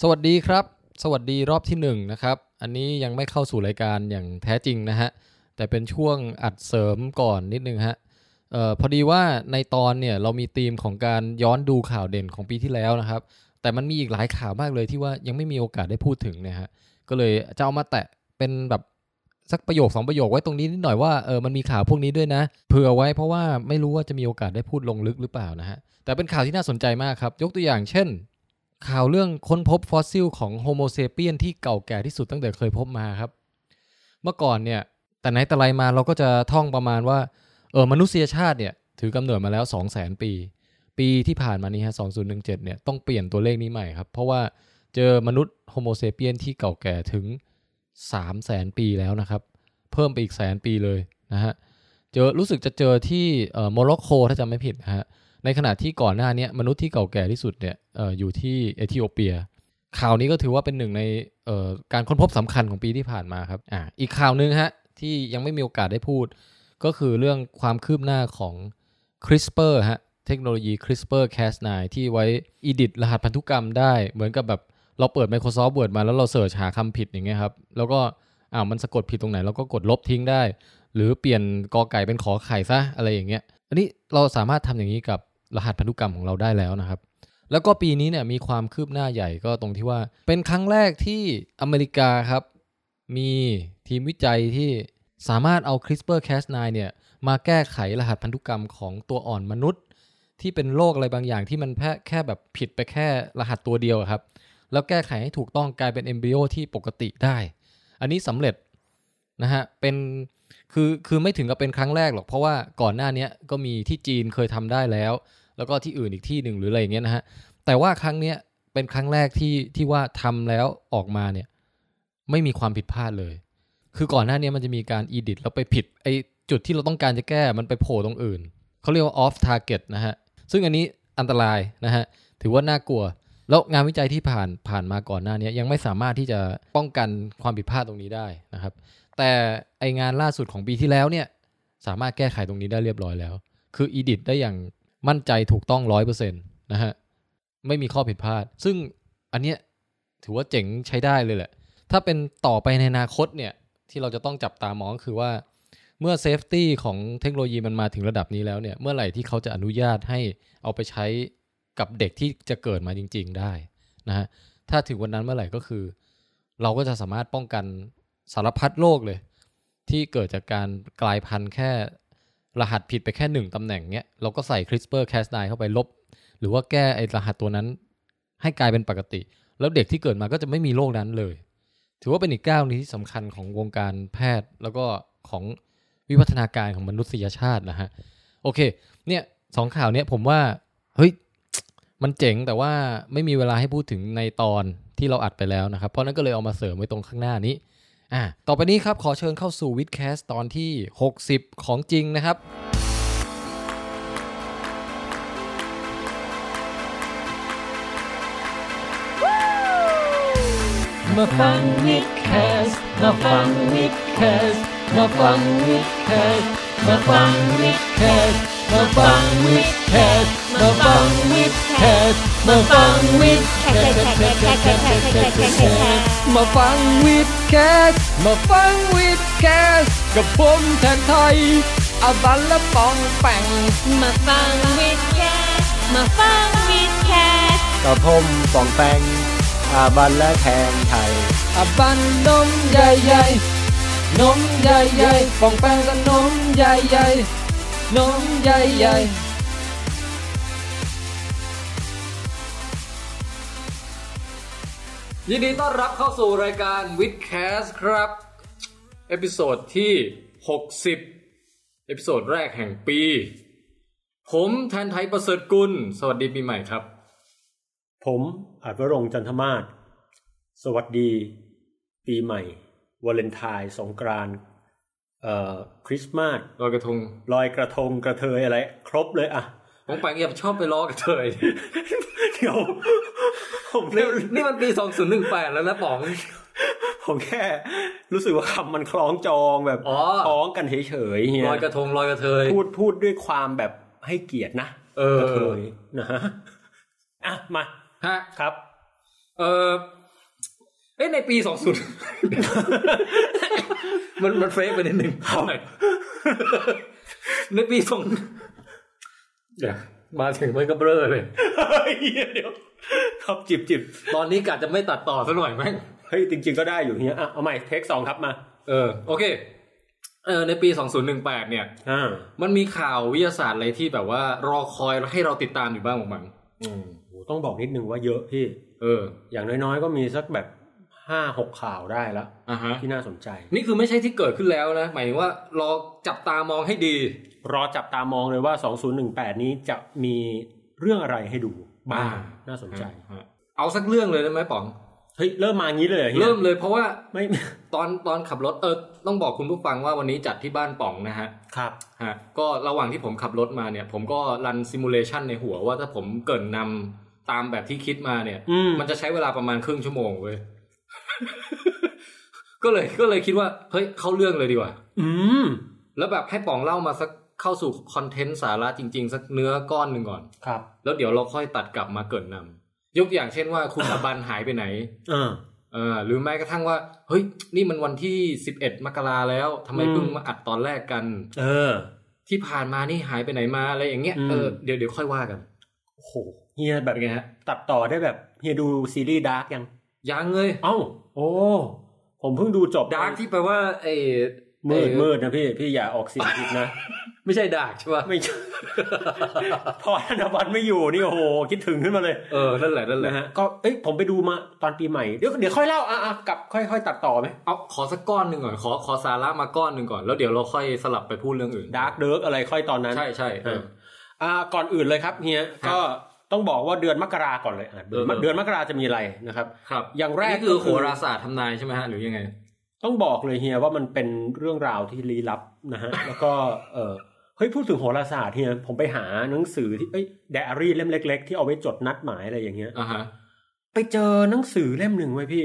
สวัสดีครับ สวัสดีรอบที่หนึ่งนะครับ อันนี้ยังไม่เข้าสู่รายการอย่างแท้จริงนะฮะ แต่เป็นช่วงอัดเสริมก่อนนิดนึงฮะเอ่อพอดีว่าในตอนเนี่ยเรามีธีมของการย้อนดูข่าวเด่นของปีที่แล้วนะครับ แต่มันมีอีกหลายข่าวมากเลยที่ว่ายังไม่มีโอกาสได้พูดถึงเนะฮะ ก็เลยจะเอามาแตะเป็นแบบสักประโยคสองประโยคไว้ตรงนี้นิดหน่อยว่าเออมันมีข่าวพวกนี้ด้วยนะเผื่อไว้เพราะว่าไม่รู้ว่าจะมีโอกาสได้พูดลงลึกหรือเปล่านะฮะแต่เป็นข่าวที่น่าสนใจมากครับ ยกตัวอย่างเช่น ข่าวเรื่องค้นพบฟอสซิลของโฮโมเซเปียนที่เก่าแก่ที่สุดตั้งแต่เคยพบมาครับ เมื่อก่อนเนี่ย แต่ไหนแต่ไรมาเราก็จะท่องประมาณว่า เออมนุษยชาติเนี่ย ถือกำเนิดมาแล้ว 2 0 0 0 0 0 ปี ปีที่ผ่านมานี้ฮะ 2017 เนี่ย ต้องเปลี่ยนตัวเลขนี้ใหม่ครับ เพราะว่าเจอมนุษย์โฮโมเซเปียนที่เก่าแก่ถึง 3 0 0แสนปีแล้วนะครับ เพิ่มไปอีกแสนปีเลยนะฮะ เจอรู้สึกจะเจอที่เอ่อโมร็อกโกถ้าจำไม่ผิดนะฮะ ในขณะที่ก่อนหน้าเนี้ยมนุษย์ที่เก่าแก่ที่สุดเนี่ยเอออยู่ที่เอธิโอเปีย ข่าวนี้ก็ถือว่าเป็นหนึ่งในเอ่อการค้นพบสำคัญของปีที่ผ่านมาครับอ่าอีกข่าวหนึ่งฮะ ที่ยังไม่มีโอกาสได้พูด ก็คือเรื่องความคืบหน้าของ CRISPR ฮะ เทคโนโลยี CRISPR-Cas9 ที่ไว้อีดิตรหัสพันธุกรรมได้ เหมือนกับแบบเราเปิด Microsoft Word มาแล้วเราเสิร์ชหาคำผิดอย่างเงี้ยครับ แล้วก็อ้าวมันสะกดผิดตรงไหนเราก็กดลบทิ้งได้ หรือเปลี่ยนกอไก่เป็นขอไข่ซะอะไรอย่างเงี้ย อันนี้เราสามารถทำอย่างนี้กับรหัสพันธุกรรมของเราได้แล้วนะครับ แล้วก็ปีนี้เนี่ยมีความคืบหน้าใหญ่ก็ตรงที่ว่า เป็นครั้งแรกที่อเมริกาครับ มีทีมวิจัยที่สามารถเอา CRISPR-Cas9 เนี่ยมาแก้ไขรหัสพันธุกรรมของตัวอ่อนมนุษย์ ที่เป็นโรคอะไรบางอย่างที่มันแค่แค่แบบผิดไปแค่รหัสตัวเดียวอะครับ แล้วแก้ไขให้ถูกต้องกลายเป็นเอมบริโอที่ปกติได้ อันนี้สำเร็จนะฮะเป็น คือคือไม่ถึงกับเป็นครั้งแรกหรอก เพราะว่าก่อนหน้าเนี้ยก็มีที่จีนเคยทำได้แล้ว แล้วก็ที่อื่นอีกที่หนึ่งหรืออะไรอย่างเงี้ยนะฮะแต่ว่าครั้งเนี้ยเป็นครั้งแรกที่ที่ว่าทำแล้วออกมาเนี่ยไม่มีความผิดพลาดเลย คือก่อนหน้าเนี้ยมันจะมีการอีดิตแล้วไปผิดไอจุดที่เราต้องการจะแก้มันไปโผล่ตรงอื่น เขาเรียกว่า off target นะฮะ ซึ่งอันนี้อันตรายนะฮะ ถือว่าน่ากลัว แล้วงานวิจัยที่ผ่านผ่านมาก่อนหน้าเนี้ยยังไม่สามารถที่จะป้องกันความผิดพลาดตรงนี้ได้นะครับ แต่ไองานล่าสุดของปีที่แล้วเนี่ยสามารถแก้ไขตรงนี้ได้เรียบร้อยแล้ว คืออีดิทได้อย่างมั่นใจถูกต้องร้อยเปอร์เซ็นต์นะฮะ ไม่มีข้อผิดพลาด ซึ่งอันเนี้ยถือว่าเจ๋งใช้ได้เลยแหละ ถ้าเป็นต่อไปในอนาคตเนี่ย ที่เราจะต้องจับตามองก็คือว่า เมื่อเซฟตี้ของเทคโนโลยีมันมาถึงระดับนี้แล้วเนี่ย เมื่อไหร่ที่เขาจะอนุญาตให้เอาไปใช้กับเด็กที่จะเกิดมาจริง ๆ ได้นะฮะ ถ้าถึงวันนั้นเมื่อไหร่ก็คือ เราก็จะสามารถป้องกันสารพัดโรคเลย ที่เกิดจากการกลายพันธุ์แค่รหัสผิดไปแค่หนึ่งตำแหน่งเนี้ยเราก็ใส่ CRISPR Cas9 เข้าไปลบ หรือว่าแก้ไอรหัสตัวนั้น ให้กลายเป็นปกติ แล้วเด็กที่เกิดมาก็จะไม่มีโรคนั้นเลย ถือว่าเป็นอีกก้าวหนึงที่สำคัญของวงการแพทย์ แล้วก็ของวิวัฒนาการของมนุษยชาตินะฮะ โอเค เนี่ยสองข่าวเนี้ยผมว่า เฮ้ย มันเจ๋งแต่ว่าไม่มีเวลาให้พูดถึงในตอนที่เราอัดไปแล้วนะครับ เพราะนั้นก็เลยเอามาเสริมไว้ตรงข้างหน้านี้ อ่ะต่อไปนี้ครับ ขอเชิญเข้าสู่วิดแคสตอนที่ 60 ของจริงนะครับ มาฟังวิดแคสต์มาฟังวิดแคสต์มาฟังวิดแคสต์มาฟังวิดแคสต์มาฟังวิดแคสต์มาฟังวิดแคสต์มาฟังวิดแคสต์ มาฟังวิดแคสมาฟังวิดแคสกับผมแทนไทยอาบันและปองแปง มาฟังวิดแคสมาฟังวิดแคส กับผมปองแปงอาบันและแทนไทย อาบันนมใหญ่ๆนมใหญ่ๆปองแปงก็นมใหญ่ๆนมใหญ่ๆยินดีต้อนรับเข้าสู่รายการวิดแคสครับ เอพิโซดที่ 60 เอพิโซดแรกแห่งปี ผมแทนไทยประเสริฐกุล สวัสดีปีใหม่ครับ ผมอาจวรงค์จันทมาศสวัสดี ปีใหม่วาเลนไทน์สงกรานต์เอ่อคริสต์มาส รอยกระทง ลอยกระทงกระเทยอะไร ครบเลยอ่ะผ มแปลงเงียบชอบไปล้อกระเทย เดี๋ยว ผม นี่ เล่น นี่มันปี 2018 แล้วนะป๋อง ผมแค่ รู้สึกว่าคำมันคล้องจองแบบ อ๋อ คล้องกันเฉยๆเฮีย ลอยกระทงลอยกระเทย พูดพูดด้วยความแบบให้เกียรตินะ เออ กระเทยนะฮะอ่ะมา ฮะ ครับ เออเอ้ยในปีสองศูนย์ มันมันเฟกไปนิดนึงในปีสอง เดี๋ยว มาถึงมันก็เบลอเลย เดี๋ยวครับจิบจิบ ตอนนี้กะจะไม่ตัดต่อซะหน่อยแม่ง เฮ้ยจริง ๆก็ได้อยู่เนี้ยอ่ะเอาใหม่เทคสองครับมา เออ โอเค เออในปี 2018 เนี่ย อ่า มันมีข่าววิทยาศาสตร์อะไรที่แบบว่ารอคอยให้เราติดตามอยู่บ้างของมัน อืมโหต้องบอกนิดนึงว่าเยอะพี่ เออ อย่างน้อยๆ ก็มีสักแบบห้าหกข่าวได้ละ อ่ะฮะ ที่น่าสนใจ นี่คือไม่ใช่ที่เกิดขึ้นแล้วนะ หมายถึงว่ารอจับตามองให้ดี รอจับตามองเลยว่า 2018 นี้จะมีเรื่องอะไรให้ดูบ้าง อ่า น่าสนใจ เอาสักเรื่องเลยได้ไหมป๋อง เฮ้ย เริ่มมางี้เลยหอฮีย เริ่มเลยเพราะว่า ไม่ ตอนตอนขับรถเออต้องบอกคุณผู้ฟังว่าวันนี้จัดที่บ้านป๋องนะฮะ ครับ ฮะก็ระหว่างที่ผมขับรถมาเนี่ย ผมก็รันซิมูเลชันในหัวว่าถ้าผมเกรินนำตามแบบที่คิดมาเนี่ย อืม มันจะใช้เวลาประมาณครึ่งชั่วโมงเว้ย ก็เลยก็เลยคิดว่า เฮ้ย เข้าเรื่องเลยดีกว่า อืม แล้วแบบให้ป๋องเล่ามาสักเข้าสู่คอนเทนต์สาระจริง ๆ สักเนื้อก้อนหนึ่งก่อน ครับ แล้วเดี๋ยวเราค่อยตัดกลับมาเกรินนำยกตัวอย่างเช่นว่าคุณ อบันหายไปไหน เออ เออหรือแม้กระทั่งว่า เฮ้ย นี่มันวันที่สิบเอ็ดมกราแล้วทำไมเพิ่งมาอัดตอนแรกกัน เออ ที่ผ่านมานี่หายไปไหนมาอะไรอย่างเงี้ย อืม เออเดี๋ยวเดี๋ยวค่อยว่ากัน โอ้โหเฮียแบบ เป็นไงฮะ ตัดต่อได้แบบเฮียดูซีรีส์ดาร์กยัง ยังเลย เอ้า โอ้ ผมเพิ่งดูจบ ดาร์กที่แปลว่าไอ้ มืด เอ่อ มืดนะพี่ พี่อย่าออกเสียงผิดนะ ไม่ใช่ดาร์กใช่ป่ะ ไม่ ใช่ พอธนบัตรไม่อยู่นี่โอ้โห คิดถึงขึ้นมาเลย เออนั่นแหละนั่นแหละ นะฮะก็เอ้ยผมไปดูมาตอนปีใหม่เดี๋ยวเดี๋ยวค่อยเล่าอ่ะอ่ะกลับค่อยค่อยตัดต่อไหม เอาขอสักก้อนหนึ่งก่อนขอขอสาระมาก้อนหนึ่งก่อนแล้วเดี๋ยวเราค่อยสลับไปพูดเรื่องอื่น ดาร์กเดิร์กอะไรค่อยตอนนั้น ใช่ใช่เอ เอ อ ออ่าก่อนอื่นเลยครับเฮีย ครับ ก็ต้องบอกว่าเดือนมกราก่อนเลยอ่ะเดือน เออ เดือนมกราจะมีอะไรนะครับ ครับ อย่างแรก นี่คือ ก็ โห คือ ราศาสตร์ทำนายใช่ไหมฮะหรือยังไง ต้องบอกเลยเฮียว่ามันเป็นเรื่องราวที่ลี้ลับนะฮ ะ แล้วก็เออเฮ้ยพูดถึงโหราศาสตร์เฮียผมไปหาหนังสือที่เอ้ยไดอารี่เล่มเล็ก ๆ ที่เอาไว้จดนัดหมายอะไรอย่างเงี้ย อ่าฮะ ไปเจอหนังสือเล่มหนึ่งไว้พี่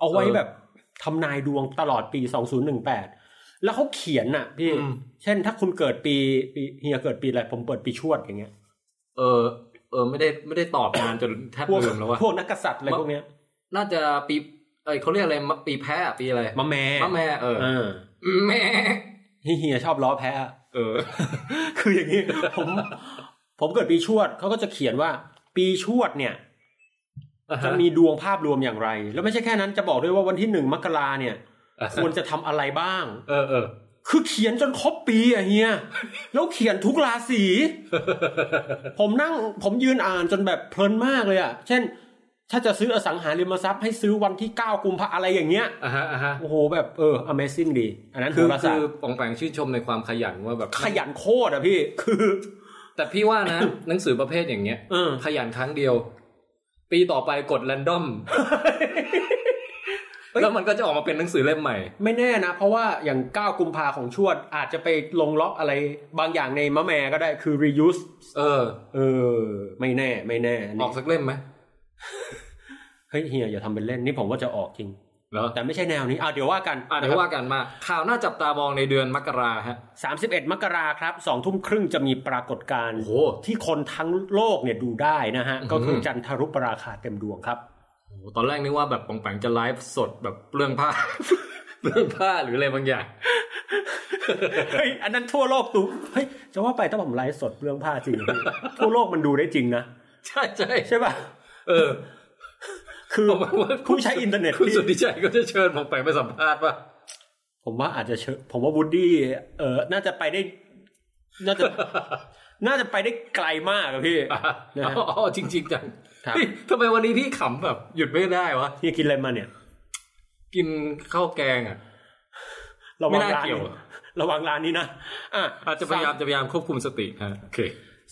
เอาไว้ เออ แบบทำนายดวงตลอดปี 2018 แล้วเขาเขียนน่ะพี่ อืม เช่นถ้าคุณเกิดปีปีเฮียเกิดปีอะไรผมเปิดปีชวดอย่างเงี้ย เออเออไม่ได้ไม่ได้ตอบงานจนแทบ พวก ลืมแล้วว่า พวกนักกษัตริย์อะไร มะ พวกเนี้ย น่าจะปีเอยเขาเรียกอะไรมะปีแพ้อะปีอะไร มะแม่ มะแม่เออ เออ แม่ เฮียชอบล้อแพ้ เออ คืออย่างนี้ ผม ผมเกิดปีชวดเขาก็จะเขียนว่า ปีชวดเนี่ย จะมีดวงภาพรวมอย่างไร แล้วไม่ใช่แค่นั้นจะบอกด้วยว่าวันที่หนึ่งมกราเนี่ย ควรจะทำอะไรบ้าง เออเออ คือเขียนจนครบปีอะเฮีย แล้วเขียนทุกราศี ผมนั่งผมยืนอ่านจนแบบเพลินมากเลยอะเช่น ถ้าจะซื้ออสังหาริมทรัพย์ให้ซื้อวันที่ 9 กุมภาอะไรอย่างเงี้ย อ่าฮะอ่าฮะ โอ้โหแบบเออ Amazing ดี อันนั้นคื คือ อ คื คือ อ ปองแปงชื่นชมในความขยันว่าแบบ ขยันโคตรอะพี่ คือ แต่พี่ว่านะ หนังสือประเภทอย่างเงี้ย เออ ขยันครั้งเดียว ปีต่อไปกดแรนดอม แล้วมันก็จะออกมาเป็นหนังสือเล่มใหม่ ไม่แน่นะ เพราะว่าอย่าง 9 กุมภาของชวด อาจจะไปลงล็อกอะไรบางอย่างในมะแม่ก็ได้คือ reuse เออ เออ ไม่แน่ไม่แน่อัอนนี้ อกสักเล่มไหม เฮ้ยเฮียอย่าทำเป็นเล่นนี่ผมว่าจะออกจริง เหรอ แต่ไม่ใช่แนวนี้อ่ะเดี๋ยวว่ากัน อ่ะเดี๋ยวว่ากันมา ข่าวหน้าจับตามองในเดือนมกราฮะ 31 มกราครับสองทุ่มครึ่งจะมีปรากฏการณ์ โอ้โห ที่คนทั้งโลกเนี่ยดูได้นะฮะ อือหือ ก็คือจันทรุปราคาเต็มดวงครับ โอ้โหตอนแรกนึกว่าแบบปองแปงจะไลฟ์สดแบบเปลืองผ้า เปลืองผ้าหรืออะไรบางอย่าง เฮ้ย อันนั้นทั่วโลกดูเฮ้ย จะว่าไปถ้าผมไลฟ์สดเรื่องผ้าจริงอะพี่ ทั่วโลกมันดูได้จริงนะ ใช่ใช่ ใช่ป่ะ เออ คือ เอามาว่า ผู้ใช้อินเทอร์เน็ต คุณ ที่ สุดที่ใจก็จะเชิญปองแปงไปสัมภาษณ์ป่ะ ผมว่าอาจจะเชญผมว่าวูดดี้เออน่าจะไปได้ น่าจะ น่าจะไปได้ไกลมากอะพี่ นะฮะ อ๋ออ๋อจริงจริงจัง ครับ เฮ้ยทำไมวันนี้พี่ขำแบบหยุดไม่ได้วะ ที่กินอะไรมาเนี่ย กินข้าวแกงอ่ะ ระ ไม่ วัง น่า ร้าน เกี่ยว นี้ระวังร้านนี้นะอ่ะ อาจจะพยายามจะพยายามควบคุมสติฮะโอเค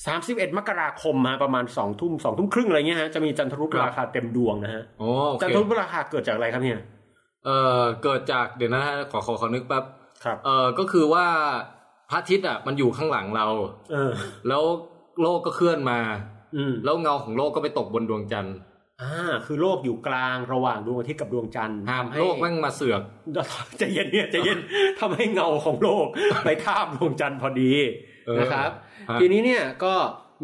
31 มกราคมฮะประมาณ2ทุ่ม2ทุ่มครึ่งอะไรเงี้ยฮะจะมีจันทรุปราคาเต็มดวงนะฮะ โอ้โอ จัน เค ทรุปราคาเกิดจากอะไรครับเนี่ย เอ่อเกิดจากเดี๋ยวนะฮะขอขอขอนึกแป๊บ ครับ เอ่อก็คือว่าพระอาทิตย์อ่ะมันอยู่ข้างหลังเรา เออ แล้วโลกก็เคลื่อนมา อืม แล้วเงาของโลกก็ไปตกบนดวงจันทร์ อ่าคือโลกอยู่กลางระหว่างดวงอาทิตย์กับดวงจันทร์ ห้าม ทำให้ โลกแม่งมาเสือก ใจะเย็นเนี่ยใจะเย็นทำ ให้เงาของโลก ไปทาบดวงจันทร์พอดีนะครับ ฮะ ทีนี้เนี่ยก็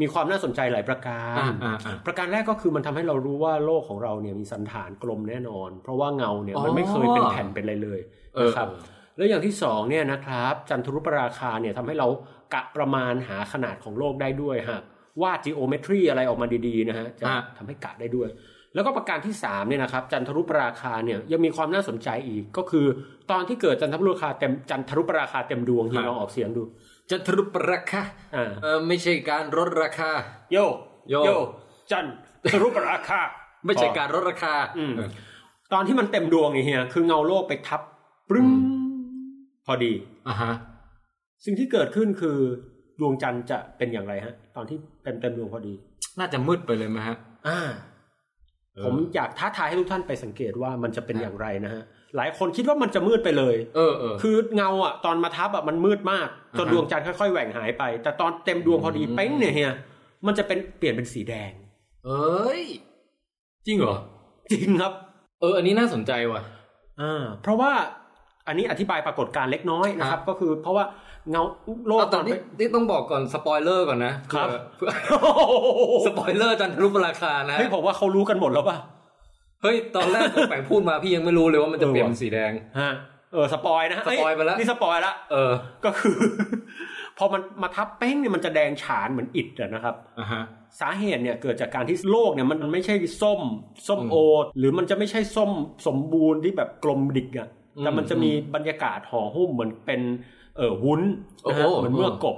มีความน่าสนใจหลายประการ อ่าอ่าอ่า ประการแรกก็คือมันทำให้เรารู้ว่าโลกของเราเนี่ยมีสันฐานกลมแน่นอน เพราะว่าเงาเนี่ยมันไม่เคยเป็นแผ่นเป็นอะไรเลย เออ นะครับ แล้วอย่างที่สองเนี่ยนะครับ จันทรุปราคาเนี่ยทำให้เรากะประมาณหาขนาดของโลกได้ด้วยหากวาดจีโอเมตรีอะไรออกมาดีๆนะฮะจะ ฮะ ทำให้กะได้ด้วย แล้วก็ประการที่สามเนี่ยนะครับ จันทรุปราคาเนี่ยยังมีความน่าสนใจอีกก็คือ ตอนที่เกิดจันทรุปราคาเต็มจันทรุปราคาเต็มดวงที่ลองออกเสียงดู จันทรุปราคา อ่า เออไม่ใช่การลดราคา โย โย่ จันทรุปราคา ไม่ใช่ พ การลดราคา ออืมตอนที่มันเต็มดวงไอ้เฮียคือเงาโลกไปทับปรึ้งพอดี อ่าฮะ สิ่งที่เกิดขึ้นคือดวงจันทร์จะเป็นอย่างไรฮะ ตอนที่เต็มเต็มดวงพอดี น่าจะมืดไปเลยไหมฮะ อ่า ผมอยากท้าทายให้ทุกท่านไปสังเกตว่ามันจะเป็น ฮะ อย่างไรนะฮะ หลายคนคิดว่ามันจะมืดไปเลย เออเออ คือเงาอ่ะ ตอนมาทับอ่ะมันมืดมาก จน อ่าฮะ ดวงจันทร์ค่อยๆแหว่งหายไป แต่ตอนเต็มดวงพอดีเป้งเนี่ยเฮียมันจะเป็นเปลี่ยนเป็นสีแดง เอ้ย จริงเหรอ จริงครับ เออ อันนี้น่าสนใจว่ะ อ่าเพราะว่าอันนี้อธิบายปรากฏการณ์เล็กน้อยนะค ครั รับ บ ก็คือเพราะว่าเงาโลก เอาตอน มั นี้ ไป นี่ต้องบอกก่อนสปอยเลอร์ก่อนนะครับ เพื่อ สปอยเลอร์จันทรุปราคานะ เฮ้ยผมว่าเขารู้กันหมดแล้วป่ะ เฮ้ย ตอนแรกผมแปงพูดมาพี่ยังไม่รู้เลยว่ามันจะ เออว่ะ เปลี่ยนเป็นสีแดง ฮะเออสปอยนะ สปอยไปแล้ว เนี่สปอยละ เออ ก็คือ พอมันมาทับเป้งเนี่ยมันจะแดงฉานเหมือนอิฐอะนะครับ อ่าฮะ สาเหตุเนี่ยเกิดจากการที่โลกเนี่ยมันไม่ใช่ส้ม ส้ม อืม โอดหรือมันจะไม่ใช่ส้มสมบูรณ์ที่แบบกลมดิกอะ อืม แต่มันจะมีบรรยากาศห่อหุ้มเหมือนเป็นเออวุ้นนะฮะ โอ้โห เหมือนเมื่อกบ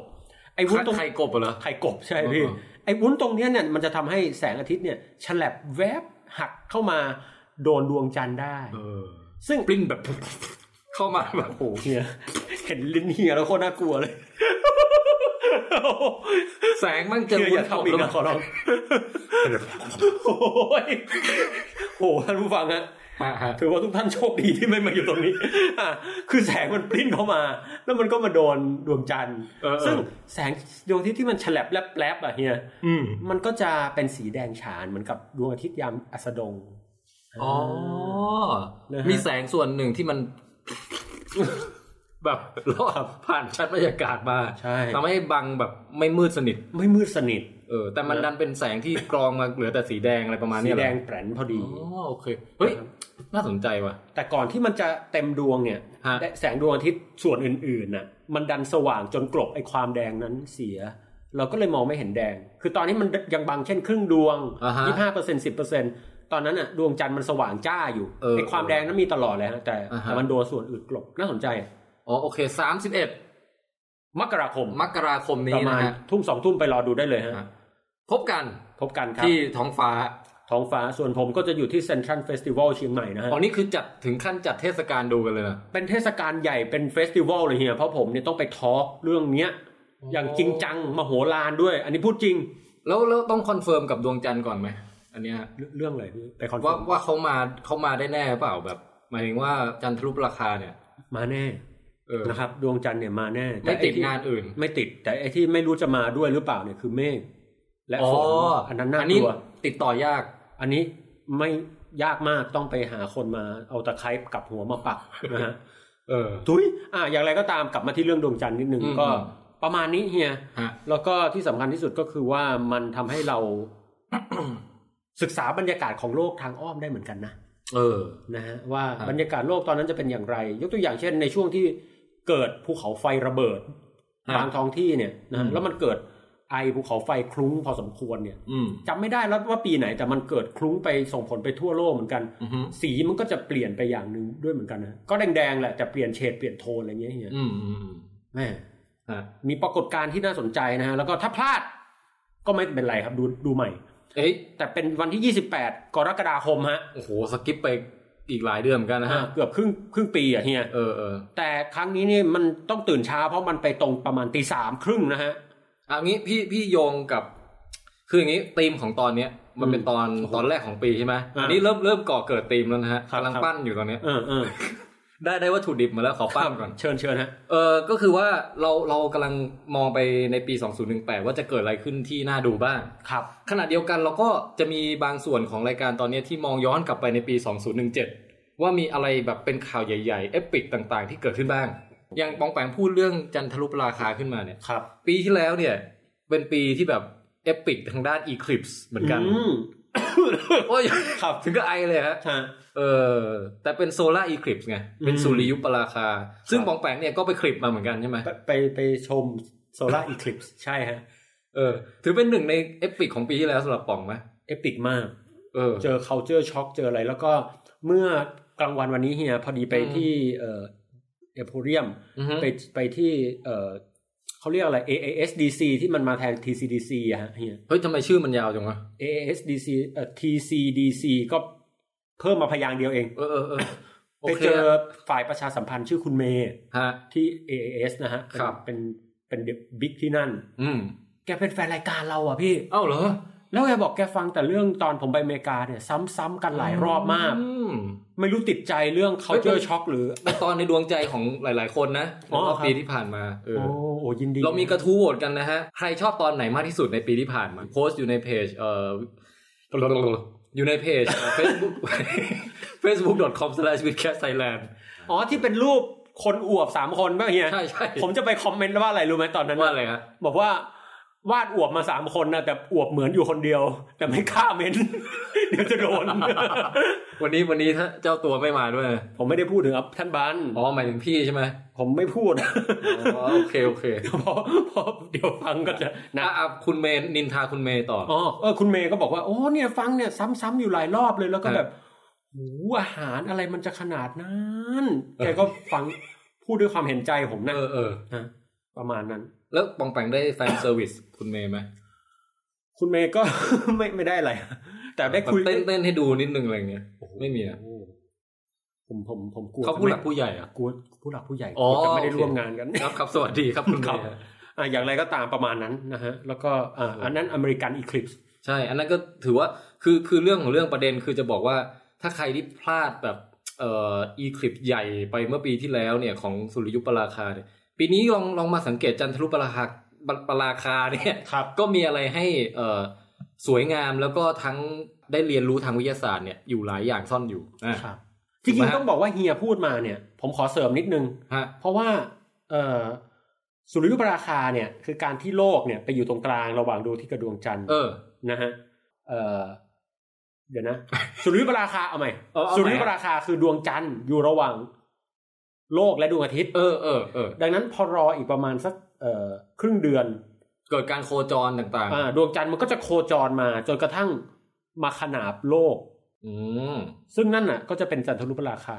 ไอ้วุ้นตรง ใครกบเหรอ ไข่กบใช่พี่ เออ ไอ้วุ้นตรงเนี้ยเนี่ยมันจะทำให้แสงอาทิตย์เนี่ยฉลับแวบหักเข้ามาโดนดวงจันทร์ได้ เออ ซึ่ง ปลิ้นแบบ เข้ามาแบบ โอ้โหเฮียเห็นลิ้นเฮียแล้วโคตรน่ากลัวเลย แสงมันจะ เฮียอย่าทำอีก แล้ว นะขอร้อง โอ้ยโหท่านผู้ฟังฮะ ฮะฮะ ถือว่าทุกท่านโชคดีที่ไม่มาอยู่ตรงนี้อ่ะคือแสงมันปลิ้นเข้ามา แล้วมันก็มาโดนดวงจันทร์ เออเออ ซึ่งแสงดวงอาทิตย์ที่มันฉลับแลบๆอ่ะเฮีย อืม มันก็จะเป็นสีแดงฉานเหมือนกับดวงอาทิตย์ยามอัสดง อ๋อ นะฮะ มีแสงส่วนหนึ่งที่มัน แบบรอดผ่านชั้นบรรยากาศมา ใช่ ทำให้บังแบบไม่มืดสนิท ไม่มืดสนิท เออ แต่มันดันเป็นแสงที่กรองมาเหลือแต่สีแดงอะไรประมาณ สี เนี้ยเหร แด อง แปรนพอดี อ๋อโอเค เฮ้ย น่าสนใจว่ะ แต่ก่อนที่มันจะเต็มดวงเนี่ย ฮะ และแสงดวงอาทิตย์ส่วนอื่นๆน่ะมันดันสว่างจนกลบไอ้ความแดงนั้นเสีย เราก็เลยมองไม่เห็นแดง คือตอนนี้มันยังบังเช่นครึ่งดวง อ่าฮะ ยี่ห้าเปอร์เซ็นสิบเปอร์เซ็นตอนนั้นอ่ะดวงจันทร์มันสว่างจ้าอยู่ เออ ไอ้ความแดงนั้นมีตลอดเลยฮะแต่ อ่าฮะ แต่มันโดนส่วนอื่นกลบน่าสนใจ อ๋อโอเคสามสิบเอ็ด มกราคม มกราคม ป นี้ ระมา นะ ณ ฮะ ทุ่มสองทุ่มไปรอดูได้เลยฮะ ฮะ พบกัน พบกันครับ ที่ท้องฟ้า ท้องฟ้าส่วนผมก็จะอยู่ที่เซ n นทรัลเฟสติวัลเชียงใหม่นะฮะ อ๋อนี่คือจัดถึงขั้นจัดเทศกาลดูกันเลยนะ เป็นเทศกาลใหญ่เป็นเฟสติวัลเลยเฮียเพราะผมเนี่ยต้องไปทอล์กเรื่องเนี้ย อย่างจริงจังมโหฬารด้วย อันนี้พูดจริง แล้วแล้วต้องคอนเฟิร์มกับดวงจันทร์ก่อนไหม อันเนี้ย เรื่องเรื่องอะไรพี่ไปคอนเฟิ ว่า ร์ม ว่าเขามาเขามาได้แน่เปล่าแบบ หมายถึงว่าจันทรุปราคาเนี่ย มาแน่ เออ นะครับ ดวงจันทร์เนี่ยมาแน่ ไม่ติด อ้ที่ งานอื่น ไม่ติด แต่ไอ้ที่ไม่รู้จะมาด้วยหรือเปล่าเนี่ยคือเมฆและ อ๋อ ฝนอันนั้นน่า อั กลัว ติดต่อยาก อันนี้ไม่ยากมากต้องไปหาคนมาเอาตะไคร้กับหัวมาปักนะฮ ะ เออ ทุยอ่ะอย่างไรก็ตามกลับมาที่เรื่องดวงจันทร์นิดนึง อืม ก็ อืม ประมาณนี้เฮีย ฮะ แล้วก็ที่สำคัญที่สุดก็คือว่ามันทำให้เรา ศึกษาบรรยากาศของโลกทางอ้อมได้เหมือนกันนะ เออ นะฮะว่า ครับ บรรยากาศโลกตอนนั้นจะเป็นอย่างไร ยกตัวอย่างเช่น ในช่วงที่เกิดภูเขาไฟระเบิด ฮะ บางท้องที่เนี่ย อื นะ ม แล้วมันเกิดไอภูเขาไฟคลุ้งพอสมควรเนี่ย อืม จำไม่ได้แล้วว่าปีไหน แต่มันเกิดคลุ้งไปส่งผลไปทั่วโลกเหมือนกัน อือฮึ สีมันก็จะเปลี่ยนไปอย่างหนึ่งด้วยเหมือนกันนะก็แดงๆแหละแต่เปลี่ยนเฉดเปลี่ยนโทนอะไรเงี้ยเฮีย อืมอืมอืม แม่ ฮะ มีปรากฏการณ์ที่น่าสนใจนะฮะ แล้วก็ถ้าพลาดก็ไม่เป็นไรครับดูดูใหม่ เอ้ย แต่เป็นวันที่ 28 กรกฎาคมฮะ โอ้โหสกิปไปอีกหลายเดือนเหมือนกันนะ อ่า ฮะ เกือบครึ่งครึ่งปีอะเฮีย เออเออ แต่ครั้งนี้นี่มันต้องตื่นเช้าเพราะมันไปตรงประมาณตีสามครึ่งนะฮะ เอางี้พี่พี่โยงกับ คืออย่างนี้ธีมของตอนเนี้ย มันเป็นตอนตอนแรกของปีใช่ไหมอันนี้เริ่มเริ่มก่อเกิดธีมแล้วนะฮะ ครับ กำลัง ครับ ปั้นอยู่ตอนเนี้ย เออเออ ได้ได้วัตถุดิบมาแล้วขอปั้นก่อน เชิญเชิญฮะ เออก็คือว่าเราเรากำลังมองไปในปี 2018 ว่าจะเกิดอะไรขึ้นที่น่าดูบ้าง ครับ ขณะเดียวกันเราก็จะมีบางส่วนของรายการตอนเนี้ยที่มองย้อนกลับไปในปี 2017 ว่ามีอะไรแบบเป็นข่าวใหญ่ๆ เอปิกต่างๆ ที่เกิดขึ้นบ้าง อย่างปองแปงพูดเรื่องจันทรุปราคาขึ้นมาเนี่ย ครับ ปีที่แล้วเนี่ยเป็นปีที่แบบ เอปิกทางด้านอีคลิปส์เหมือนกัน อืม โอ้ย ครับ ถึงก็ไอเลยฮะ ฮะ เออแต่เป็นโซลาร์อีคลิปส์ไง เป็น อืม สุริยุปราคา ซึ่ง ครับ ปองแปงเนี่ยก็ไปคลิปมาเหมือนกันใช่ไหม ไปไปไปชมโซลาร์อีคลิปส์ใช่ฮะ เออ ถือเป็นหนึ่งในเอปิกของปีที่แล้วสำหรับปองไหม เอปิกมาก เออ เจอ culture shock เจออะไร แล้วก็เมื่อกลางวันวันนี้เฮียพอดีไป อืม ที่เอ่อเอโพเรียม อือฮึ ไปไปที่เอ่อเขาเรียกอะไร AASDC ที่มันมาแทน TCDC อะฮะเฮีย เฮ้ยทำไมชื่อมันยาวจังวะ AASDC เอ่อ TCDC ก็เพิ่มมาพยางค์เดียวเอง เออเออเออโอ ไป เค เจอฝ่ายประชาสัมพันธ์ชื่อคุณเมย์ ฮะ ที่ AAS นะฮะ เป็น ครับ เป็นเป็นบิ๊กที่นั่น อืม แกเป็นแฟนรายการเราอ่ะพี่ เอ้าเหรอ แล้วแกบอกแกฟังแต่เรื่องตอนผมไปอเมริกาเนี่ย ซ้ำๆกันหลายรอบมาก อืม ไม่รู้ติดใจเรื่อง ไม่เป็ culture น shock หรือ เป็นตอนในดวงใจของหลาย ๆ คนนะ อ๋อ รอบ ครับ ปีที่ผ่านมาเออ โอ้โหยินดี เรามีกระทู้โหวตกันนะฮะ ใครชอบตอนไหนมากที่สุดในปีที่ผ่านมาโพสต์อยู่ในเพจเอ่ออยู่ในเพจ facebook facebook.com/withcastthailand อ๋อที่เป็นรูปคนอวบสามคนป่ะเฮีย ใช่ใช่ ผมจะไปคอมเมนต์ว่าอะไรรู้ไหมตอนนั้น ว่าอะไรฮะ บอกว่าวาดอวบมาสามคนนะแต่อวบเหมือนอยู่คนเดียว แต่ไม่กล้าเมน เดี๋ยวจะโดน วันนี้วันนี้ถ้าเจ้าตัวไม่มาด้วย ผมไม่ได้พูดถึงครับท่านบัน อ๋อหมายถึงพี่ใช่ไหม ผมไม่พูด อ๋อโอเคโอเค เพราะเพราะเดี๋ยวฟังก็จะนะ อ่ะอ่ะคุณเมย์นินทาคุณเมย์ต่อ อ๋อเออคุณเมย์ก็บอกว่าโอ้เนี่ยฟังเนี่ยซ้ำๆอยู่หลายรอบเลยแล้วก็แบบหูอาหารอะไรมันจะขนาดนั้นแกก็ฟังพูดด้วยความเห็นใจผมนะ เออเออ ฮะประมาณนั้น แล้วปองแปงได้แฟนเซอร์วิสคุณเมย์ไหม คุณเมย์ก็ ไม่ไม่ได้อะไรแต่ได้ แบบ คุย เต้นเต้นให้ดูนิดนึงอะไรเงี้ยไม่มีอะ โอ้ผมผมผมกลัว เขาผู้หลักผู้ใหญ่อะ กลัวผู้หลักผู้ใหญ่ อ๋อ กลัวจะไม่ได้ร่วมงานกัน ครับครับสวัสดีครับคุณเม ครับ ย์ฮะ อ่ะอย่างไรก็ตามประมาณนั้นนะฮะแล้วก็อ่ะอันนั้นอเมริกันอีคลิปส์ ใช่ อันนั้นก็ถือว่าคือคือเรื่องของเรื่องประเด็นคือจะบอกว่าถ้าใครที่พลาดแบบเอ่ออีคลิปใหญ่ไปเมื่อปีที่แล้วเนี่ยของสุริยุปราคาเนี่ยปีนี้ลองลองมาสังเกตจันทรุปราคาปราคาเนี่ย ครับ ก็มีอะไรให้เอ่อสวยงามแล้วก็ทั้งได้เรียนรู้ทางวิทยาศาสตร์เนี่ยอยู่หลายอย่างซ่อนอยู่อ่ะ ครับ ถู จ กไหม ริง ฮะ ๆต้องบอกว่าเฮียพูดมาเนี่ย ผมขอเสริมนิดนึง ฮะ เพราะว่าเอ่อสุริยุปราคาเนี่ย คือการที่โลกเนี่ยไปอยู่ตรงกลางระหว่างดวงอาที่กับดวงจันทร์ เออ นะฮะเอ่อเดี๋ยวนะ สุริยุปราคาเอาใหม่ เอาเอาใหม่ สุริยุปราคาคือดวงจันทร์อยู่ระหว่างโลกและดวงอาทิตย์ เออเออเออ ดังนั้นพอรออีกประมาณสักเอ่อครึ่งเดือน เกิดการโคจรต่าง อ่าดวงจันทร์มันก็จะโคจรมาจนกระทั่งมาขนาบโลก ๆอืม ซึ่งนั่นน่ะก็จะเป็นจันทรุปราคา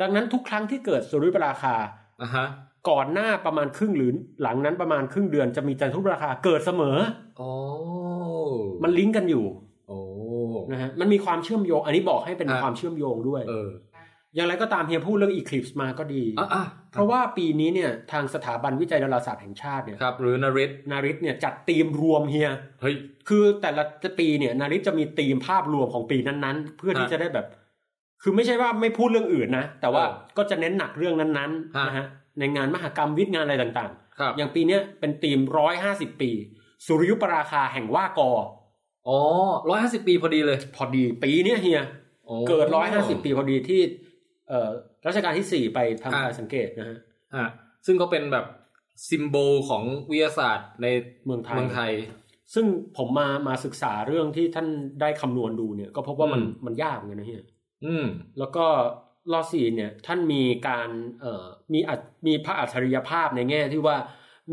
ดังนั้นทุกครั้งที่เกิดสุริยุปราคา อ่ะฮะ ก่อนหน้าประมาณครึ่งหรือหลังนั้นประมาณครึ่งเดือนจะมีจันทรุปราคาเกิดเสมอ โอ้ มันลิงก์กันอยู่ โอ้ นะฮะมันมีความเชื่อมโยง อันนี้บอกให้เป็น อ่ะ ความเชื่อมโยงด้วย เออ อย่างไรก็ตามเฮียพูดเรื่องอีคลิปส์มาก็ดี อ่ะอ่ะ เพราะว่าปีนี้เนี่ยทางสถาบันวิจัยดาราศาสตร์แห่งชาติเนี่ย ครับหรือนาริต นาริตเนี่ยจัดธีมรวมเฮีย เฮ้ย คือแต่ละปีเนี่ยนาริตจะมีธีมภาพรวมของปีนั้นๆ เพื่อที่ ฮะ จะได้แบบ คือไม่ใช่ว่าไม่พูดเรื่องอื่นนะ แต่ว่า เออ ก็จะเน้นหนักเรื่องนั้น ฮะ ๆนะฮะในงานมหกรรมวิทย์งานอะไรต่าง ครับ ๆ อย่างปีเนี้ยเป็นธีมร้อยห้าสิบปี สุริยุปราคาแห่งว่ากอ อ๋อร้อยห้าสิบปีพอดีเลย พอดีปีเนี้ยเฮีย โอ้ เกิดร้อยห้าสิบปีพอดีที่ เอ่อรัชกาลที่สี่ไปทำ อ่ะ การสังเกตนะฮะ อ่ะซึ่งก็เป็นแบบซิมโบลของวิทยาศาสตร์ใน เมืองไทย เมืองไทย ซึ่งผมมามาศึกษาเรื่องที่ท่านได้คำนวณดูเนี่ย ก็พบว่ามัน อืม มันยากเหมือนกันนะเฮีย อืม แล้วก็ลอสีเนี่ยท่านมีการเอ่อมีอัจมีพระอัจฉริยภาพในแง่ที่ว่า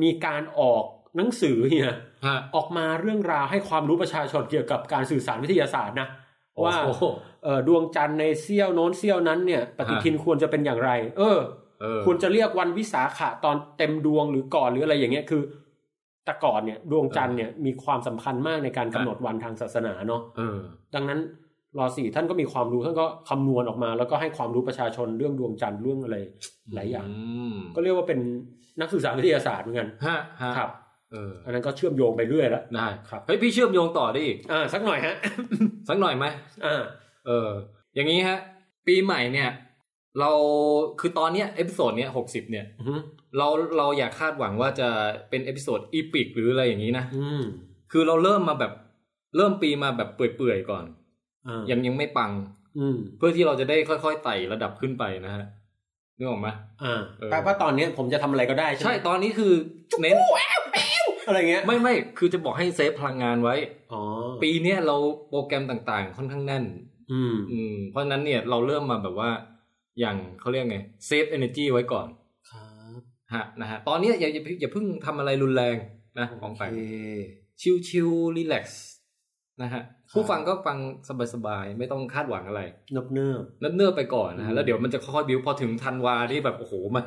มีการออกหนังสือเนี่ย ฮะ ออกมาเรื่องราวให้ความรู้ประชาชนเกี่ยวกับการสื่อสารวิทยาศาสตร์นะว่า โอ้โห เอ่อดวงจันทร์ในเซี่ยวโน้นเซี่ยวนั้นเนี่ยปฏิทินควรจะเป็นอย่างไร เออ เออ ควรจะเรียกวันวิสาขะตอนเต็มดวงหรือก่อนหรืออะไรอย่างเงี้ยคือ แต่ก่อนเนี่ยดวงจันทร์เนี่ยมีความสำคัญมากในการกำหนดวันทางศาสนาเนาะ เออ ดังนั้นรอสี่ท่านก็มีความรู้ท่านก็คำนวณออกมา แล้วก็ให้ความรู้ประชาชนเรื่องดวงจันทร์เรื่องอะไรหลายอย่าง ม ก็เรียกว่าเป็นนักศึกษาวิทยาศาสตร์เหมือนกัน ฮะฮะ ครับ เออ อันนั้นก็เชื่อมโยงไปเรื่อยละ ได้ ครับ เฮ้ยพี่เชื่อมโยงต่อได้อีก อ่าสักหน่อยฮะ สักหน่อยไหม อ่า เออ อย่างนี้ฮะ ปีใหม่เนี่ย เราคือตอนเนี้ยเอพิโซดเนี้ยหกสิบเนี่ย อืม เราเราอย่าคาดหวังว่าจะเป็นเอพิโซดอีพิกหรืออะไรอย่างนี้นะ อืม คือเราเริ่มมาแบบเริ่มปีมาแบบเปื่อยๆก่อน อ่า ยังยังไม่ปัง อืม เพื่อที่เราจะได้ค่อยๆไต่ระดับขึ้นไปนะฮะนึกออกไหม อ่า เออ แปลว่าตอนเนี้ยผมจะทำอะไรก็ได้ใช่ ใช่ ไหม ตอนนี้คือเน้น อะไรเงี้ย ไม่ไม่คือจะบอกให้เซฟพลังงานไว้ อ๋อ ปีเนี้ยเราโปรแกรมต่างๆ ค่อนข้างแน่น อืม อืมเพราะฉะนั้นเนี่ยเราเริ่มมาแบบว่าอย่างเขาเรียกไงเซฟเอเนจีไว้ก่อน ครับ ฮะนะฮะตอนเนี้ยอย่าอย่าอย่าเพิ่งทำอะไรรุนแรงนะของ โอ ฝัง เค ชิลชิลรีแลกซ์นะฮะ ผู้ฟังก็ฟังสบายๆ ไม่ต้องคาดหวังอะไร นบเนิบ เนิ่นๆไปก่อนนะ อื ฮะ ม แล้วเดี๋ยวมันจะค่อยๆบิวพอถึงธันวานี่แบบ โอ้โห มัน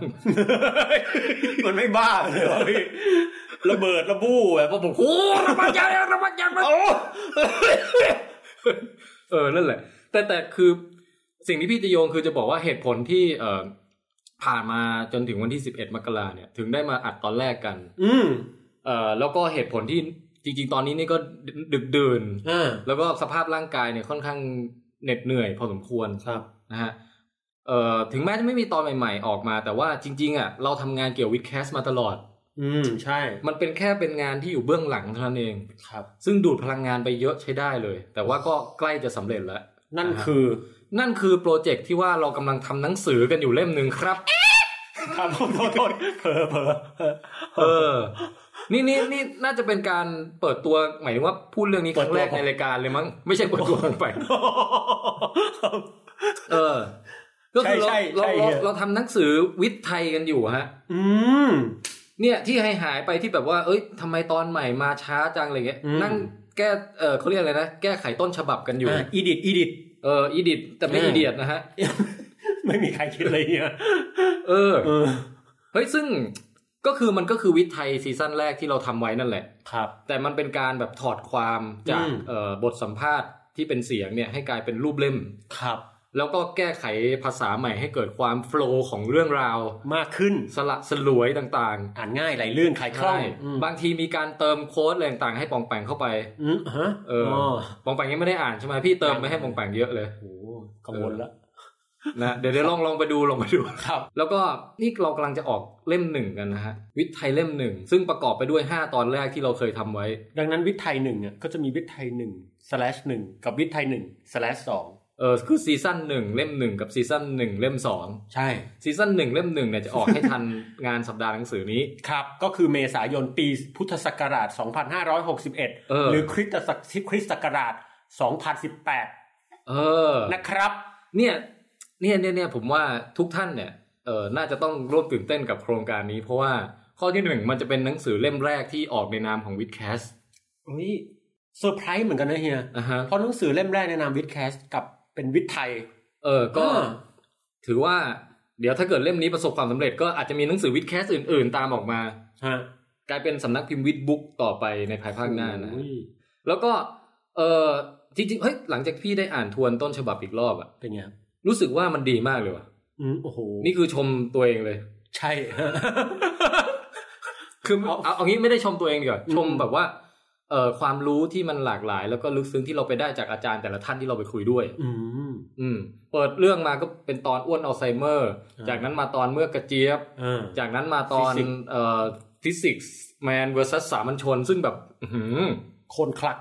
มันไม่บ้าเลยวะพี่ระเบิดระบู้แบบว่าผม โอ้ระบัดยังระบัดยังมันเออ นั่นแหละ แต่แต่คือสิ่งที่พี่จะโยงคือจะบอกว่าเหตุผลที่เอ่อผ่านมาจนถึงวันที่ 11 มกราเนี่ย ถึงได้มาอัดตอนแรกกัน อืม เอ่อ แล้วก็เหตุผลที่จริง ๆ ตอนนี้นี่ก็ดึกดื่น อ่า แล้วก็สภาพร่างกายเนี่ยค่อนข้างเหน็ดเหนื่อยพอสมควร ครับ นะฮะ เอ่อถึงแม้จะไม่มีตอนใหม่ ๆ ออกมา แต่ว่าจริง ๆอ่ะเราทำงานเกี่ยววิดแคสมาตลอด อืมใช่ มันเป็นแค่เป็นงานที่อยู่เบื้องหลังเท่านั้นเอง ครับ ซึ่งดูดพลังงานไปเยอะใช้ได้เลย แต่ว่าก็ใกล้จะสำเร็จแล้ว นั่น อ่าฮะ คือ นั่นคือโปรเจกต์ที่ว่าเรากำลังทำหนังสือกันอยู่เล่มหนึ่งครับ ครับผมโทษโทษเผลอเผลอ เออ นี่นี่นี่น่าจะเป็นการเปิดตัวหมายถึงว่าพูดเรื่องนี้ครั้งแรกในรายการเลยมั้งไม่ใช่เปิดตัวลงไป ครับ เออ ก็คือเรา ใช่ใช่ เรา ใช่ เรา เฮีย เราทำหนังสือวิทย์ไทยกันอยู่ฮะ อืม เนี่ยที่หายหายๆไปที่แบบว่า เอ้ยทำไมตอนใหม่มาช้าจังอะไรเงี้ย อืม นั่งแก้เออเขาเรียกอะไรนะแก้ไขต้นฉบับกันอยู่ อ่าอีดิทอีดิท เอออีดิทแต่ไม่ อ่า อีเดียดนะฮะ ไม่มีใครคิดเลยเนี่ย เออ เออ เฮ้ยซึ่งก็คือมันก็คือวิทย์ไทยซีซั่นแรกที่เราทำไว้นั่นแหละ ครับ แต่มันเป็นการแบบถอดความจาก อืม เอ่อบทสัมภาษณ์ที่เป็นเสียงเนี่ยให้กลายเป็นรูปเล่ม ครับ แล้วก็แก้ไขภาษาใหม่ให้เกิดความโฟล์ของเรื่องราว มากขึ้น สละสลวยต่างๆ อ่านง่ายไหลลื่นขายคล่อ ใช่ งอืม บางทีมีการเติมโค้ดอะไรต่างๆให้ปองแปงเข้าไป อืมฮะ เอออปองแปงยังไม่ได้อ่านใช่ไหมพี่เติมมาให้ปองแปงเยอะเลย โอ้โหกังวลละ นะเดี๋ยวเดี๋ยวลองลองไปดูลองไปดู ครับ แล้วก็นี่เรากำลังจะออกเล่มหนึ่งกันนะฮะ วิทย์ไทยเล่มหนึ่ง ซึ่งประกอบไปด้วย 5 ตอนแรกที่เราเคยทำไว้ ดังนั้นวิทย์ไทยหนึ่งอ่ะก็จะมีวิทย์ไทยหนึ่ง slash หนึ่งกับวิทย์ไทยหนึ่ง slash สอง เออคือซีซั่นหนึ่งเล่มหนึ่งกับซีซั่นหนึ่งเล่มสอง ใช่ ซีซั่นหนึ่งเล่มหนึ่งเนี่ยจะออกให้ทัน งานสัปดาห์หนังสือนี้ ครับ ก็คือเมษายนปีพุทธศักราช เออ 2561 หรือคริสตศักคริสตศักราช 2018 เออ นะครับ เนี่ยเนี่ยเนี่ยเนี่ยผมว่าทุกท่านเนี่ยเออน่าจะต้องร่วมตื่นเต้นกับโครงการนี้ เพราะว่าข้อที่หนึ่งมันจะเป็นหนังสือเล่มแรกที่ออกในนามของวิดแคส เฮ้ยเซอร์ไพรส์เหมือนกันนะเฮีย นะฮะ เพราะหนังสือเล่มแรกในนามวิดแคสกับเป็นวิดไทย เออก็ อ่า ถือว่าเดี๋ยวถ้าเกิดเล่มนี้ประสบความสำเร็จก็อาจจะมีหนังสือวิดแคสอื่นๆ ตามออกมา ฮะ กลายเป็นสำนักพิมพ์วิดบุ๊กต่อไปในภายภาคหน้านะ โอ้ย แล้วก็เออจริงๆเฮ้ยหลังจากพี่ได้อ่านทวนต้นฉบับอีกรอบอะ เป็นไงครับ รู้สึกว่ามันดีมากเลยว่ะ อืมโอ้โห นี่คือชมตัวเองเลย ใช่ คือ เอา เอาเอางี้ไม่ได้ชมตัวเองดีกว่า อืม ชมแบบว่าเอ่อความรู้ที่มันหลากหลาย แล้วก็ลึกซึ้งที่เราไปได้จากอาจารย์แต่ละท่านที่เราไปคุยด้วย อืม อืม เปิดเรื่องมาก็เป็นตอนอ้วนอัลไซเมอร์ อ่า จากนั้นมาตอนเมื่อกระเจี๊ยบ อ่า จากนั้นมาตอน Physics เอ่อฟิสิกส์แมนเวอร์ซัสสามัญชน ซึ่งแบบอื้อหือ คนคลัก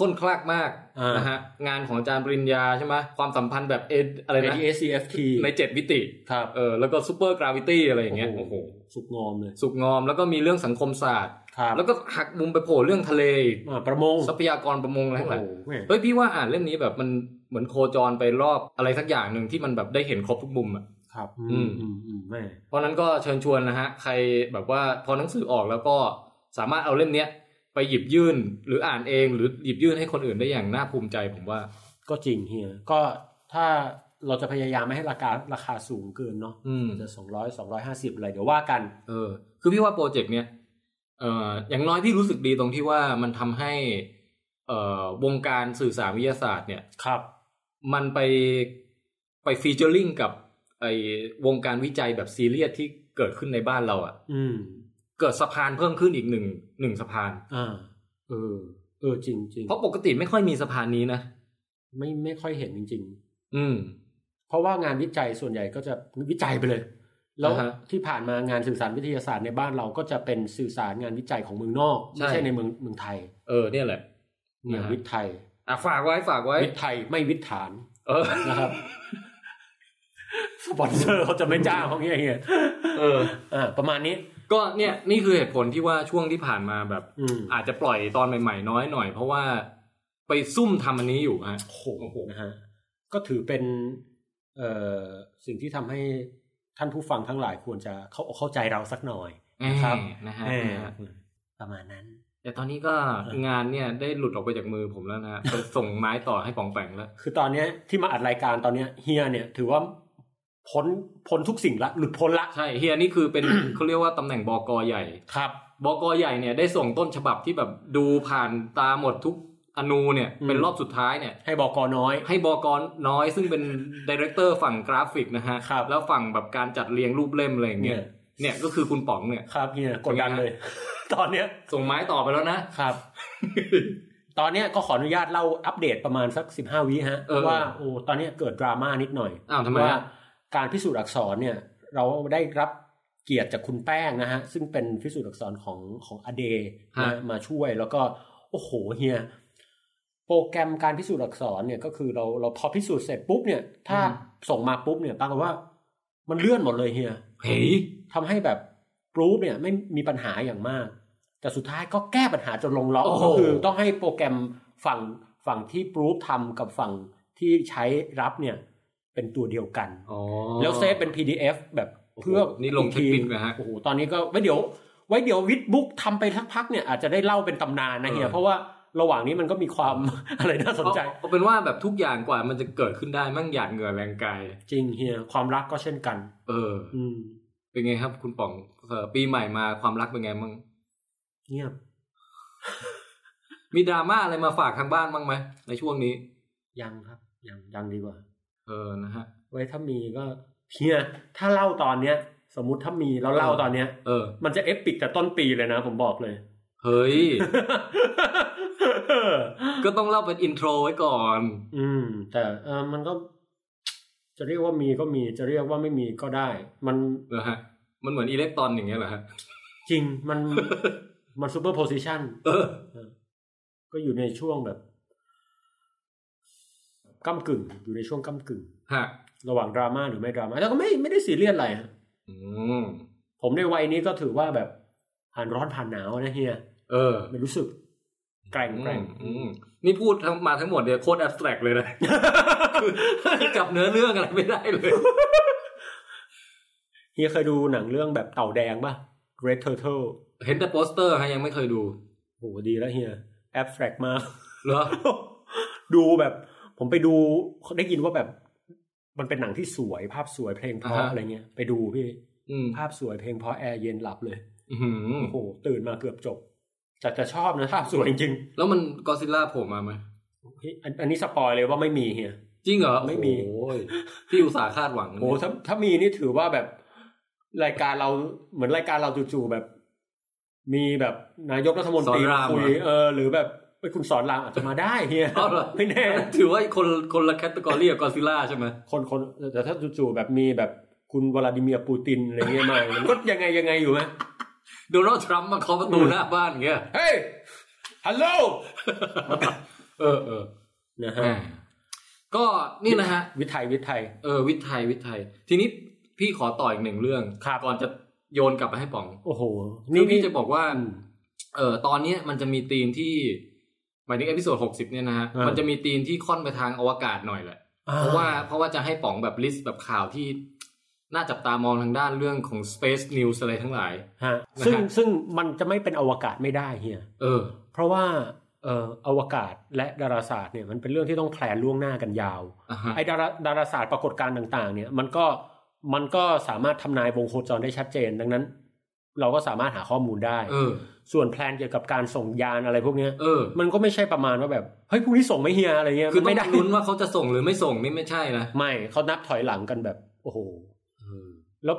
ค้นคลากมาก อ่าน นะฮะงานของอาจารย์ปริญญาใช่ไหมความสัมพันธ์แบบเออะไรนะ ADACFT ในเจ็ดมิติ ครับ เออแล้วก็ซูเปอร์กราวิตี้อะไรอย่างเงี้ยโอ้โห สุกงอมเลย สุกงอมแล้วก็มีเรื่องสังคมศาสตร์ ครับ แล้วก็หักมุมไปโผล่เรื่องทะเลอีก อ่าประมง ทรัพยากรประมงอะไรทั้งหลาย โอ้โหแม่ เฮ้ยพี่ว่าอ่านเล่มนี้แบบมันเหมือนโคจรไปรอบอะไรสักอย่างหนึ่งที่มันแบบได้เห็นครบทุกมุมอ่ะ ครับ อื อื ม มอืมอืมแม่ เพราะนั้นก็เชิญชวนนะฮะ ใครแบบว่าพอหนังสือออกแล้วก็สามารถเอาเล่มเนี้ยไปหยิบยื่นหรืออ่านเอง หรือหยิบยื่นให้คนอื่นได้อย่างน่าภูมิใจผมว่า ก็จริงเฮีย ก็ถ้าเราจะพยายามไม่ให้ราคาราคาสูงเกินเนาะ อืม จะสองร้อยสองร้อยห้าสิบอะไรเดี๋ยวว่ากัน เออ คือพี่ว่าโปรเจกต์เนี้ยเอ่ออย่างน้อยพี่รู้สึกดีตรงที่ว่ามันทำให้เอ่อวงการสื่อสารวิทยาศาสตร์เนี่ย ครับ มันไปไปฟีเจอริงกับไอวงการวิจัยแบบซีเรียสที่เกิดขึ้นในบ้านเราอะ่ะ อืม เกิดสะพานเพิ่มขึ้นอีกหนึ่งหนึ่งสะพาน อ่าเออ เออจริงจริง เพราะปกติไม่ค่อยมีสะพานนี้นะ ไม่ไม่ค่อยเห็นจริง อืม ๆ เพราะว่างานวิจัยส่วนใหญ่ก็จะวิจัยไปเลย แล้ว อ่าฮะ ที่ผ่านมางานสื่อสารวิทยาศาสตร์ในบ้านเราก็จะเป็นสื่อสารงานวิจัยของเมืองนอก ใช่ ไม่ใช่ในเมืองเมืองไทย เออเนี่ยแหละ เนี่ย อ่าฮะ วิทย์ไทย อ่ะฝากไว้ฝากไว้ วิทย์ไทยไม่วิทย์ฐาน เออ นะครับ สปอนเซอร์เขาจะไม่จ้างเขาเงี้ยเงี้ย เออ อ่าประมาณนี้ ก็เนี่ยนี่คือเหตุผลที่ว่าช่วงที่ผ่านมาแบบ อืม อาจจะปล่อยตอนใหม่ๆน้อยหน่อย เพราะว่าไปซุ่มทำอันนี้อยู่ฮะ โอ้โหนะฮะก็ถือเป็นเอ่อสิ่งที่ทำให้ท่านผู้ฟังทั้งหลายควรจะเข้าอกเข้าใจเราสักหน่อยนะครับ เออนะฮะ เออ นะฮะ ประมาณนั้น แต่ตอนนี้ก็งานเนี่ยได้หลุดออกไปจากมือผมแล้วนะฮะ ไปส่งไม้ต่อให้ปองแปงแล้ว คือตอนเนี้ยที่มาอัดรายการตอนเนี้ยเฮียเนี่ยถือว่าพ้นพ้นทุกสิ่งละ หลุดพ้นละ ใช่เฮียนี่คือเป็น เขาเรียกว่าตำแหน่งบกใหญ่ ครับ บกใหญ่เนี่ยได้ส่งต้นฉบับที่แบบดูผ่านตาหมดทุกอนูเนี่ย อืม เป็นรอบสุดท้ายเนี่ย ให้บอกกอน้อย ให้บกน้อยซึ่งเป็นดีเรคเตอร์ฝั่งกราฟิกนะฮะ ครับ แล้วฝั่งแบบการจัดเรียงรูปเล่มอะไรอย่างเงี้ เนี่ย ย เนี่ยก็คือคุณป๋องเนี่ย ครับเฮียกดดันเลย ตอนเนี้ย ส่งไม้ต่อไปแล้วนะ ครับ ตอนเนี้ยก็ขออนุญาตเล่าอัปเดตประมาณสักสิบห้าวิฮะ เออ ว่าโอ้ตอนเนี้ยเกิดดราม่านิดหน่อย อ้าวทำไมฮะ ว่าการพิสูจน์อักษรเนี่ย เราได้รับเกียรติจากคุณแป้งนะฮะ ซึ่งเป็นพิสูจน์อักษรของของอเดนะมาช่วยแล้วก็โอ้โหเฮียโปรแกรมการพิสูจน์อักษรเนี่ยก็คือเราเราพอพิสูจน์เสร็จปุ๊บเนี่ย ถ้าส่งมาปุ๊บเนี่ยปรากฏว่า มันเลื่อนหมดเลยเฮีย เฮ้ย ทำให้แบบปรูฟเนี่ยไม่มีปัญหาอย่างมาก แต่สุดท้ายก็แก้ปัญหาจนลงล็อกก็คือต้องให้โปรแกรมฝั่งฝั่งที่ปรูฟทำกับฝั่งที่ใช้รับเนี่ย เป็นตัวเดียวกัน อ๋อ แล้วเซฟเป็น PDF แบบเพื่อ โอ้โหนี่ลงเทคนิคเลยฮะ โอ้โหตอนนี้ก็ไว้เดี๋ยว ไว้เดี๋ยววิดบุ๊กทำไปสักพักเนี่ยอาจจะได้เล่าเป็นตำนานนะเฮี เอย อ เพราะว่าระหว่างนี้มันก็มีความ อะไรน่าสนใจ เอาเอาเป็นว่าแบบทุกอย่างกว่ามันจะเกิดขึ้นได้มั่งหยาดเหงื่อแรงกาย จริงเฮียความรักก็เช่นกัน เออ อืม เป็นไงครับคุณป๋องเอ่อปีใหม่มาความรักเป็นไงมั่ง เงียบ มีดราม่าอะไรมาฝากทางบ้านบ้างไหมในช่วงนี้ ยังครับยังยังดีกว่า เออนะฮะ ไว้ถ้ามีก็เฮียถ้าเล่าตอนเนี้ย สมมติถ้ามีแล้วเล่าตอนเนี้ย เออ มันจะเอปิกแต่ต้นปีเลยนะ ผมบอกเลย เฮ้ย ก็ต้องเล่าเป็นอินโทรไว้ก่อน อืม แต่เออมันก็ จะเรียกว่ามีก็มี จะเรียกว่าไม่มีก็ได้ มัน เหรอฮะ มันเหมือนอิเล็กตรอนอย่างเงี้ยเหรอฮะ จริง มัน มันซูเปอร์โพซิชัน เออ ก็อยู่ในช่วงแบบก้ากึ่ง อยู่ในช่วงก้ากึ่ง ฮะ ระหว่างดราม่าหรือไม่ดราม่าแต่ก็ไม่ไม่ได้ซีเรียสอะไรฮะ อืม ผมในวัยนี้ก็ถือว่าแบบผ่านร้อนผ่านหนาวนะเฮีย เออ มันรู้สึกแกร่งแกร่ง อืมนี่พูดทั้งมาทั้งหมดเนี่ยโคตรแอบสแตรกเลยนะ คือคือจับเนื้อเรื่องอะไรไม่ได้เลย เฮียเคยดูหนังเรื่องแบบเต่าแดงป่ะ Red Turtle เห็นแต่โปสเตอร์ฮะยังไม่เคยดู โหดีแล้วเฮียแอบสแตรกมาก เหรอ ดูแบบ ผมไปดูได้ยินว่าแบบ มันเป็นหนังที่สวยภาพสวยเพลงเพ อ่า ราะ ฮะ อะไรเงี้ย ไปดูพี่ อืม ภาพสวยเพลงเพราะแอร์เย็นหลับเลย อื้อหือ โอ้โหตื่นมาเกือบจบแต่จะชอบนะภาพสวยจริง แล้วมันกอซิลล่าโผล่มาไหม ๆเฮ้ยอันอันนี้สปอยเลยว่าไม่มีเฮีย จริงเหรอ ไม่มี โอ้ยพี่อุตสาห์คาดหวังนะ โหถ้าถ้ามีนี่ถือว่าแบบรายการเราเหมือนรายการเราจู่ๆแบบ มีแบบนายกรัฐมนตรีมาคุยเออหรือแบบไอ้ยคุณสอนรามอาจจะมาได้เฮีย เอาเหรอ ไม่แน่ ถือว่าคนคนละแคตตากรีกับกอซิลล่าใช่ไหม คนคนแต่ถ้าจู่ๆแบบมีแบบคุณวลาดิเมียร์ปูตินอะไรเงี้ยมา มันก็ยังไงยังไงอยู่ไหม โดนัลด์ทรัมป์มาเคาะประตูหน้าบ้านอย่างเงี้ย เฮ้ยฮัลโหล เออเออ นะฮะ อ่าก็นี่นะฮะ วิทย์ไทยวิทย์ไทย เออวิทย์ไทยวิทย์ไทย ทีนี้พี่ขอต่ออีกหนึ่งเรื่อง ครับ ก่อนจะโยนกลับไปให้ป๋อง โอ้โห นี่ นี่ พี่ นี่ จะบอกว่า เออตอนเนี้ยมันจะมีธีมที่หมายถึงเอพิโซดหกสิบเนี่ยนะฮะมันจะมีธีมที่ค่อนไปทางอวกาศหน่อยแหละ เพราะว่าเพราะว่าจะให้ป๋องแบบลิสต์แบบข่าวที่ น่าจับตามองทางด้านเรื่องของ Space News อะไรทั้งหลาย ฮะซึ่ง นะฮะ ซึ่งมันจะไม่เป็นอวกาศไม่ได้เฮีย เออ เพราะว่าเอ่ออวกาศและดาราศาสตร์เนี่ยมันเป็นเรื่องที่ต้องแพลนล่วงหน้ากันยาว อ่าฮะ ไอ้ดาราดาราศาสตร์ปรากฏการณ์ต่างๆ เนี่ยมันก็มันก็สามารถทำนายวงโคจรได้ชัดเจน ดังนั้น เราก็สามารถหาข้อมูลได้ เออ ส่วนแพลนเกี่ยวกับการส่งยานอะไรพวกเนี้ย เออ มันก็ไม่ใช่ประมาณว่าแบบเฮ้ยพรุ่งนี้ส่งไหม่เฮียอะไรเงี้ย คือต้อมันไม่ ง ได้ ลุ้นว่าเขาจะส่งหรือไม่ส่งนี่ไม่ใช่นะ ไม่เขานับถอยหลังกันแบบโอ้โหแล้ว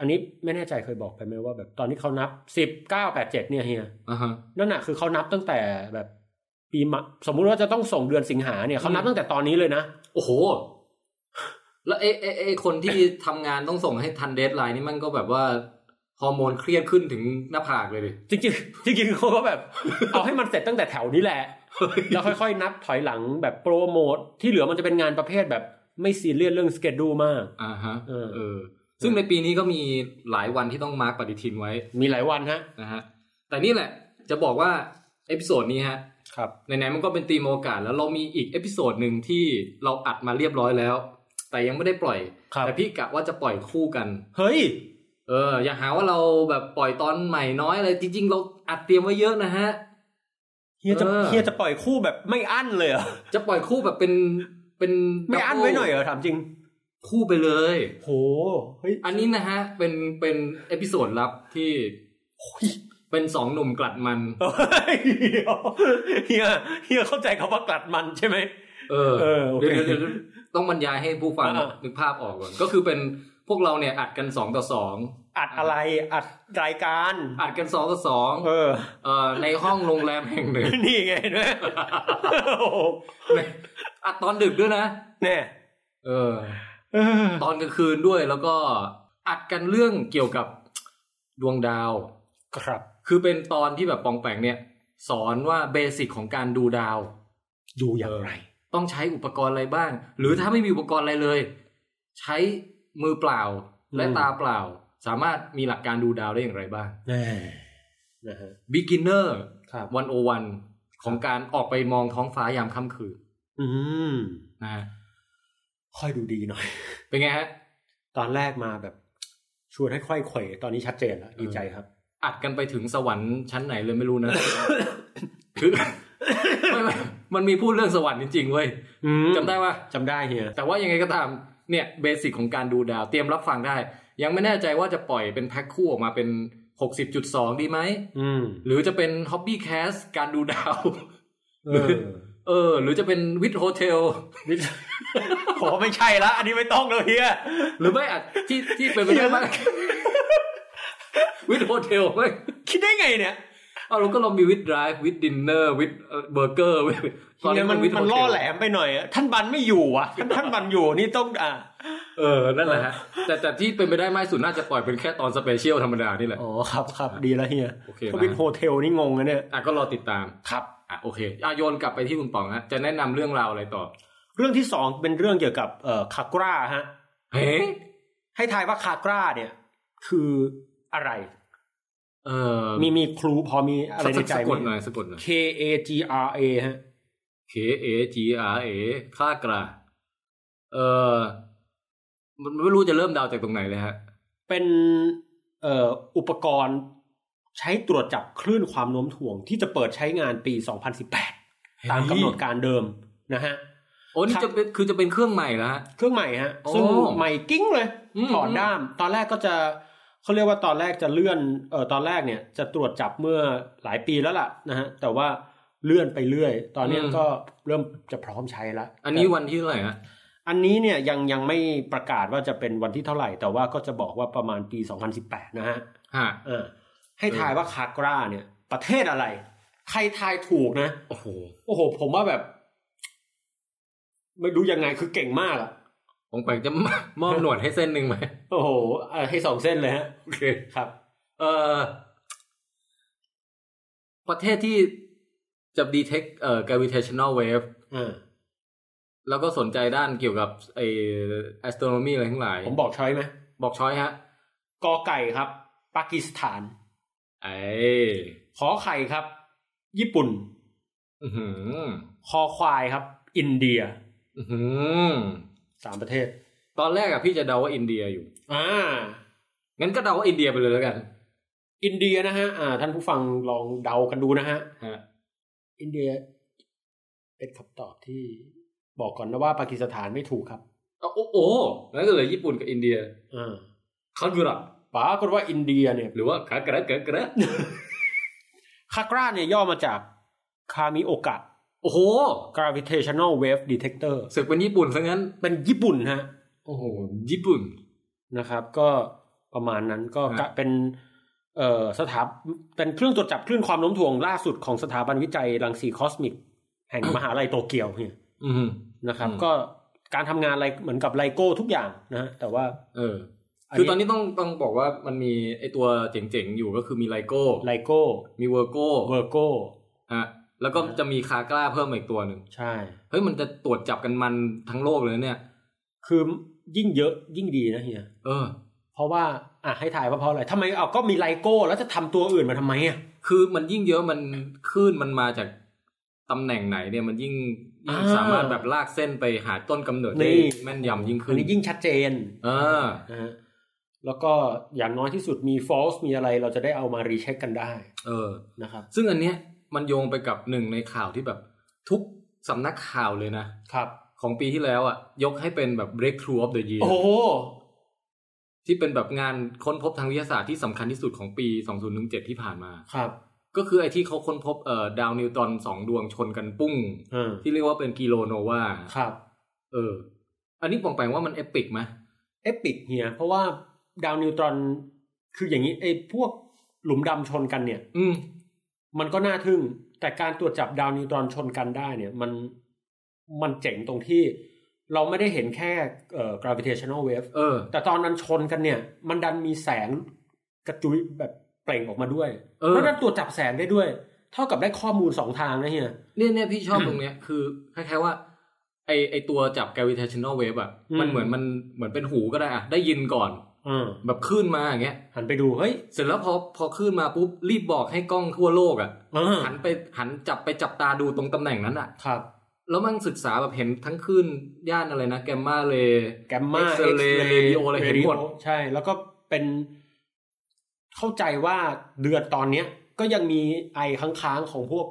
อันนี้ไม่แน่ใจเคยบอกไปไหมว่าแบบตอนที่เขานับสิบเก้าแปดเจ็ดเนี่ยเฮีย อ่าฮะ นั่นน่ะคือเขานับตั้งแต่แบบปีมะสมมุติว่าจะต้องส่งเดือนสิงหาเนี่ยเขานับตั้งแต่ตอนนี้เลยนะ โอ้โห แล้วเอเอเอคนที่ทำงานต้องส่งให้ทันเดทไลน์นี่มันก็แบบว่า ฮอร์โมนเครียดขึ้นถึงหน้าผากเลยดิ จริงๆจริงๆเขาก็แบบ เอาให้มันเสร็จตั้งแต่แถวนี้แหละ แล้วค่อยๆ นับถอยหลังแบบโปรโมทที่เหลือมันจะเป็นงานประเภทแบบไม่ซีเรียสเรื่องสเกดูมาก อ่าฮะ เออ เออ ซึ่งในปีนี้ก็มีหลายวันที่ต้องมาร์กปฏิทินไว้ มีหลายวันฮะ นะฮะแต่นี่แหละจะบอกว่าเอพิโซดนี้ฮะ ครับ ไหนๆมันก็เป็นตีมอวกาศแล้วเรามีอีกเอพิโซดหนึ่งที่เราอัดมาเรียบร้อยแล้ว แต่ยังไม่ได้ปล่อย ครับ แต่พี่กะว่าจะปล่อยคู่กัน เฮ้ย เออ อย่าหาว่าเราแบบปล่อยตอนใหม่น้อยอะไรจริง ๆ เราอัดเตรียมไว้เยอะนะฮะ เฮียจะ เออ เฮียจะปล่อยคู่แบบไม่อั้นเลยเหรอ จะปล่อยคู่แบบเป็นเป็น ไม่อั้น double ไว้หน่อยเหรอถามจริง คู่ไปเลย โหเฮ้ย อันนี้นะฮะ เป็นเป็นเอพิโซดลับที่เป็นสองหนุ่มกลัดมัน เฮ้ยเดี๋ยวเฮียเฮียเข้าใจคำว่ากลัดมันใช่ไหม เออ เออโอเค เดี๋ยวเดี๋ยวเดี๋ยวต้องบรรยายให้ผู้ฟัง อ่า นึกภาพออกก่อนก็คือเป็นพวกเราเนี่ยอัดกันสองต่อสอง อัดอะไรอัดรายการ อัดกันสองต่อสอง เออ เอ่อในห้องโรงแรมแห่งหนึ่ง นี่ไงเห็นไหมโอ้โห ในอัดตอนดึกด้วยนะ แน่ เออ เออ ตอนกลางคืนด้วยแล้วก็อัดกันเรื่องเกี่ยวกับดวงดาว ครับ คือเป็นตอนที่แบบปองแปงเนี่ย สอนว่าเบสิกของการดูดาว ดูอย่างไร ต้องใช้อุปกรณ์อะไรบ้าง หรือถ้าไม่มีอุปกรณ์อะไรเลย ใช้มือเปล่าและ อืม ตาเปล่า สามารถมีหลักการดูดาวได้อย่างไรบ้าง แน่นะฮะ beginner ครับ 101 ของการออกไปมองท้องฟ้ายามค่ำคืน อืม นะฮะ ค่อยดูดีหน่อย เป็นไงฮะ ตอนแรกมาแบบ ชวนให้ค่อยเขวตอนนี้ชัดเจนแล้วดีใจครับ อัดกันไปถึงสวรรค์ชั้นไหนเลยไม่รู้นะ คือ ไม่ไม่มันมีพูดเรื่องสวรรค์จริงๆเว้ย อืม จำได้ปะ จำได้เฮีย แต่ว่ายังไงก็ตามเนี่ยเบสิกของการดูดาวเตรียมรับฟังได้ ยังไม่แน่ใจว่าจะปล่อยเป็นแพ็คคู่ออกมาเป็น 60.2 ดีไหม อืม หรือจะเป็นฮอ b บี้แคสการดูดาว เออ เออ หรือจะเป็นวิดโฮเทล นี่ ขอไม่ใช่ละ อันนี้ไม่ต้องเลยเฮีย หรือไม่อาจ ที่ที่เป็นไปได้มาก วิดโฮเทล ไหม คิดได้ไงเนี่ย เอาเราก็ลองมีวิดไดรฟ์วิดดินเนอร์วิดเบอร์เกอร์ตอน เฮี นี้ ย มั มัน น มัน with ล่อ hotel แหลมไปหน่อยอะท่านบันไม่อยู่อ่ะท่านท่านบันอยู่นี่ต้องอ่ะ เออ นั่นแหละฮะแต่แต่ที่เป็นไปได้มากที่สุดน่าจะปล่อยเป็นแค่ตอนสเปเชียลธรรมดานี่แหละ อ๋อครับครับดีแล้วเฮีย โอเค ถ้าวิน มา โฮเทลนี่งงนะเนี่ย อ่ะก็รอติดตาม ครับ อ่ะโอเคอ่ะโยนกลับไปที่คุณป๋องฮะ จะแนะนำเรื่องราวอะไรต่อ เรื่องที่สองเป็นเรื่องเกี่ยวกับเอ่อคากราฮะ เฮ้ ให้ทายว่าคากราเนี่ย คืออะไร เออ มีมีครูพอมีอะไรในใจ สะ ไห กดห ม น่อยสะกดหน่อย K A G R A ฮะ K A G R A ค่ากระเออมันไม่รู้จะเริ่มเดาวจากตรงไหนเลยฮะ เป็นเอ่ออุปกรณ์ใช้ตรวจจับคลื่นความโน้มถ่วงที่จะเปิดใช้งานปี 2018 ตามกำหนดการเดิมนะฮะ โอ้นี่ ครับ จะเป็นคือจะเป็นเครื่องใหม่แล้วฮะ เครื่องใหม่ฮะ โอ้ ซึ่งใหม่กิ้งเลย อืม ถอดด้าม ตอนแรกก็จะเขาเรียกว่าตอนแรกจะเลื่อนเอ่อตอนแรกเนี่ยจะตรวจจับเมื่อหลายปีแล้วล่ะนะฮะ แต่ว่าเลื่อนไปเรื่อย ตอนเนี้ยก็เริ่มจะพร้อมใช้ละ อันนี้ แต่ วันที่เท่าไหร่ฮะ อันนี้เนี่ยยังยังไม่ประกาศว่าจะเป็นวันที่เท่าไหร่ แต่ว่าก็จะบอกว่าประมาณปี 2018 นะฮะ ฮะ เออให้ทายว่าคากราเนี่ย ประเทศอะไร ใครทายถูกนะ โอ้โห โอ้โห ผมว่าแบบ ไม่รู้ยังไงคือเก่งมากอะ ผม แปลกจะ มอบหนวดให้เส้นหนึ่งไหม โอ้โหเอ่อให้สองเส้นเลยฮะ โอเค ครับ เออประเทศที่จะ detect เอ่อ gravitational wave เออ แล้วก็สนใจด้านเกี่ยวกับไอ astronomy อะไรทั้งหลาย ผมบอกช้อยไหม บอกช้อยฮะ กอไก่ครับ ปากีสถาน ไอ ขอไข่ครับ ญี่ปุ่น อื้อหือ คอควายครับ อินเดีย อื้อหือ สามประเทศ ตอนแรกอะพี่จะเดาว่าอินเดียอยู่ อ่า งั้นก็เดาว่าอินเดียไปเลยแล้วกัน อินเดียนะฮะ อ่า ท่านผู้ฟังลองเดากันดูนะฮะ ฮะ อินเดียเป็นคำตอบที่บอกก่อนนะว่าปากีสถานไม่ถูกครับ เอาโอ้โหงั้นก็เหลือญี่ปุ่นกับอินเดีย อ่า เขาอยู่หรอ ปรากฏว่าอินเดียเนี่ย หรือว่าขากระกระกระ คากราเนี่ยย่อมาจากคามิโอกะ โอ้โห gravitational wave detector ศึกเป็นญี่ปุ่นซะงั้น เป็นญี่ปุ่นฮะ โอ้โห ญี่ปุ่น นะครับ ก็ประมาณนั้นก็ ฮะ เป็น เอ่อสถาเป็นเครื่องตรวจจับคลื่นความโน้มถ่วงล่าสุดของสถาบันวิจัยรังสีคอสมิก แห่งมหาลัยโตเกียวเนี่ย อืม นะครับ อืม ก็การทำงานอะไรเหมือนกับไลโก้ทุกอย่างนะฮะแต่ว่า เออ คือตอนนี้ต้องต้องบอกว่ามันมีไอตัวเจ๋งๆ อยู่ก็คือมีไลโก้ ไลโก้ มีเวอร์โก้ เวอร์โก้ ฮะ แล้วก็จะมีคากล้าเพิ่มมาอีกตัวหนึ่ง ใช่ เฮ้ยมันจะตรวจจับกันมันทั้งโลกเลยนะเนี่ย คือยิ่งเยอะยิ่งดีนะเฮีย เออ เพราะว่าอ่ะให้ถ่ายว่าเพราะอะไรทำไมเอาก็มีไลโก้แล้วจะทำตัวอื่นมาทำไมอ่ะ คือมันยิ่งเยอะมันคลื่นมันมาจากตำแหน่งไหนเนี่ยมันยิ่งยิ่ง อ่า สามารถแบบลากเส้นไปหาต้นกำเนิด นี่ ได้แม่นยำยิ่ง อั ขึ้ น น นี้ยิ่งชัดเจน อ่า นะฮะแล้วก็อย่างน้อยที่สุดมี false มีอะไรเราจะได้เอามารีเช็คกันได้ เออ นะครับ ซึ่งอันเนี้ยมันโยงไปกับหนึ่งในข่าวที่แบบทุกสำนักข่าวเลยนะ ครับ ของปีที่แล้วอ่ะ ยกให้เป็นแบบ breakthrough of the year โอ้โห ที่เป็นแบบงานค้นพบทางวิทยาศาสตร์ที่สำคัญที่สุดของปี 2017 ที่ผ่านมา ครับ ก็คือไอ้ที่เขาค้นพบเอ่อดาวนิวตรอนสองดวงชนกันปุ้ง เออ ที่เรียกว่าเป็นกิโลโนวา ครับ เออ อันนี้ปองแปงว่ามันเอปิกไหม เอปิกเฮียเพราะว่าดาวนิวตรอนคืออย่างนี้ไอ้พวกหลุมดำชนกันเนี่ย อืม มันก็น่าทึ่ง แต่การตรวจจับดาวนิวตรอนชนกันได้เนี่ย มันมันเจ๋งตรงที่ เราไม่ได้เห็นแค่เอ่อ gravitational wave เออ แต่ตอนนั้นชนกันเนี่ย มันดันมีแสงกระจุยแบบเปล่งออกมาด้วย เออ เพราะฉะนั้นตรวจจับแสงได้ด้วย เท่ากับได้ข้อมูลสองทางนะเฮีย เนี่ยเนี่ยพี่ชอบตรงเนี้ย คือคล้ายๆว่า ไอไอตัวจับ gravitational wave อ่ะ อืม มันเหมือนมันเหมือนเป็นหูก็ได้อ่ะ ได้ยินก่อน อ่า แบบคลื่นมาอย่างเงี้ย หันไปดูเฮ้ย เสร็จแล้วพอพอคลื่นมาปุ๊บ รีบบอกให้กล้องทั่วโลกอ่ะ อ่า หันไปหันจับไปจับตาดูตรงตำแหน่งนั้นอ่ะ ครับ แล้วมันศึกษาแบบเห็นทั้งคลื่นย่านอะไรนะ แกมมาเล แกมมา X-ray radio อะไรเห็นหมด ใช่ แล้วก็เป็นเข้าใจว่าเดือนตอนเนี้ย ก็ยังมีไอค้างๆของพวก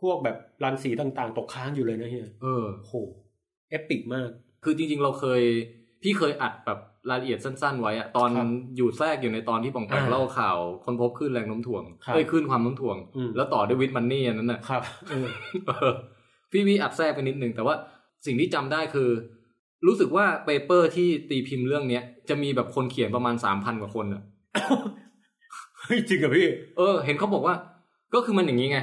พวกแบบรังสีต่างๆ ตกค้างอยู่เลยนะเฮีย เออ โอ้โหเอปิกมาก คือจริงๆ เราเคย พี่เคยอัดแบบรายละเอียดสั้นๆ ไว้อะตอน ครับ อยู่แทรกอยู่ในตอนที่ป่องแปง อ่า เล่าข่าวคนพบคลื่นแรงโน้มถ่วง ครับ เอ้ยคลื่นความโน้มถ่วง อืม แล้วต่อด้วยวิดมันนี่อันนั้นน่ะ ครับ เออ เออ พี่วีอัดแทรกไปนิดนึงแต่ว่าสิ่งที่จำได้คือ รู้สึกว่าเปเปอร์ที่ตีพิมพ์เรื่องเนี้ยจะมีแบบคนเขียนประมาณสามพันกว่าคนอะ เฮ้ยจริงเหรอพี่ เออ เห็นเขาบอกว่า ก็คือมันอย่างนี้ไง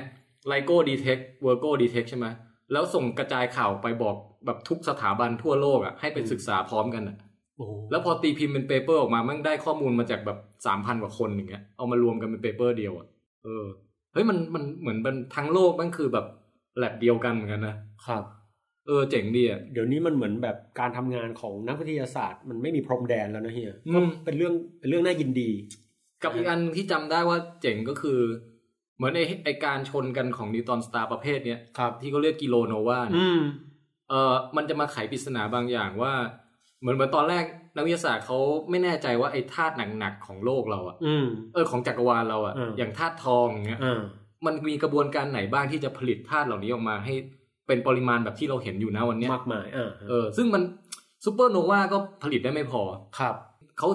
ไลโก้ดีเทคเวอร์โก้ดีเทคใช่ไหมแล้วส่งกระจายข่าวไปบอกแบบทุกสถาบันทั่วโลกอะให้ไปศึกษาพร้อมกันอะ โอ้โห แล้วพอตีพิมพ์เป็นเปเปอร์ออกมามันได้ข้อมูลมาจากแบบสามพันกว่าคนอย่างเงี้ย เอามารวมกันเป็นเปเปอร์เดียวอ่ะ เออ เฮ้ยมันมันเหมือนมันทั้งโลกมันคือแบบแลบเดียวกันเหมือนกันนะ ครับ เออเจ๋งดีอ่ะ เดี๋ยวนี้มันเหมือนแบบการทำงานของนักวิทยาศาสตร์ มันไม่มีพรมแดนแล้วนะเฮีย อืม เป็นเรื่องเป็นเรื่องน่ายินดี กับอีกอันที่จำได้ว่าเจ๋งก็คือ เหมือนไอไอการชนกันของนิวตอนสตาร์ประเภทเนี้ย ครับ ที่เขาเรียกกิโลโนวาเนี่ย อืม เออมันจะมาไขปริศนาบางอย่างว่า เหมือนเหมือนตอนแรกนักวิทยาศาสตร์เขาไม่แน่ใจว่าไอธาตุหนักๆของโลกเราอ่ะ อืม เออของจักรวาลเราอ่ะ อืม อย่างธาตุทองอย่างเงี้ย อ่า มันมีกระบวนการไหนบ้างที่จะผลิตธาตุเหล่านี้ออกมาให้เป็นปริมาณแบบที่เราเห็นอยู่นะวันเนี้ย มากมายอ่า เออ ซึ่งมันซูเปอร์โนวาก็ผลิตได้ไม่พอ ครับ เขา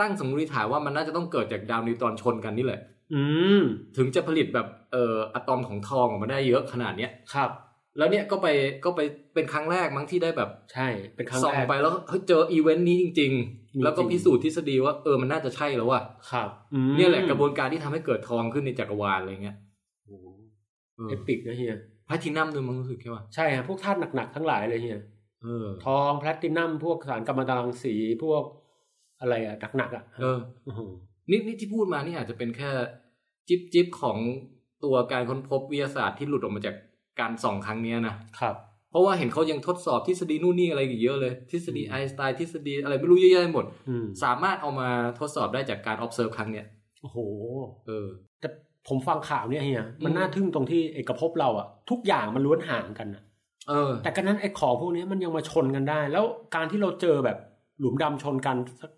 ตั้งสมมติฐานว่ามันน่าจะต้องเกิดจากดาวนิวตรอนชนกันนี่แหละ อืม ถึงจะผลิตแบบเอ่ออะตอมของทองออกมาได้เยอะขนาดเนี้ย ครับ แล้วเนี่ยก็ไปก็ไปเป็นครั้งแรกมั้งที่ได้แบบ ใช่ เป็นครั้ง ส่อง แรก ไปแล้วเฮ้ยเจออีเวนต์นี้จริง จริง ๆ แล้วก็พิสูจน์ทฤษฎีว่าเออมันน่าจะใช่แล้วว่ะ ครับอืม เนี่ยแหละกระบวนการที่ทำให้เกิดทองขึ้นในจักรวาลอะไรเงี้ย โอ้โหเอปิกนะเฮีย แพลทินัมด้วยมั้งรู้สึกแค่ว่า ใช่ฮะพวกธาตุหนักๆ ทั้งหลายเลยเฮีย เออ ทองแพลตินัม พวกสารกัมมันตรังสี พวกอะไรอะหนักๆอะ เออ โห นี่นี่ที่พูดมานี่อาจจะเป็นแค่จิบจิบของตัวการค้นพบวิทยาศาสตร์ที่หลุดออกมาจากการส่องครั้งเนี้ยนะ ครับ เพราะว่าเห็นเขายังทดสอบทฤษฎีนู่นนี่อะไรอีกเยอะเลย ทฤษฎีไอน์สไตน์ทฤษฎีอะไรไม่รู้เยอะแยะไปหมด อืม สามารถเอามาทดสอบได้จากการ observe ครั้งเนี้ย โอ้โห เออ แต่ผมฟังข่าวเนี่ยเฮีย มัน อืม น่าทึ่งตรงที่เอกภพเราอะทุกอย่างมันล้วนห่างกันอะ เออ แต่กันนั้นไอ้ของพวกเนี้ยมันยังมาชนกันได้ แล้วการที่เราเจอแบบหลุมดำชนกันสัก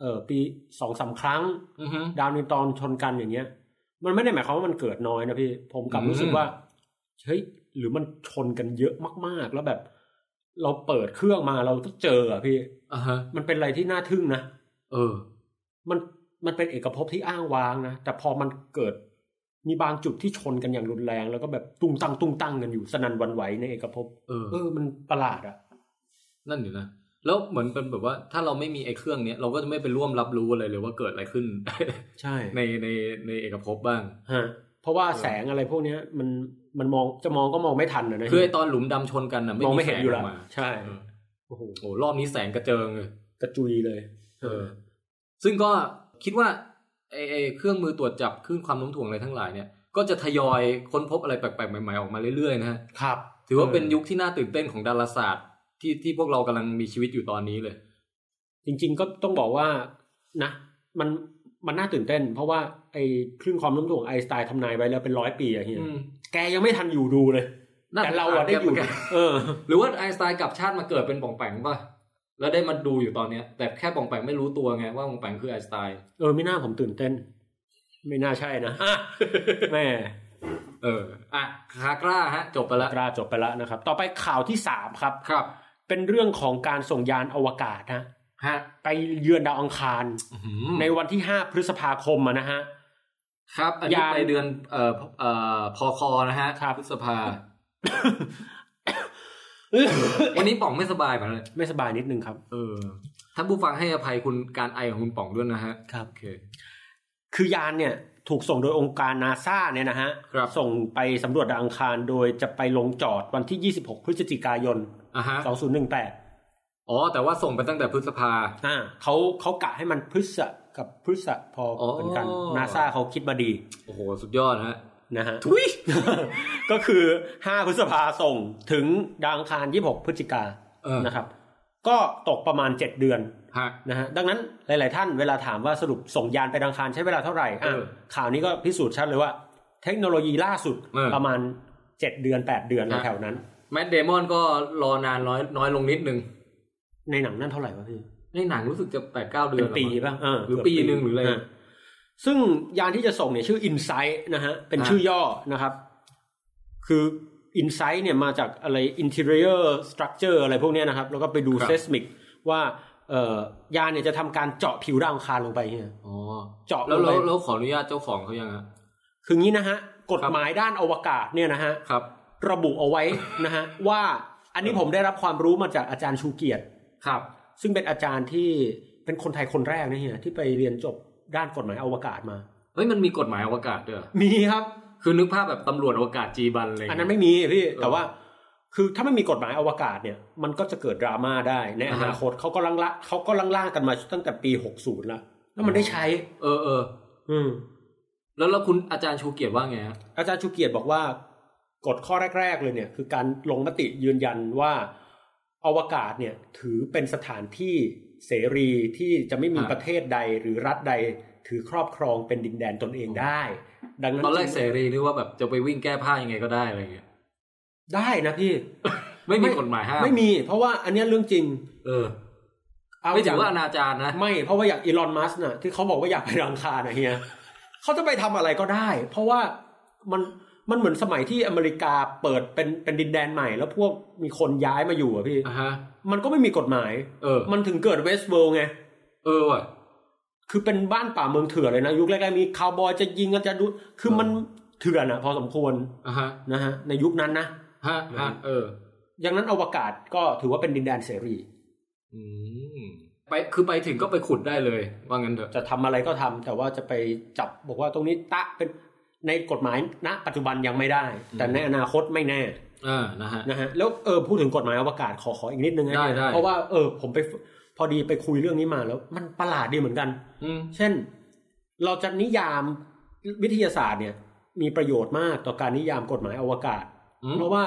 เออปีสองสามครั้ง อือฮึ ดาวนิวตอนชนกันอย่างเงี้ย มันไม่ได้หมายความว่ามันเกิดน้อยนะพี่ ผมกลับ อืม รู้สึกว่าเฮ้ยหรือมันชนกันเยอะมากๆ แล้วแบบ เราเปิดเครื่องมาเราก็เจออะพี่ อ่าฮะ มันเป็นอะไรที่น่าทึ่งนะ เออ มันมันเป็นเอกภพที่อ้างว้างนะแต่พอมันเกิด มีบางจุดที่ชนกันอย่างรุนแรง แล้วก็แบบตุ้งตังตุ้งตังกันอยู่สนันหวันไหวในเอกภพ เออ เออมันประหลาดอะ นั่นอยู่นะ แล้วเหมือนเป็นแบบว่าถ้าเราไม่มีไอ้เครื่องเนี้ยเราก็จะไม่ไปร่วมรับรู้อะไรเลยว่าเกิดอะไรขึ้น ใช่ ในในในเอกภพบ้าง ฮะเพราะว่าแสงอะไรพวกเนี้ย มันมันมองจะมองก็มองไม่ทันอะนะ คือไอตอนหลุมดำชนกันน่ะไม่ มอง มี ไม่ แส เห็น ง อยู่ อ แล้ อ ว กมา ใช่ เออ โอ้โห โอ้รอบนี้แสงกระเจิงเลย กระจุยเลย เออ ซึ่งก็คิดว่าไอ้ไอ้เครื่องมือตรวจจับคลื่นความโน้มถ่วงอะไรทั้งหลายเนี่ย ก็จะทยอยค้นพบอะไรแปลกๆใหม่ๆออกมาเรื่อยๆนะฮะ ครับ ถือว่าเป็นยุคที่น่าตื่นเต้นของดาราศาสตร์ที่ที่พวกเรากำลังมีชีวิตอยู่ตอนนี้เลย จริง ๆ ก็ต้องบอกว่า นะมันมันน่าตื่นเต้น เพราะว่าไอ้คลื่นความโน้มถ่วงไอน์สไตน์ทำนายไว้แล้วเป็นร้อยปีอะเฮีย อืม แกยังไม่ทันอยู่ดูเลย น่ แต่เราอะได้อ ส ยู่ งสแกเหมืนกัน เออ หรือว่าไอน์สไตน์กลับชาติมาเกิดเป็นป่องแปงป่ะแล้วได้มาดูอยู่ตอนเนี้ย แต่แค่ป่องแปงไม่รู้ตัวไงว่าป่องแปงคือไอน์สไตน์ เออไม่น่าผมตื่นเต้น ไม่น่าใช่นะอ่ะแม่ เอออ่ะคากร้าฮะ จบไปแล้ว กล้าจบไปแล้วนะครับ ต่อไปข่าวที่สามครับ ครับ เป็นเรื่องของการส่งยานอวกาศนะ ฮะ ไปเยือนดาวอังคาร อื้อหือ ในวันที่ 5 พฤษภาคมอะนะฮะ ครับอันนี้ ยาน ไปเดือนเอ่อเอ่อพอคอนะฮะ ครับ พฤษ ภา วันนี้ป่องไม่สบายไปเลย ไม่สบายนิดนึงครับ เออท่านผู้ฟังให้อภัยคุณการไอของคุณป่องด้วยนะฮะ ครับ โอเค คือยานเนี่ยถูกส่งโดยองค์การนาซาเนี่ยนะฮะ ครับ ส่งไปสำรวจดาวอังคารโดยจะไปลงจอดวันที่ 26 พฤศจิกายน อ่ะฮะ 2018 อ๋อ แต่ว่าส่งไปตั้งแต่พฤษภา อ่าเขาเขากะให้มันพฤษะกับพฤษะพอ อ๋อ เหมือนกันนาซาเขาคิดมาดี โอ้โห สุดยอดนะฮะ นะฮะ ทุย ก็คือ 5 พฤษภาส่งถึงดาวอังคาร 26 พฤศจิกา เออ นะครับ ก็ตกประมาณ 7 เดือน ฮะ นะฮะดังนั้นหลาย ๆ ท่านเวลาถามว่าสรุปส่งยานไปดาวอังคารใช้เวลาเท่าไหร่ เอ อ่ะ อ ข่าวนี้ก็พิสูจน์ชัดเลยว่า เทคโนโลยีล่าสุด เออ ประมาณเจ็ดเดือนแปดเดือน ฮะ แถวๆนั้น แมดเดมอนก็รอนานน้อยน้อยลงนิดนึง ในหนังนั่นเท่าไหร่วะพี่ ในหนังรู้สึกจะแปดเก้าเดือ เป็น นปี แล้วมั้ง ป่ะเออ หรือ เกืบ ปีหนึ่งหรืออะไร ะซึ่งยานที่จะส่งเนี่ยชื่อ Insight นะฮะเป็น ฮะ ชื่อย่อนะครับ คือ Insight เนี่ยมาจากอะไร Interior Structure อะไรพวกเนี้ยนะครับ แล้วก็ไปดู Seismic ว่าเอ่อยานเนี่ยจะทำการเจาะผิวดาวอังคารลงไปเนี่ย อ๋อ เจาะล แล้ว งไป เราเราขออนุญาตเจ้าของเขายังฮะ คืองี้นะฮะกฎหมายด้านอวกาศเนี่ยนะฮะ ครับ ระบุเอาไว้ นะฮะ ว่าอันนี้ผมได้รับความรู้มาจากอาจารย์ชูเกียรติ ครับ ซึ่งเป็นอาจารย์ที่เป็นคนไทยคนแรกนะเฮียที่ไปเรียนจบด้านกฎหมายอวกาศมา เฮ้ย มันมีกฎหมายอวกาศด้วยเหรอ มีครับ คือนึกภาพแบบตำรวจอวกาศจีบันอะไรย่าง อัน เงี้ย นั้นไม่มีพี่ เออ แต่ว่า คือถ้าไม่มีกฎหมายอวกาศเนี่ย มันก็จะเกิดดราม่าได้ในอ อ่าฮะ นาคตเขาก็ลังละเขาก็ลังล่างกันมาตั้งแต่ปี 60 แล้วแล้วมันได้ใช้ เออเออ อืม แล้วแล้วคุณอาจารย์ชูเกียรติว่าไงฮะ อาจารย์ชูเกียรติบอกว่ากฎข้อแรก ๆ เลยเนี่ย คือการลงมติยืนยันว่าอวกาศเนี่ยถือเป็นสถานที่เสรีที่จะไม่มี ฮะ ประเทศใดหรือรัฐใดถือครอบครองเป็นดินแดนตนเองได้ ดังนั้น ตอนแรก จึง เสรีนึกว่าแบบจะไปวิ่งแก้ผ้ายังไงก็ได้อะไรอย่างเงี้ย ได้นะพี่ ไม่มี ไม่ กฎหมายห้าม ไม่มี เพราะว่าอันเนี้ยเรื่องจริง เออ เอา ไม่ อ ถื ย่า อง ว่าอนาจารนะ ไม่เพราะว่าอย่างอีลอนมัสน่ะที่เขาบอกว่าอยากไปดาวอังคารนะเฮียเขาจะไปทำอะไรก็ได้ เพราะว่ามันมันเหมือนสมัยที่อเมริกาเปิดเป็นเป็นดินแดนใหม่ แล้วพวกมีคนย้ายมาอยู่อะพี่ อ่ะฮะ มันก็ไม่มีกฎหมาย เออ มันถึงเกิดเวสเวิลด์ไง เออว่ะ คือเป็นบ้านป่าเมืองเถื่อนเลยนะ ยุคแรกๆมีคาวบอยจะยิงกันจะดู คือมันเถื่อนอะพอสมควร อ่ะฮะ นะฮะ ในยุคนั้นนะ ฮะ ฮะ เออ อย่างนั้นอวกาศก็ถือว่าเป็นดินแดนเสรี อืม ไป คือไปถึงก็ไปขุดได้เลย ว่างั้นเถอะ จะทำอะไรก็ทำแต่ว่าจะไปจับบอกว่าตรงนี้ตะเป็นในกฎหมายณปัจจุบันยังไม่ได้ แต่ในอนาคตไม่แน่ อ่า นะฮะ นะฮะแล้วเออพูดถึงกฎหมายอวกาศขอขออีกนิดนึงนะ ได้ได้ เพราะว่าเออผมไปพอดีไปคุยเรื่องนี้มาแล้ว มันประหลาดดีเหมือนกัน อืม เช่น เราจะนิยามวิทยาศาสตร์เนี่ย มีประโยชน์มากต่อการนิยามกฎหมายอวกาศ อืม เพราะว่า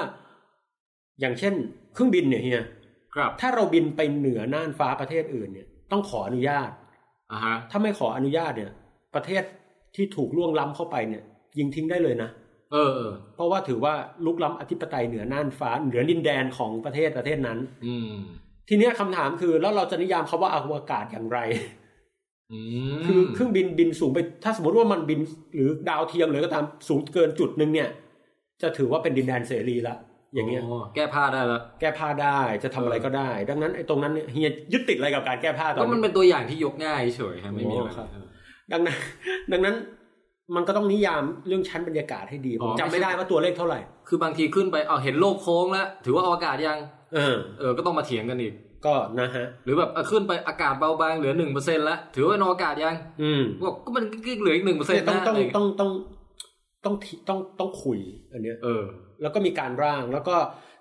อย่างเช่น เครื่องบินเนี่ยเฮีย ครับ ถ้าเราบินไปเหนือน่านฟ้าประเทศอื่นเนี่ย ต้องขออนุญาต อ่ะฮะ ถ้าไม่ขออนุญาตเนี่ย ประเทศที่ถูกล่วงล้ำเข้าไปเนี่ย ยิงทิ้งได้เลยนะ เออ เออ เพราะว่าถือว่าลุกล้ำอธิปไตยเหนือน่านฟ้า เหนือดินแดนของประเทศประเทศนั้น อืม ทีเนี้ยคำถามคือแล้วเราจะนิยามคาว่าอวกาศอย่างไร อืม คือเครื่องบินบินสูงไป ถ้าสมมติว่ามันบินหรือดาวเทียมเลยก็ตามสูงเกินจุดหนึ่งเนี่ย จะถือว่าเป็นดินแดนเสรีละอย่างเงี้ย แก้ผ้าได้แล้ว แก้ผ้าได้จะทำอะไรก็ได้ ดังนั้นไอ้ตรงนั้นเนี่ยเฮียยึดติดอะไรกับการแก้ผ้าตอ ก็ น มัน นี้ เป็นตัวอย่างที่ยกง่ายเฉยฮะ ไม่มีอะไร โอ้ครับ ดังนั้น ดังนั้นมันก็ต้องนิยามเรื่องชั้นบรรยากาศให้ดีผมจำไม่ได้ว่าตัวเลขเท่าไหร่ คือบางทีขึ้นไป เอาเห็นโลกโค้งแล้ว ถือว่าอวกาศยัง เออ เออ ก็ต้องมาเถียงกันอีก ก็นะฮะ หรือแบบเอาขึ้นไปอากาศเบาบางเหลือหนึ่งเปอร์เซ็นต์ละถือว่าเป็นอวกาศยัง อืม บอกก็มันก็เหลืออีกหนึ่งเปอร์เซ็นต์ ต้องต้อนะะงไรย่าเย ต้องต้องต้องต้องต้องต้องคุยอันเนี้ย เออ แล้วก็มีการร่างแล้วก็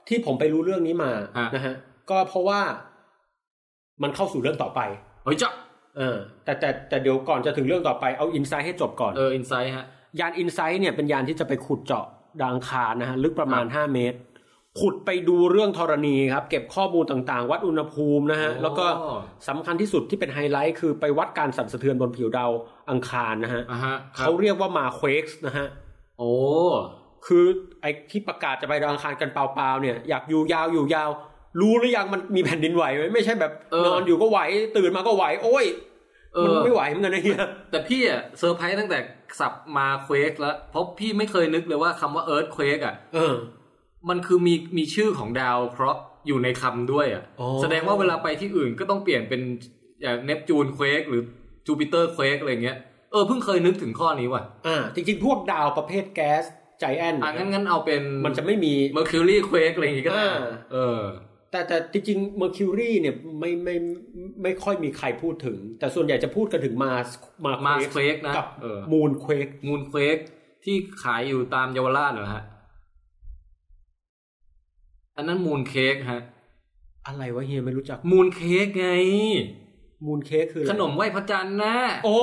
ที่ผมไปรู้เรื่องนี้มา ฮะ นะฮะ ก็เพราะว่ามันเข้าสู่เรื่องต่อไป เฮ้ยจ้ะ เออ แต่แต่แต่เดี๋ยวก่อนจะถึงเรื่องต่อไปเอาอินไซ h ์ให้จบก่อน เอออินไซต์ฮะ ยานอินไซ h ์เนี่ยเป็นยานที่จะไปขุดเจาะดาวอังคารนะฮะ ลึกประมาณ ครับ 5 เมตร ขุดไปดูเรื่องธรณีครับ เก็บข้อมูลต่างๆ วัดอุณหภูมินะฮะ โอ้ แล้วก็สำคัญที่สุดที่เป็นไฮไลท์คือไปวัดการสั่นสะเทือนบนผิวดาวอังคารนะฮะ อ่ะฮะครับ เขาเรียกว่ามาเควกส์นะฮะ โอ้ คือไอ้ที่ประกาศจะไปดาวอังคารกันเปล่าๆเนี่ยอยากอยู่ยาวอยู่ยาว รู้หรือยังมันมีแผ่นดินไหวไหมไม่ใช่แบบ เออ นอนอยู่ก็ไหวตื่นมาก็ไหว โอ้ย เอ มัน อ ไม่ไหวเหมือนกันนะเฮีย แต่พี่อะเซอร์ไพรส์ตั้งแต่สับมาเควกแล้วเพราะพี่ไม่เคยนึกเลยว่าคำว่าเอิร์ธเควกอะ เออ มันคือมีมีชื่อของดาวเพราะห์อยู่ในคำด้วยอะ อ๋อ แสดงว่าเวลาไปที่อื่นก็ต้องเปลี่ยนเป็นอย่างเนปจูนเควกหรือจูปิเตอร์เควกอะไรเงี้ยเออเพิ่งเคยนึกถึงข้อนี้ว่ะ อ่าจริงๆ พวกดาวประเภทแก๊สใจแอน อ่ะงั้นงั้นเอาเป็น มันจะไม่มี เมอร์คิวรีเควกอะไรอย่างงี้ก็ได้ อ่า เออ แต่แต่จริงๆเมอร์คิวรีเนี่ยไม่ไม่ไม่ไม่ค่อยมีใครพูดถึง แต่ส่วนใหญ่จะพูดกันถึงมามา Mars Quake นะ กับ เออ มูนเควก มูนเควกที่ขายอยู่ตามเยาวราชเหรอฮะอันนั้นมูนเค้กฮะ อะไรวะเฮียไม่รู้จัก มูนเค้กไง มูนเค้กคืออะไร ขนมไหว้พระจันทร์นะ โอ้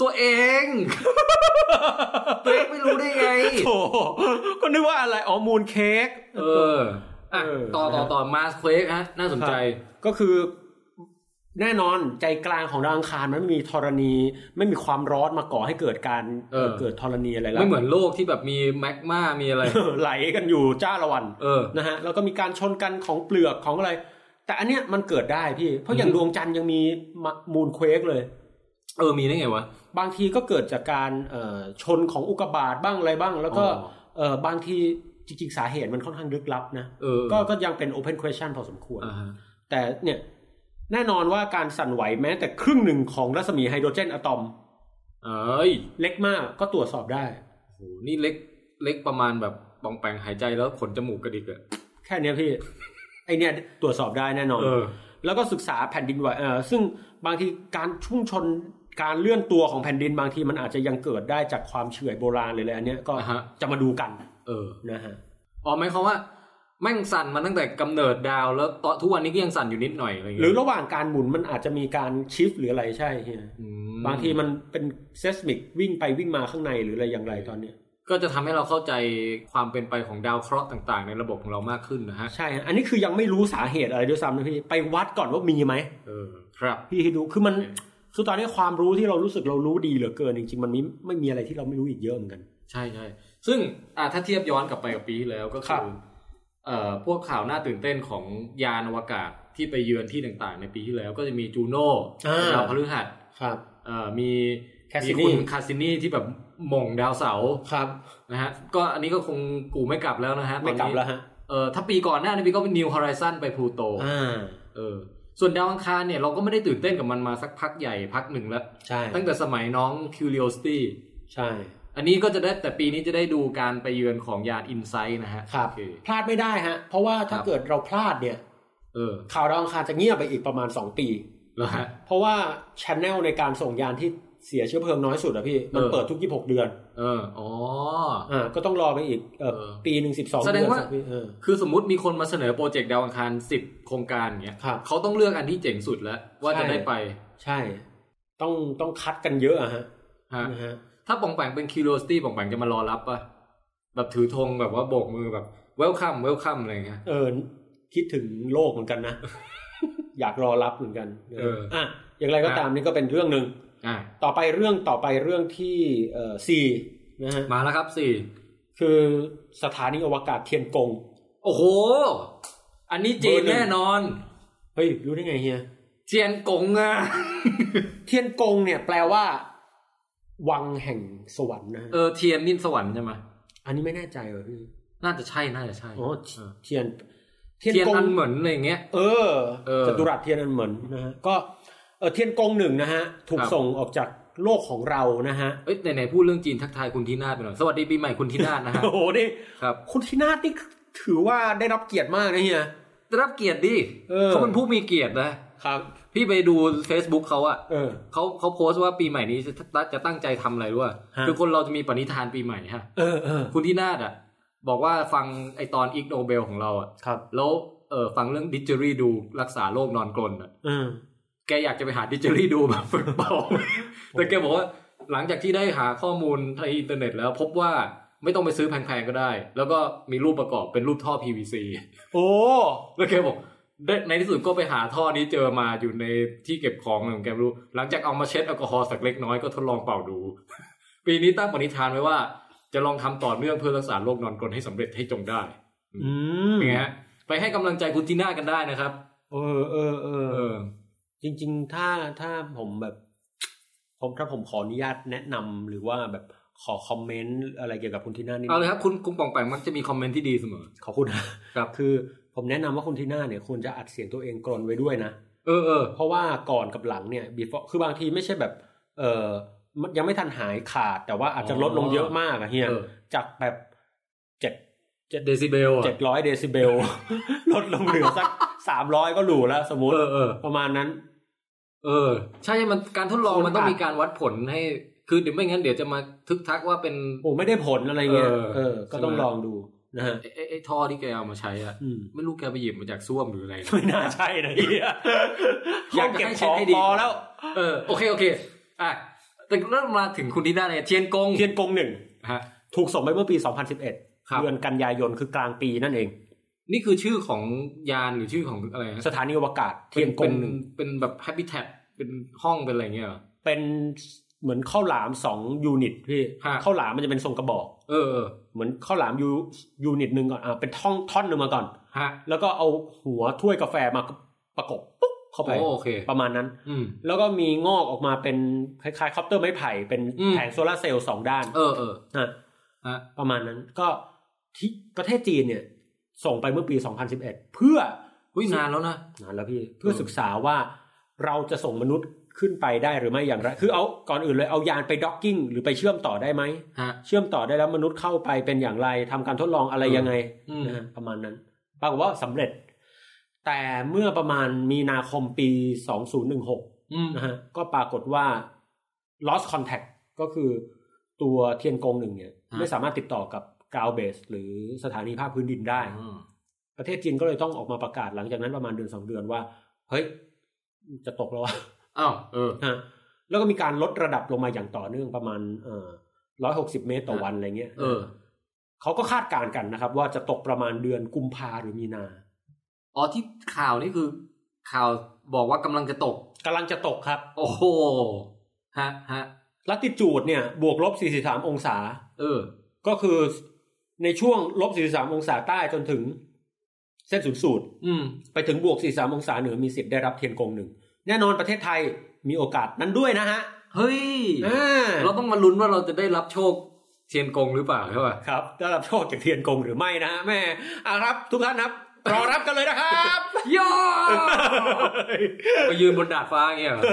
ตัวเอง ตัวเองไม่รู้ได้ไง โถก็นึกว่าอะไร อ๋อ มูนเค้ก เอออ่ะ เออ ต่อต่อต่อมาสเควกฮะ น่าสนใจ ก็คือ แน่นอนใจกลางของดาวอังคารมันไม่มีธรณี ไม่มีความร้อนมาก่อให้เกิดการ เออ เกิดธรณีอะไรแล้ว ไม่เหมือนโลกที่แบบมีแมกมามีอะไร เออไหลกันอยู่จ้าละวัน เออ นะฮะ แล้วก็มีการชนกันของเปลือกของอะไร แต่อันเนี้ยมันเกิดได้พี่ เพราะอย่าง อืม ดวงจันทร์ยังมีมะมูนเควกเลย เออมีได้ไงวะ บางทีก็เกิดจากการเอ่อชนของอุกกาบาตบ้างอะไรบ้าง แล้วก็ อ๋อ เอ่อบางทีจริงๆ สาเหตุมันค่อนข้างลึกลับนะ เออ ก็ก็ยังเป็น open question พอสมควร อ่าฮะ แต่เนี่ยแน่นอนว่าการสั่นไหวแม้แต่ครึ่งหนึ่งของรัศมีไฮโดรเจนอะตอม เอ้ย เล็กมากก็ตรวจสอบได้ โหนี่เล็กเล็กประมาณแบบปองแปงหายใจแล้วขนจมูกกระดิกอะ แค่เนี้ยพี่ ไอเนี่ยตรวจสอบได้แน่นอน เออ แล้วก็ศึกษาแผ่นดินไหวเออซึ่งบางทีการชุ่มชนการเลื่อนตัวของแผ่นดินบางทีมันอาจจะยังเกิดได้จากความเฉื่อยโบราณเลยเลยอันเนี้ยก็ อ่าฮะ จะมาดูกัน เออ นะฮะ อ๋อหมายความว่า แม่งสั่นมาตั้งแต่กำเนิดดาวแล้วตอนทุกวันนี้ก็ยังสั่นอยู่นิดหน่อยอะไรอย่าง หรือ เงี้ย ระหว่างการหมุนมันอาจจะมีการชิฟหรืออะไรใช่เฮีย อืม บางทีมันเป็นเซสมิกวิ่งไปวิ่งมาข้างในหรืออะไรอย่างไรตอนเนี้ย ก็จะทำให้เราเข้าใจความเป็นไปของดาวเคราะห์ต่างๆ ในระบบของเรามากขึ้นนะฮะ ใช่ฮะอันนี้คือยังไม่รู้สาเหตุอะไรด้วยซ้ำนะพี่ ไปวัดก่อนว่ามีไหม เออ ครับ พี่ให้ดู คือมัน คือตอนนี้ความรู้ที่เรารู้สึกเรารู้ดีเหลือเกิน จริงๆ มันมีไม่มีอะไรที่เราไม่รู้อีกเยอะเหมือนกัน ใช่ใช่ซึ่งอ่ะถ้าเทียบย้อนกลับไปกับปีที่แล้วก็ ครั คื บ อเอ่อพวกข่าวน่าตื่นเต้นของยานอวกาศที่ไปเยือนที่ต่างๆ ในปีที่แล้วก็จะมีจูโน่ดาวพฤหัส ครับ เอ่อมี แคสซินี่ มีณคาสินีที่แบบหม่งดาวเสาร์ ครับ นะฮะ ก็อันนี้ก็คงกูไม่กลับแล้วนะฮะ ไม่กลับแล้วฮะ เออถ้าปีก่อนหน้านี้ก็เป็นนิวฮอริซอนไปพลูโต อ่า เออส่วนดาวอังคารเนี่ยเราก็ไม่ได้ตื่นเต้นกับมันมาสักพักใหญ่พักหนึ่งแล้ว ใช่ ตั้งแต่สมัยน้อง Curiosity ใช่ อันนี้ก็จะได้แต่ปีนี้จะได้ดูการไปเยือนของยาน Insight นะฮะ ครับ โอเ พลาดไม่ได้ฮะ เพราะว่าถ้า ครับ เกิดเราพลาดเนี่ย เออ ข่าวดาวอังคารจะเงียบไปอีกประมาณ 2 ปี แล้วฮะ เพราะว่าชแนลในการส่งยานที่เสียเชื้อเพลิงน้อยสุดอะพี่ มัน เออ เปิดทุก 26 เดือน เอออ๋อ อ่า ก็ต้องรอไปอีกเอ่อ เออ ปีหนึ่งสิบสอง แสด เดื ง อน ว่า สิพี่เออ คือสมมติมีคนมาเสนอโปรเจกต์ดาวอังคาร 10 โครงการเงี้ย ครับ เขาต้องเลือกอันที่เจ๋งสุดแล้ว ว่าจะ ใช่ ได้ไป ใช่ ต้องต้องคัดกันเยอะอะฮะ ฮะ นะฮะ ถ้าป่องแปงเป็น Curiosity ป่องแปงจะมารอรับปะแบบถือธงแบบว่าโบกมือแบบ welcome welcome อะไรเงี้ย เออคิดถึงโลกเหมือนกัน นะ อยากรอรับเหมือนกัน เอออ่ อ่ะอย่างไรก็ ครับ ตามนี่ก็เป็นเรื่องหนึ่ง อ่ะ ต่อไปเรื่องต่อไปเรื่องที่เอ่อสี่นะฮะ มาแล้วครับสี่ คือสถานีอวกาศเทียนกง โอ้โห อันนี้จีนแน่นอน เฮ้ย รู้ได้ไงเฮีย เจียนกงอ่ะ เทียนกงเนี่ยแปลว่า วังแห่งสวรรค์นะฮะ เออเทียนนินสวรรค์ใช่ไหม อันนี้ไม่แน่ใจเหรอพี่ น่าจะใช่น่าจะใช่ อ๋อ เออ เทียน เทียนอันเหมือนอะไรอย่างเงี้ย เออ เออ จตุรัสเทียนอันเหมือนนะฮะก็เออเทียนกงหนึ่งนะฮะ ถูก ครับ ส่งออกจากโลกของเรานะฮะ เอ้ยไหนๆพูดเรื่องจีนทักทายคุณทีนาศไปหน่อย สวัสดีปีใหม่คุณทีนาศนะฮะ โอ้โหนี่ ครับ คุณทีนาทนี่ถือว่าได้รับเกียรติมากนะเฮีย ได้รับเกียรติดิ เออ เขาเป็นผู้มีเกียรตินะ ครับ พี่ไปดู Facebook เขาอะ เออ เขาเขาโพสต์ว่าปีใหม่นี้จะจะตั้งใจทำอะไรรู้ป่ะ ฮะ คือคนเราจะมีปณิธานปีใหม่ฮะ เออเออ คุณทีนาศอะบอกว่าฟังไอตอนอิกโนเบลของเราอะ ครับ แล้วเออฟังเรื่องดิจิรีดูรักษาโรคนอนกรนอะ เออ แกอยากจะไปหาดิจิลี่ดูแบบ ฝึกเป่า แต่แกบอกว่าหลังจากที่ได้หาข้อมูลในอินเทอร์เน็ตแล้วพบว่า ไม่ต้องไปซื้อแพงๆก็ได้ แล้วก็มีรูปประกอบเป็นรูปท่อ PVC โอ้ แล้วแกบอกได้ในที่สุดก็ไปหาท่อนี้เจอมาอยู่ในที่เก็บของของแกไม่รู้ หลังจากเอามาเช็ดแอลกอฮอล์สักเล็กน้อยก็ทดลองเป่าดู ปีนี้ตั้งปณิธานไว้ว่า จะลองทำต่อเนื่องเพื่อรักษาโรคนอนกรนให้สำเร็จให้จงได้ อืม เป็นไงฮะไปให้กำลังใจคุณจีน่ากันได้นะครับ เออเออเออ เออ จริง ๆ ถ้าถ้าผมแบบ ผมถ้าผมขออนุญาตแนะนำหรือว่าแบบขอคอมเมนต์อะไรเกี่ยวกับคุณทีน่านี่ เอาเลยครับ คุณคุณปองแปงมักจะมีคอมเมนต์ที่ดีเสมอ ขอบคุณนะครับ คือผมแนะนำว่าคุณทีน่าเนี่ยควรจะอัดเสียงตัวเองกรนไว้ด้วยนะ เออเออ เพราะว่าก่อนกับหลังเนี่ย before คือบางทีไม่ใช่แบบ เออมันยังไม่ทันหายขาด แต่ว่าอาจจะลดลงเยอะมากอะเฮีย เออ จากแบบเจ็ดเจ็ด เดซิเบลอะ เจ็ดร้อยเดซิเบล ลดลงเหลือสักสามร้อยก็หรูแล้ว สมมติ เออเออ ประมาณนั้น เออ ใช่มันการทดลองมันต้องมีการวัดผลให้ คือเดี๋ยวไม่งั้นเดี๋ยวจะมาทึกทักว่าเป็น โอ้ไม่ได้ผลอะไรเงี้ย เออ เออ ก็ ใช่ไหม ต้องลองดูนะฮะ ไอ้ไอ้ไอ้ท่อที่แกเอามาใช้อะ อืม ไม่รู้แกไปหยิบมาจากซ่วมหรือ อะไรนะ ไม่น่าใช่นะเฮีย อาอยยาก ก จะ เก็บ ให้ ข เช็ค อง ให้ดี พอแล้ว เออโอเคโอเคอ่ะแต่เริ่มมาถึงคุณดีด้าเนี่ยเทียนกง เทียนกงหนึ่ง ฮะ ถูกส่งไปเมื่อปี 2011 ครับ เดือนกันยายนคือกลางปีนั่นเอง นี่คือชื่อของยานหรือชื่อของอะไรฮะ สถานีอวกาศเทียนก เป็ ง น หนึ่ง เป็นแบบ habitat เป็นห้องเป็นอะไรเงี้ยเหรอ เป็นเหมือนข้าวหลามสองยูนิตพี่ ฮะ ข้าวหลามมันจะเป็นทรงกระบอก เออเออ เหมือนข้าวหลามยูยูนิตหนึ่งก่อนอ่าเป็นท่อนท่อนหนึ่งมาก่อน ฮะ แล้วก็เอาหัวถ้วยกาแฟมาประกบปุ๊บเข้าไป โอ้โอเค ประมาณนั้น อืม แล้วก็มีงอกออกมาเป็นคล้ายๆคอปเตอร์ไม้ไผ่เป็น อืม แผงโซลาร์เซลล์สองด้าน เออเออ ฮะ ฮะ ประมาณนั้นก็ที่ประเทศจีนเนี่ย ส่งไปเมื่อปี 2011 เพื่อ อุ้ยนานแล้วนะ นานแล้วพี่เพื่อ เออ ศึกษาว่าเราจะส่งมนุษย์ขึ้นไปได้หรือไม่อย่างไรคือเอาก่อนอื่นเลยเอายานไปด็อกกิ้งหรือไปเชื่อมต่อได้ไหม ฮะ เชื่อมต่อได้แล้วมนุษย์เข้าไปเป็นอย่างไรทำการทดลองอะไร อืม ยังไง อืม นะฮะประมาณนั้นปรากฏว่าสำเร็จ แต่เมื่อประมาณมีนาคมปี 2016 อืม นะฮะก็ปรากฏว่า lost contact ก็คือตัวเทียนกงหนึ่งเนี่ย ไม่สามารถติดต่อกับกาวเบส หรือสถานีภาคพื้นดินได้ อืม ประเทศจีนก็เลยต้องออกมาประกาศหลังจากนั้นประมาณเดือนสองเดือนว่า เฮ้ย จะตก แล้ววะ อ้าวเออ ฮะแล้วก็มีการลดระดับลงมาอย่างต่อเนื่องประมาณร้อยหกสิบเมตรต่อวันอะไรเงี้ย เออ เขาก็คาดการณ์กันนะครับ ว่าจะตกประมาณเดือนกุมภาหรือมีนา อ๋อที่ข่าวนี่คือข่าวบอกว่ากำลังจะตก กำลังจะตกครับ โอ้โหฮะฮะ ลัติจูดเนี่ย บวกลบ43 องศา เออ ก็คือในช่วงลบ43 องศาใต้จนถึงเส้นศูนย์สูตร อืม ไปถึงบวก43 องศาเหนือมีสิทธิ์ได้รับเทียนกงหนึ่ง แน่นอนประเทศไทยมีโอกาสนั้นด้วยนะฮะ เฮ้ย อ่า เราต้องมาลุ้นว่าเราจะได้รับโชคเทียนกงหรือเปล่าใช่ป่ะ ครับได้รับโชคจากเทียนกงหรือไม่นะฮะแม่อ่ะครับ ทุกท่านครับรอรับกันเลยนะครับ ย่อไปยืนบนดาดฟ้าอย่างเงี้ยเหรอ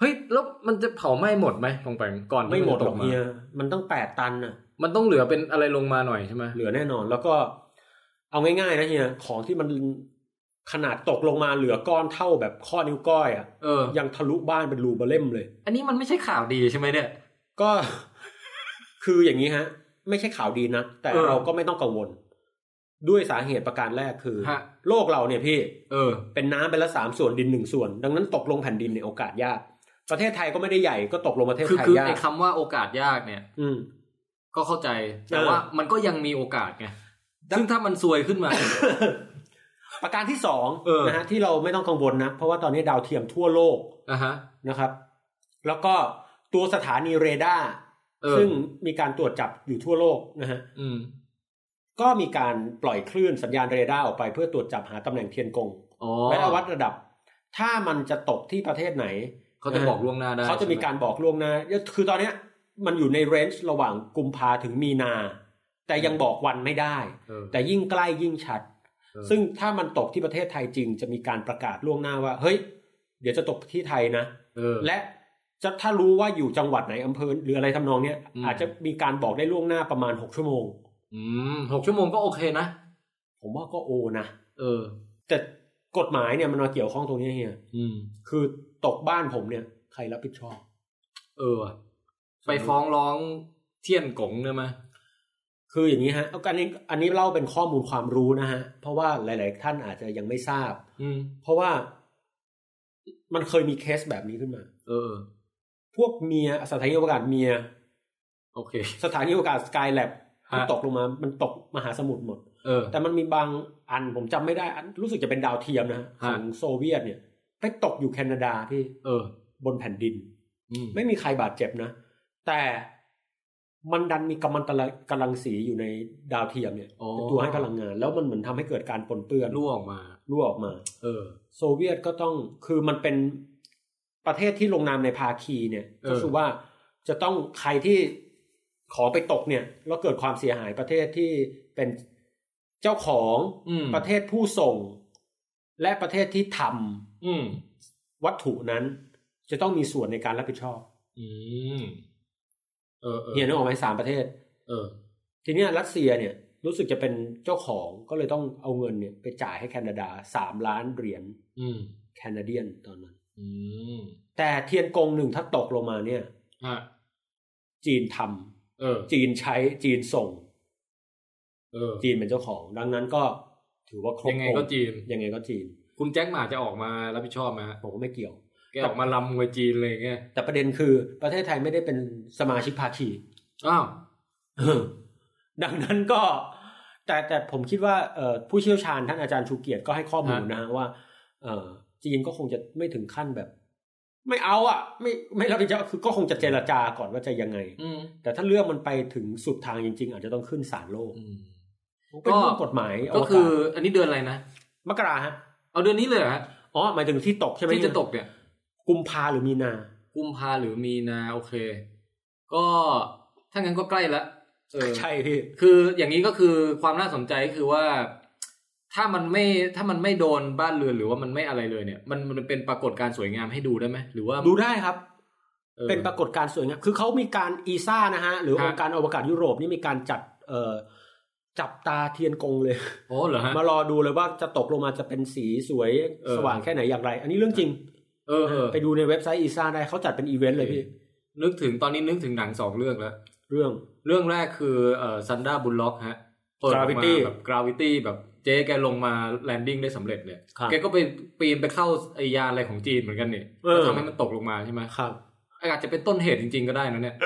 เฮ้ย แล้วมันจะเผาไหม้หมดไหมลงไปก่อนที่ ไม่หมดหรอนจะกตา เฮียมันต้องแปดตันน่ะ มันต้องเหลือเป็นอะไรลงมาหน่อยใช่ไหม เหลือแน่นอน แล้วก็ เอาง่ายๆนะเฮียของที่มันขนาดตกลงมาเหลือก้อนเท่าแบบข้อนิ้วก้อยอ่ะ เออ ยังทะลุบ้านเป็นรูเบอร์เล่มเลย อันนี้มันไม่ใช่ข่าวดีใช่ไหมเนี่ย ก็ คืออย่างนี้ฮะ ไม่ใช่ข่าวดีนะแต่ เออ เราก็ไม่ต้องกังวล ด้วยสาเหตุประการแรกคือ ฮะ โลกเราเนี่ยพี่ เออ เป็นน้ำเป็นละสามส่วนดินหนึ่งส่วน ดังนั้นตกลงแผ่นดินเนี่ยโอกาสยาก ประเทศไทยก็ไม่ได้ใหญ่ก็ตกลงประเทศ คือ ไทคือยยา ไอ้ ก คำว่าโอกาสยากเนี่ย อืม ก็เข้าใจ แต่ เออ ว่ามันก็ยังมีโอกาสไง ซึ่งถ้ามันซวยขึ้นมา ประการที่สอง เออ นะฮะที่เราไม่ต้องกังวลนะ เพราะว่าตอนนี้ดาวเทียมทั่วโลก อ่ะฮะ นะครับ แล้วก็ตัวสถานีเรดาร์ เออ ซึ่งมีการตรวจจับอยู่ทั่วโลกนะฮะ อืม ก็มีการปล่อยคลื่นสัญญาณเรดาร์ออกไปเพื่อตรวจจับหาตำแหน่งเทียนกง อ๋อ และวัดระดับ ถ้ามันจะตกที่ประเทศไหน เขาจะบอกล่วงหน้าได้ เขาจะมีการบอกล่วงหน้าคือตอนเนี้ย มันอยู่ในเรนจ์ระหว่างกุมภาถึงมีนา แต่ยังบอกวันไม่ได้ เออ แต่ยิ่งใกล้ยิ่งชัด เออ ซึ่งถ้ามันตกที่ประเทศไทยจริง จะมีการประกาศล่วงหน้าว่า เฮ้ย เดี๋ยวจะตกที่ไทยนะ เออ และจะถ้ารู้ว่าอยู่จังหวัดไหนอำเภอหรืออะไรทำนองเนี้ย อืม อาจจะมีการบอกได้ล่วงหน้าประมาณหกชั่วโมง อืมหกชั่วโมงก็โอเคนะ ผมว่าก็โอนะ เออ แต่กฎหมายเนี่ยมันมาเกี่ยวข้องตรงเนี้ยเฮีย อืม คือตกบ้านผมเนี่ย ใครรับผิดชอบ เออว่ะไปฟ้องร้องเทียนกงเนี่ยไหม คืออย่างนี้ฮะเอาอันนี้อันนี้เล่าเป็นข้อมูลความรู้นะฮะ เพราะว่าหลาย ๆ ท่านอาจจะยังไม่ทราบ อืม เพราะว่ามันเคยมีเคสแบบนี้ขึ้นมา เออ พวกเมียสถานีอวกาศเมีย โอเค สถานีอวกาศสกายแลบ ฮะ ตกลงมามันตกมหาสมุทรหมด เออ แต่มันมีบางอันผมจำไม่ได้อันรู้สึกจะเป็นดาวเทียมนะฮะข ฮะ องโซเวียตเนี่ยไปตกอยู่แคนาดาพี่ เออบ นแผ่นดิน อืม ไม่มีใครบาดเจ็บนะ แต่มันดันมีกัมมันตละกำลังสีอยู่ในดาวเทียมเนี่ย อ๋อ เป็นตัวให้พลังงาน แล้วมันเหมือนทำให้เกิดการปนเปื้อน รั่วออกมา รั่วออกมา เออ โซเวียตก็ต้องคือมันเป็นประเทศที่ลงนามในภาคีเนี่ย เออ ก็คือว่าจะต้องใครที่ของไปตกเนี่ย แล้วเกิดความเสียหายประเทศที่เป็นเจ้าของ อืม ประเทศผู้ส่ง และประเทศที่ทำ อืม วัตถุนั้น จะต้องมีส่วนในการรับผิดชอบ อืมเออเออ เห็นออกไหมสามประเทศ เออ ทีเนี้ยรัสเซียเนี่ยรู้สึกจะเป็นเจ้าของก็เลยต้องเอาเงินเนี่ยไปจ่ายให้แคนาดาสามล้านเหรียญ อืม แคนาเดียนตอนนั้น อืม แต่เทียนกงหนึ่งถ้าตกลงมาเนี่ย ฮะ จีนทำ เออ จีนใช้จีนส่ง เออ จีนเป็นเจ้าของ ดังนั้นก็ถือว่าครบ ยังไงก็จีน ยังไงก็จีน คุณแจ็คหมาจะออกมารับผิดชอบไหมฮะ ผมก็ไม่เกี่ยว แกออกมาลำมวยจีนเลยางเงี้ย แต่ประเด็นคือประเทศไทยไม่ได้เป็นสมาชิกภาคี อ้าว ดังนั้นก็ แต่แต่ผมคิดว่าเอ่อผู้เชี่ยวชาญท่านอาจารย์ชูเกียรติก็ให้ข้อมูลนะฮะว่าเอ่อจีนก็คงจะไม่ถึงขั้นแบบ ไม่เอาอ่ะ ไม่ไม่รับผิดชอบคือก็คงจะเจรจาก่อนว่าจะยังไง อืม แต่ถ้าเรื่องมันไปถึงสุดทางจริง ๆ อาจจะต้องขึ้นศาลโลก อืม ก็ เป็นเรื่องกฎหมาย ก็ วา คืออันนี้เดือนอะไรนะ มกราฮะ เอาเดือนนี้เลยเหรอฮะ อ๋อหมายถึงที่ตกใช่ไหม ที่จะตกเนี่ย กุมภาหรือมีนา กุมภาหรือมีนาโอเค ก็ถ้างั้นก็ใกล้ละเออ ใช่พี่ คืออย่างนี้ก็คือความน่าสนใจก็คือว่าถ้ามันไม่ถ้ามันไม่โดนบ้านเรือนหรือว่ามันไม่อะไรเลยเนี่ย มันมันเป็นปรากฏการณ์สวยงามให้ดูได้ไหมหรือว่า ดูได้ครับ ออ เป็นปรากฏการณ์สวยงาม คือเขามีการอีซ่านะฮะ หรือ ฮะ องค์การอวกาศยุโรปนี่มีการจัดเอ่อจับตาเทียนกงเลย โอ้เหรอฮะ มารอดูเลยว่าจะตกลงมาจะเป็นสีสวย เออ สว่างแค่ไหนอย่างไร อันนี้เรื่องจริง เออเออ ไปดูในเว็บไซต์อีซ่าได้เขาจัดเป็นอีเวนต์เลยพี่ นึกถึงตอนนี้นึกถึงหนังสองเรื่องแล้ว เรื่อง เรื่องแรกคือเอ่อซันดาบุลล็อกฮะ Gravity แบบกราวิตี้แบบเจ๊แกลงมาแลนดิ้งได้สำเร็จเนี่ย ครับ แกก็ไปปีนไปเข้าไอยานอะไรของจีนเหมือนกันนี่ เออ แล้วทำให้มันตกลงมาใช่ไหม ครับ อาจจะเป็นต้นเหตุจริงๆก็ได้นะเนี่ย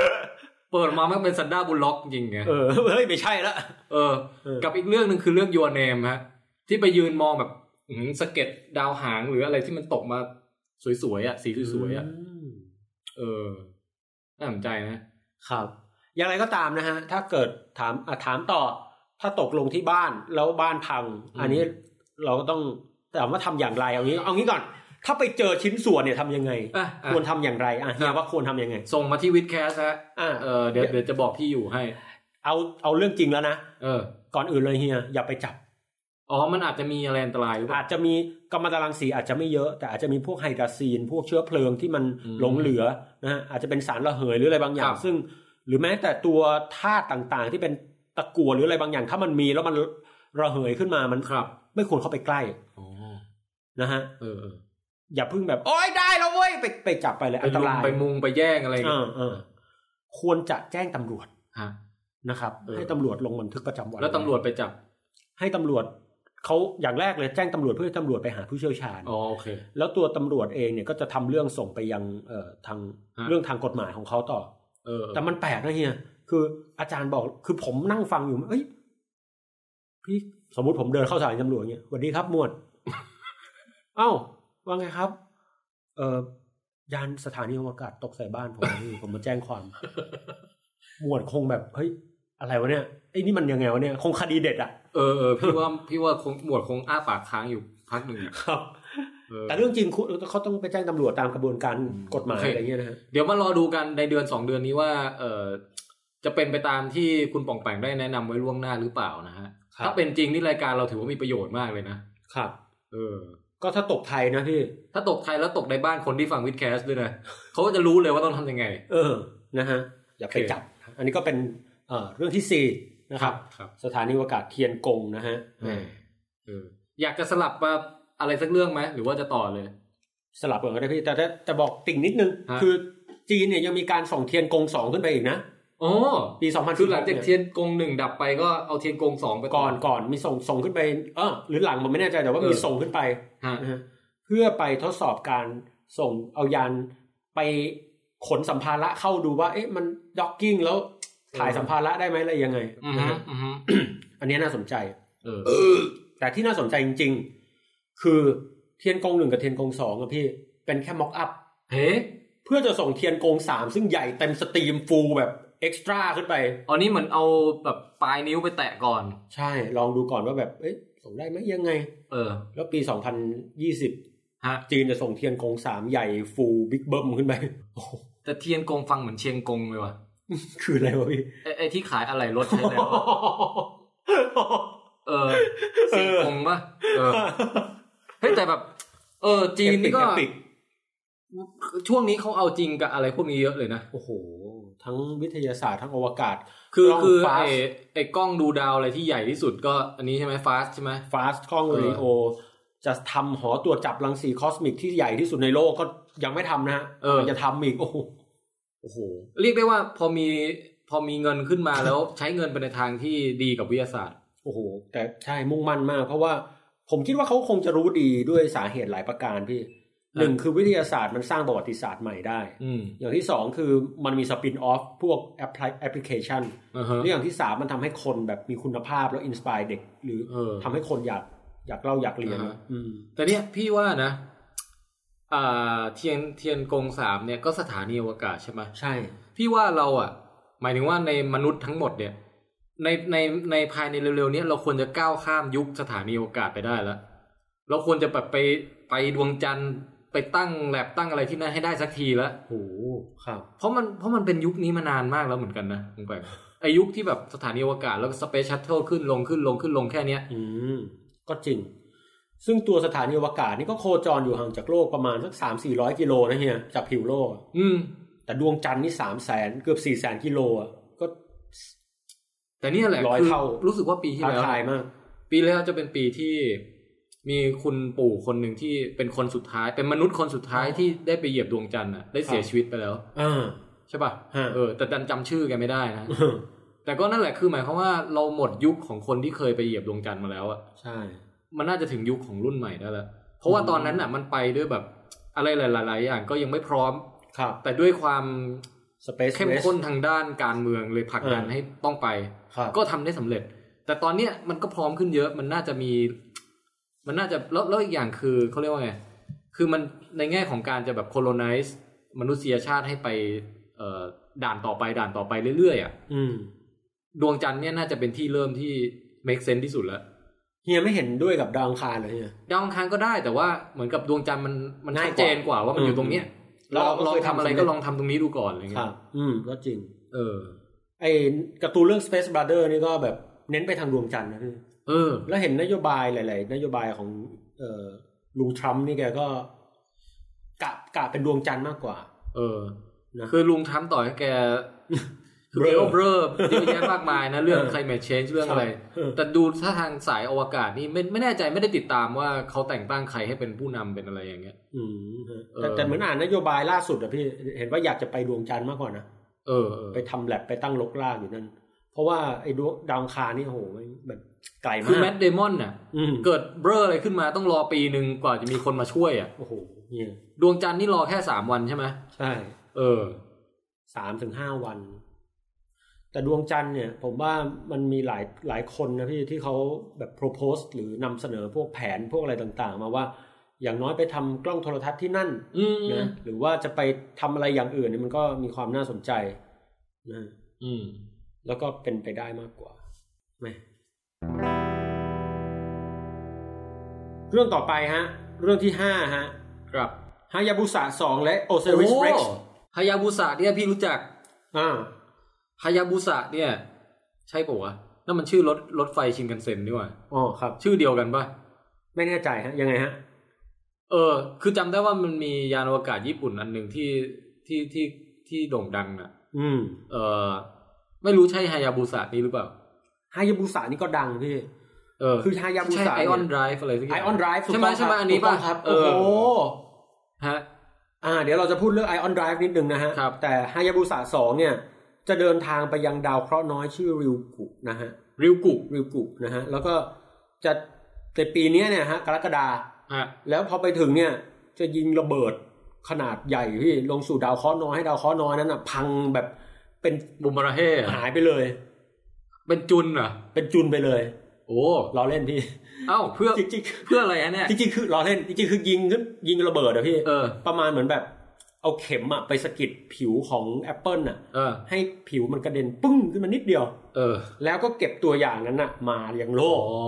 เปิดมามันเป็นซันด้าบุลล็อกจริงไง เออ เฮ้ย ไม่ใช่ละ เออ เออ กับอีกเรื่องหนึ่งคือเรื่องยูเนมฮะ ที่ไปยืนมองแบบอื้อหือสะเก็ดดาวหางหรืออะไรที่มันตกมาสวยๆอ่ะ สีสวยๆอ่ะ ม เออ น่าสนใจนะ ครับ อย่างไรก็ตามนะฮะ ถ้าเกิดถามอ่ะถามต่อ ถ้าตกลงที่บ้านแล้วบ้านพัง อืม อันนี้เราก็ต้องถามว่าทำอย่างไรเอางี้ เอางี้ก่อน ถ้าไปเจอชิ้นส่วนเนี่ยทำยังไง อ่ะอ่ะ ควรทำอย่างไรอ่ะเฮี ครั ย บ ว่าควรทำยังไง ส่งมาที่วิดแคสฮะ อ่ะ เออเดี๋ยวเดี๋ยวจะบอกที่อยู่ให้ เอาเอาเรื่องจริงแล้วนะ เออ ก่อนอื่นเลยเฮียอย่าไปจับ อ๋อ มันอาจจะมีอะไรอันตรายหรือเปล่า อาจจะมีกำมะถันรังสีอาจจะไม่เยอะ แต่อาจจะมีพวกไฮดราซีน พวกเชื้อเพลิงที่มัน อืม หลงเหลือนะฮะอาจจะเป็นสารระเหยหรืออะไรบางอย่า ค ง รับ ซึ่ง หรือแม้แต่ตัวธาตุต่างๆ ที่เป็นตะกั่วหรืออะไรบางอย่าง ถ้ามันมีแล้วมันระเหยขึ้นมามัน ครับ ไม่ควรเข้าไปใกล้ อ๋อ นะฮะ เออเออ อย่าเพิ่งแบบโอ๊ยได้แล้วเว้ยไปไปจับไปเลย ไป อันต ลุม ราย ไปมุงไปแย่งอะไรอย่างเงี้ย อ่าอ่าควรจะแจ้งตำรวจ ฮะ นะครับ เออ ให้ตำรวจลงบันทึกประจำวัน แล้วตำรวจไปจับ ให้ตำรวจเขาอย่างแรกเลยแจ้งตำรวจเพื่อให้ตำรวจไปหาผู้เชี่ยวชาญ อ๋อ โอเค แล้วตัวตำรวจเองเนี่ยก็จะทำเรื่องส่งไปยังเอ่อทาง ฮะ เรื่องทางกฎหมายของเขาต่อ เออเออ แต่มันแปลกนะเฮียคืออาจารย์บอกคือผมนั่งฟังอยู่เอ้ยพี่สมมติผมเดินเข้าสถายตำรวจเงี้ยสวัสดีครับหมวด เอ้าว่าไงครับ เอ่อยานสถานีอวกาศตกใส่บ้านผม ผมมาแจ้งความ หมวดคงแบบเฮ้ยอะไรวะเนี่ยไอ้นี่มันยังไงวะเนี่ยคงคดีเด็ดอะ เออเออพี่ว่าพี่ว่าคงหมวดคงอ้าปากค้างอยู่พักหนึ่งอะ ครับ เออ แต่เรื่องจริงคุณเขาต้องไปแจ้งตำรวจตามกระบวนการกฎหมาย โอเค อะไรเงี้ยนะฮะ เดี๋ยวมารอดูกันในเดือนสองเดือนนี้ว่า เออจะเป็นไปตามที่คุณป่องแปงได้แนะนำไว้ล่วงหน้าหรือเปล่านะฮะ ครับ ถ้าเป็นจริงนี่รายการเราถือว่ามีประโยชน์มากเลยนะครับ เออ ก็ถ้าตกไทยนะพี่ ถ้าตกไทยแล้วตกในบ้านคนที่ฟังวิดแคสต์ด้วยนะเขาก็จะรู้เลยว่าต้องทำยังไง เออ นะฮะ อย่าไป โอเค จับ อันนี้ก็เป็นเอ่อเรื่องที่สี่นะครับ ครับ สถานีอวกาศเทียนกงนะฮะ เออเอออยากจะสลับมาอะไรสักเรื่องไหมหรือว่าจะต่อเลย สลับกันก็ได้พี่ แต่แต่แต่บอกติ่งนิดนึง ฮะ คือจีนเนี่ยยังมีการส่งเทียนกงสองขึ้นไปอีกนะ โอ้ ปีสองพัน คือหลังจากเทียนกงหนึ่งดับไปก็เอาเทียนกงสองไป ก่อนก่อนมีส่งส่งขึ้นไป เออหรือหลังผมไม่แน่ใจแต่ว่ามีส่งขึ้นไป ฮะ นะฮะเพื่อไปทดสอบการส่งเอายานไปขนสัมภาระเข้าดูว่า เอ๊ะมันด็อกกิ้งแล้ว ถ่ายสัมภาระได้ไหมอะไรยังไง อืม นะ ฮึ ฮะ อืมฮึ อันนี้น่าสนใจ เออ แต่ที่น่าสนใจจริง ๆ คือเทียนกงหนึ่งกับเทียนกงสองอะพี่เป็นแค่ม็อกอัพ เฮ้ เพื่อจะส่งเทียนกงสามซึ่งใหญ่เต็มสตรีมฟูลแบบเอ็กซ์ตร้าขึ้นไป อันนี้เหมือนเอาแบบปลายนิ้วไปแตะก่อน ใช่ ลองดูก่อนว่าแบบเอ๊ะส่งได้ไหมยังไง เออ แล้วปี 2020 ฮะ จีนจะส่งเทียนกงสามใหญ่ฟูลบิ๊กเบิ้มขึ้นไป โอ้โห แต่เทียนกงฟังเหมือนเชียงกงเลยว่ะ คืออะไรวะพี่ ไอ้ไอ้ที่ขายอะไรรถใช้แล้วอะเออเชียงกงปะเออ เฮ้ยแต่แบบ เออ จีนนี่ก็ แอปติแอปติ ช่วงนี้เขาเอาจริงกับอะไรพวกนี้เยอะเลยนะ โอ้โห ทั้งวิทยาศาสตร์ทั้งอวกาศ คือ ลอง คือไอ fast ไอกล้องดูดาวอะไรที่ใหญ่ที่สุดก็อันนี้ใช่ไหมฟาสใช่ไหม ฟาสกล้อง เออ เรดิโอ จะทำหอตรวจจับรังสีคอสมิกที่ใหญ่ที่สุดในโลกก็ยังไม่ทำนะฮะ เออ มันจะทำอีก โอ้โห โอ้โห เรียกได้ว่าพอมีพอมีเงินขึ้นมาแล้วใช้เงินไปในทางที่ดีกับวิทยาศาสตร์ โอ้โห แต่ใช่มุ่งมั่นมาก เพราะว่าผมคิดว่าเขาคงจะรู้ดีด้วยสาเหตุหลายประการพี่หนึ่งคือวิทยาศาสตร์มันสร้างประวัติศาสตร์ใหม่ได้ อืม อย่างที่สองคือมันมีสปินออฟพวกแอปพลิเคชัน อ่าฮะ และอย่างที่สามมันทำให้คนแบบมีคุณภาพแล้วอินสปายเด็ก หรือ เออ ทำให้คนอยากอยากเล่าอยากเรียน อ่าฮะ อืม แต่เนี้ยพี่ว่านะ อ่า เทียนเทียนกงสามเนี่ยก็สถานีอวกาศใช่ไหม ใช่ พี่ว่าเราอ่ะ หมายถึงว่าในมนุษย์ทั้งหมดเนี่ย ในในในภายในเร็วๆเนี้เราควรจะก้าวข้ามยุคสถานีอวกาศไปได้แล้ว เราควรจะแบบไปไปดวงจันทร์ไปตั้งแลบตั้งอะไรที่นั่นให้ได้สักทีแล้ว โหครับ เพราะมันเพราะมันเป็นยุคนี้มานานมากแล้วเหมือนกันนะลุงแปลกไอยุคที่แบบสถานีอวกาศแล้วก็สเปซชัตเทิลขึ้นลงขึ้นลงขึ้นลงแค่เนี้ย อืมก็จริง ซึ่งตัวสถานีอวกาศนี่ก็โคจรอยู่ห่างจากโลกประมาณสักสามสี่ร้อยกิโลนะเฮียจากผิวโลก อืม แต่ดวงจันทร์นี่สามแสนเกือบสี่แสนกิโลอ่ะก็ แต่เนี่ยแหละ ร้อย คื เท่า รู้สึกว่าปีที่ ท้า แล้ว ทายมาก ปีแล้วจะเป็นปีที่มีคุณปู่คนหนึ่งที่เป็นคนสุดท้าย เป็นมนุษย์คนสุดท้ายที่ได้ไปเหยียบดวงจันทร์น่ะได้เสีย ครับ ชีวิตไปแล้ว อ่า ใช่ป่ะ ฮะ เออแต่ดันจำชื่อแกไม่ได้นะ แต่ก็นั่นแหละคือหมายความว่าเราหมดยุคของคนที่เคยไปเหยียบดวงจันทร์มาแล้วอะ ใช่ มันน่าจะถึงยุคของรุ่นใหม่ได้แล้วเพราะว่าตอนนั้นน่ะ มันไปด้วยแบบอะไรหลายๆอย่างก็ยังไม่พร้อม ครับ แต่ด้วยความ สเปซ เข้มข้นทางด้านการเมืองเลยผลักดันให้ต้องไป ครับ ก็ทำได้สำเร็จ แต่ตอนเนี้ยมันก็พร้อมขึ้นเยอะ มันน่าจะมี มันน่าจะแล้วแล้วอีกอย่างคือเขาเรียกว่าไง คือมันในแง่ของการจะแบบ colonize มนุษยชาติให้ไปเอ่อด่านต่อไปด่านต่อไปเรื่อยๆอ่ะ อืม ดวงจันทร์เนี่ยน่าจะเป็นที่เริ่มที่ make sense ที่สุดแล้ว เฮียไม่เห็นด้วยกับดาวอังคารเลยเฮีย ดาวอังคารก็ได้แต่ว่าเหมือนกับดวงจันทร์มันมัน ง่ายชัดกว่าเจนกว่าว่ามันอยู่ตรงเนี้ย อืม ลองลเราก็อง เคยทำ ทำอะไร สำเร็จ ก็ลองทำตรงนี้ดูก่อนอะไรเงี้ย อืมก็จริง เออ ไอ้การ์ตูนเรื่อง Space Brother นี่ก็แบบเน้นไปทางดวงจันทร์นะพี่ เออ แล้วเห็นนโยบายหลาย ๆ นโยบายของเอ่อลุงทรัมป์นี่แกก็ กะกะเป็นดวงจันทร์มากกว่า เออ นะ คือลุงทรัมป์ต่อยให้แก คือ เบล แก อ ก็เบลอเยอะแยะมากมาย นะ เรื่อง เออ climate change เรื่องอะไร เออ แต่ดูท่าทางสายอวกาศนี่ไม่ไม่แน่ใจไม่ได้ติดตามว่าเขาแต่งตั้งใครให้เป็นผู้นำเป็นอะไรอย่างเงี้ย อืมฮะ เออ แต่แต่เหมือนอ่านนโยบายล่าสุดอะพี่ เห็นว่าอยากจะไปดวงจันทร์มากกว่านะ เออเออ ไปทำแลบไปตั้งลกล่ากอยู่นั่น เพราะว่าไอ้ดวงดาวอังคารนี่โหมันแบบไกล คือ มา แม ก ดเดมอนน่ะ อืม เกิดเบลออะไรขึ้นมาต้องรอปีหนึ่งกว่าจะมีคนมาช่วยอ่ะ โอ้โหเนี่ย ดวงจันทร์นี่รอแค่สามวันใช่ไหม ใช่ เออ สามถึงห้าวัน แต่ดวงจันทร์เนี่ย ผมว่ามันมีหลายหลายคนนะพี่ที่เขาแบบ propose หรือนำเสนอพวกแผนพวกอะไรต่างๆ มาว่าอย่างน้อยไปทำกล้องโทรทัศน์ที่นั่น อืม นะหรือว่าจะไปทำอะไรอย่างอื่นเนี่ยมันก็มีความน่าสนใจนะ อืม แล้วก็เป็นไปได้มากกว่าไหมเรื่องต่อไปฮะ เรื่องที่ห้าฮะ ครับ ฮายาบุสะสองและโอเซริสเร็กซ์ ฮายาบุสะเนี่ยพี่รู้จัก อ่า ฮายาบุสะเนี่ย ใช่ปะวะนั่นมันชื่อรถรถไฟชินกันเซ็นนี่หว่า อ๋อครับ ชื่อเดียวกันปะ ไม่แน่ใจฮะยังไงฮะ เออ คือจำได้ว่ามันมียานอวกาศญี่ปุ่นอันหนึ่งที่ที่ที่ที่โด่งดังอ่ะ อืม เออไม่รู้ใช่ฮายาบุสะนี้หรือเปล่า ฮายาบุสานี่ก็ดังพี่ เออ คือฮายาบุ ใช่ สะ ไอออนไดรฟ์อะไรสักอ ไอย่าง ออนไดรฟ์ ใช่ไหมใช่ไหมอันนี้ป่ะ ครับ เอ โอ้ อ โห ฮะ อ่า เดี๋ยวเราจะพูดเรื่องไอออนไดรฟ์นิดนึงนะฮะ ครับ แต่ฮายาบุสาสองเนี่ย จะเดินทางไปยังดาวเคราะห์น้อยชื่อริวกุนะฮะ ริวกุ ริวกุนะฮะ แล้วก็จะในปีเนี้ยเนี่ยฮะ กรกฎา ฮะ แล้วพอไปถึงเนี่ย จะยิงระเบิดขนาดใหญ่พี่ลงสู่ดาวเคราะห์น้อยให้ดาวเคราะห์น้อยนั้นอ่ะ พังแบบ เป็น บุมบาราเฮ่อะ หายไปเลย เป็นจุนเหรอ เป็นจุนไปเลย โอ้ ล้อเล่นพี่ เอ้าเพื่อ จริง เพื่ออะไรฮะเนี่ย ๆจริงๆคือล้อเล่นจริงๆคือยิงขึ้นยิงระเบิดอะพี่ เออ ประมาณเหมือนแบบ เอาเข็มอะไปสะกิดผิวของแอปเปิลอะ เออ ให้ผิวมันกระเด็นปึ้งขึ้นมานิดเดียว เออ แล้วก็เก็บตัวอย่างนั้นอะมาอย่างโลก อ๋อ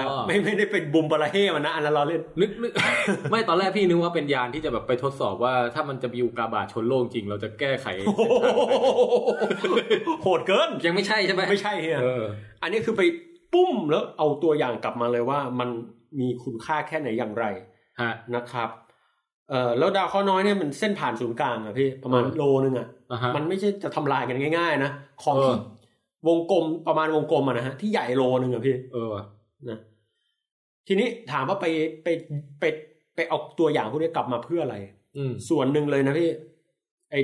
ครับไม่ไม่ได้เป็นบุมบาราเฮ่มันนะอันนั้นล้ อเล่น นึกนึก ไม่ตอนแรกพี่นึกว่าเป็นยานที่จะแบบไปทดสอบว่า ถ้ามันจะมีอุกกาบาตชนโลกจริง เราจะแก้ไขเส้นทาง โหดเกิน ยังไม่ใช่ใช่ไหม ไม่ใช่เฮีย เออ อันนี้คือไปปุ้มแล้วเอาตัวอย่างกลับมาเลยว่ามันมีคุณค่าแค่ไหนอย่างไร ฮะ นะครับ เออแล้วดาวเคราะห์น้อยเนี่ยมันเส้นผ่านศูนย์กลางอะพี่ประมาณ อ่า โลนึงอะ อ่าฮะ มันไม่ใช่จะทำลายกันง่าย ๆ นะของ เออ ที่วงกลมประมาณวงกลมอะนะฮะที่ใหญ่โลนึงอะพี่ เออว่ะ ทีนี้ถามว่าไปไปไปไปเอาตัวอย่างพวกนี้กลับมาเพื่ออะไร อืม ส่วนหนึ่งเลยนะพี่ไอ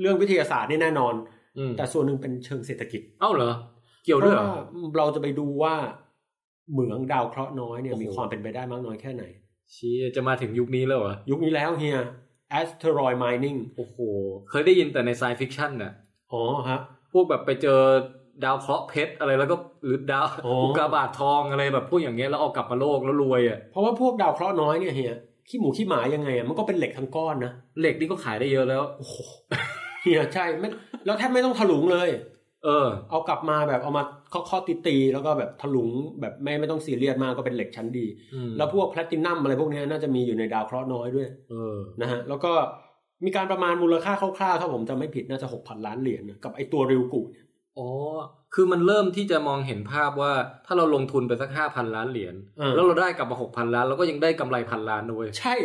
เรื่องวิทยาศาสตร์นี่แน่นอน อืม แต่ส่วนหนึ่งเป็นเชิงเศรษฐกิจ เอ้าเหรอ เกี่ยวด้วยเหรอ พราะาเราจะไปดูว่าเหมืองดาวเคราะห์น้อยเนี่ย โอ้โห มีความเป็นไปได้มากน้อยแค่ไหน ชี้จะมาถึงยุคนี้แล้วเหรอ ยุคนี้แล้วเฮีย asteroid mining โอ้โห เคยได้ยินแต่ในไซฟิคชั่นน่ะ อ๋อฮะ พวกแบบไปเจอดาวเคราะห์เพชรอะไรแล้วก็หรือดาว โอ้ อุกกาบาตทองอะไรแบบพวกอย่างเงี้ยแล้วเอากลับมาโลกแล้วรวยอ่ะ เพราะว่าพวกดาวเคราะห์น้อยเนี่ยเฮียขี้หมูขี้หมายังไงอะมันก็เป็นเหล็กทั้งก้อนนะ เหล็กนี่ก็ขายได้เยอะแล้ว เฮียใช่ไม่แล้วแทบไม่ต้องถลุงเลย เออ เอากลับมาแบบเอามาข้อข้อตีตีๆแล้วก็แบบถลุงแบบไม่ไม่ต้องซีเรียสมากก็เป็นเหล็กชั้นดี อืม แล้วพวกแพลตินัมอะไรพวกเนี้ยน่าจะมีอยู่ในดาวเคราะห์น้อยด้วย เออ นะฮะแล้วก็มีการประมาณมูลค่าคร่าวๆถ้าผมจำไม่ผิดน่าจะหกพันล้านเหรียญนะกับไอตัวริวกุเนี่ย อ๋อ คือมันเริ่มที่จะมองเห็นภาพว่าถ้าเราลงทุนไปสักห้าพันล้านเหรียญ เออ แล้วเราได้กลับมาหกพันล้านเราก็ยังได้กำไรพันล้านด้วย ใช่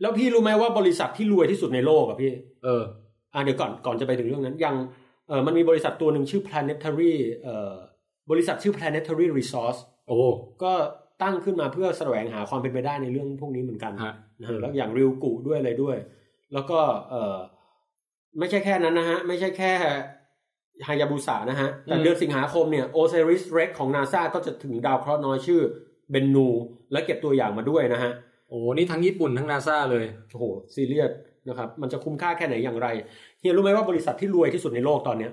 แล้วพี่รู้ไหมว่าบริษัทที่รวยที่สุดในโลกอะพี่ เออ อ่าเดี๋ยวก่อนก่อนจะไปถึงเรื่องนั้นยังเออมันมีบริษัทตัวหนึ่งชื่อ planetary เอ่อบริษัทชื่อ planetary resource โอ้ ก็ตั้งขึ้นมาเพื่อแสวงหาความเป็นไปได้ในเรื่องพวกนี้เหมือนกัน ฮะ นะฮะแล้วอย่างริวกุด้วยอะไรด้วย แล้วก็เออไม่ใช่แค่นั้นนะฮะ ไม่ใช่แค่ฮายาบุสานะฮะ แต่เดือนสิงหาคมเนี่ยโอเซริสเร็กของนาซาก็จะถึงดาวเคราะห์น้อยชื่อเบนนูและเก็บตัวอย่างมาด้วยนะฮะ โอ้นี่ทั้งญี่ปุ่นทั้งนาซาเลย โอ้โหซีเรียสนะครับ มันจะคุ้มค่าแค่ไหนอย่างไรเฮียรู้ไหมว่าบริษัทที่รวยที่สุดในโลกตอนเนี้ย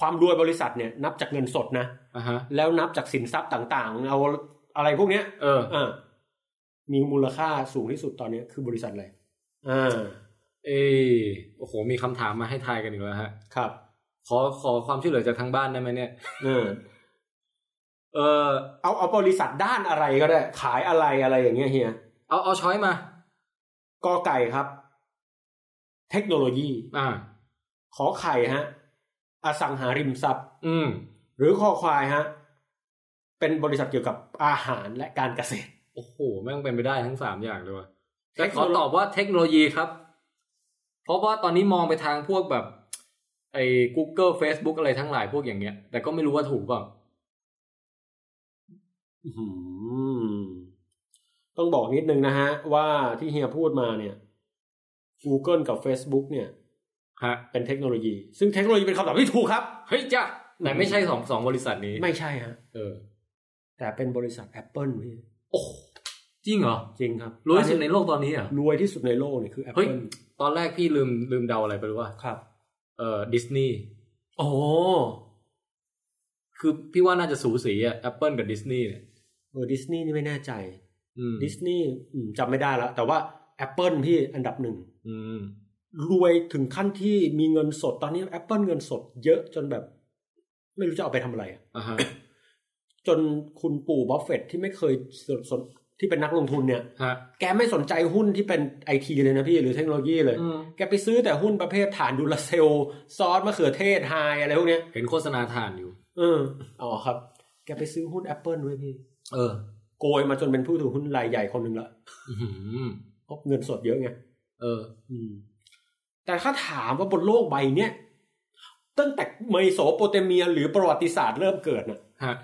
ความรวยบริษัทเนี่ยนับจากเงินสดนะ อ่ะฮะ แล้วนับจากสินทรัพย์ต่างๆ เอาอะไรพวกเนี้ย เออ อ่ามีมูลค่าสูงที่สุดตอนเนี้ยคือบริษัทอะไรอ่า เออโอ้โห มีคำถามมาให้ทายกันอีกแล้วฮะ ครับ ขอขอความช่วยเหลือจากทางบ้านได้ไหมเนี่ย เออ เออ เอาเอาบริษัทด้านอะไรก็ได้ ขายอะไรอะไรอย่างเงี้ยเฮีย เอาเอาช้อยมา กอไก่ครับ เทคโนโลยี อ่า ขอไข่ฮะ อสังหาริมทรัพย์ อืม หรือคอควายฮะ เป็นบริษัทเกี่ยวกับอาหารและการเกษตร โอ้โห แม่งเป็นไปได้ทั้งสามอย่างเลยว่ะ เท แต่ ค ข โน อ โลยี ตอบว่าเทคโนโลยีครับ เพราะว่าตอนนี้มองไปทางพวกแบบ ไอ้ Google Facebook อะไรทั้งหลายพวกอย่างเงี้ย แต่ก็ไม่รู้ว่าถูกเปล่า อื้อหือต้องบอกนิดนึงนะฮะ ว่าที่เฮียพูดมาเนี่ย Google กับ Facebook เนี่ย ฮะ เป็นเทคโนโลยี ซึ่งเทคโนโลยีเป็นคำตอบที่ถูกครับ เฮ้ยจ้ะแต่ไม่ใช่สองสองบริษัทนี้ ไม่ใช่ฮะ เออ แต่เป็นบริษัท Apple พี่ โอ้โหจริงเหรอ จริงครับ รวยที่สุดในโลกตอนนี้เหรอ รวยที่สุดในโลกเนี่ยคือ เฮ้ย Apple ตอนแรกพี่ลืมลืมเดาอะไรไปรู้ป่ะ ครับ เออดิสนีย์ โอ้ คือพี่ว่าน่าจะสูสีอะแอปเปิลกับดิสนีย์เนี่ย เออดิสนีย์นี่ไม่แน่ใจ อืม ดิสนีย์อืมจำไม่ได้แล้ว แต่ว่า Apple พี่อันดับหนึ่ง อืม รวยถึงขั้นที่มีเงินสดตอนนี้ Apple เงินสดเยอะจนแบบ ไม่รู้จะเอาไปทำอะไรอะ อ่า ฮะ จนคุณปู่บัฟเฟตที่ไม่เคยสนสนที่เป็นนักลงทุนเนี่ย ฮะ แกไม่สนใจหุ้นที่เป็นไอทีเลยนะพี่หรือเทคโนโลยีเลย อืม แกไปซื้อแต่หุ้นประเภทฐานดูลาเซล ซอสมะเขือเทศไฮอะไรพวกเนี้ย เห็นโฆษณาทานอยู่ เอออ๋อครับ แกไปซื้อหุ้น Apple ด้วยพี่ เออ โกยมาจนเป็นผู้ถือหุ้นรายใหญ่คนหนึ่งละ อื้อหือ เพราะเงินสดเยอะไง เออ อืมแต่ถ้าถามว่าบนโลกใบเนี้ยตั้งแต่เมโสโปเตเมีย หรือประวัติศาสตร์เริ่มเกิดนะ ฮะ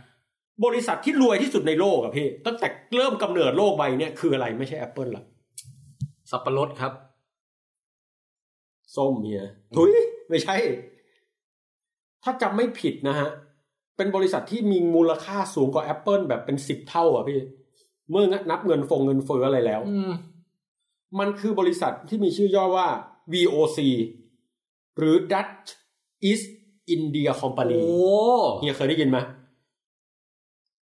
บริษัทที่รวยที่สุดในโลกอะพี่ ตั้งแต่เริ่มกำเนิดโลกใบเนี้ยคืออะไรไม่ใช่ Apple ละ สับปะรดครับ ส้มเฮียทุยไม่ใช่ ถ้าจำไม่ผิดนะฮะ เป็นบริษัทที่มีมูลค่าสูงกว่า Apple แบบเป็นสิบเท่าอะพี่ เมื่อนับเงินฟงเงินเฟ้ออะไรแล้ว อืม มันคือบริษัทที่มีชื่อย่อว่า VOC หรือ Dutch East อินเดียคอมพานี โอ้ เฮียเคยได้ยินไหม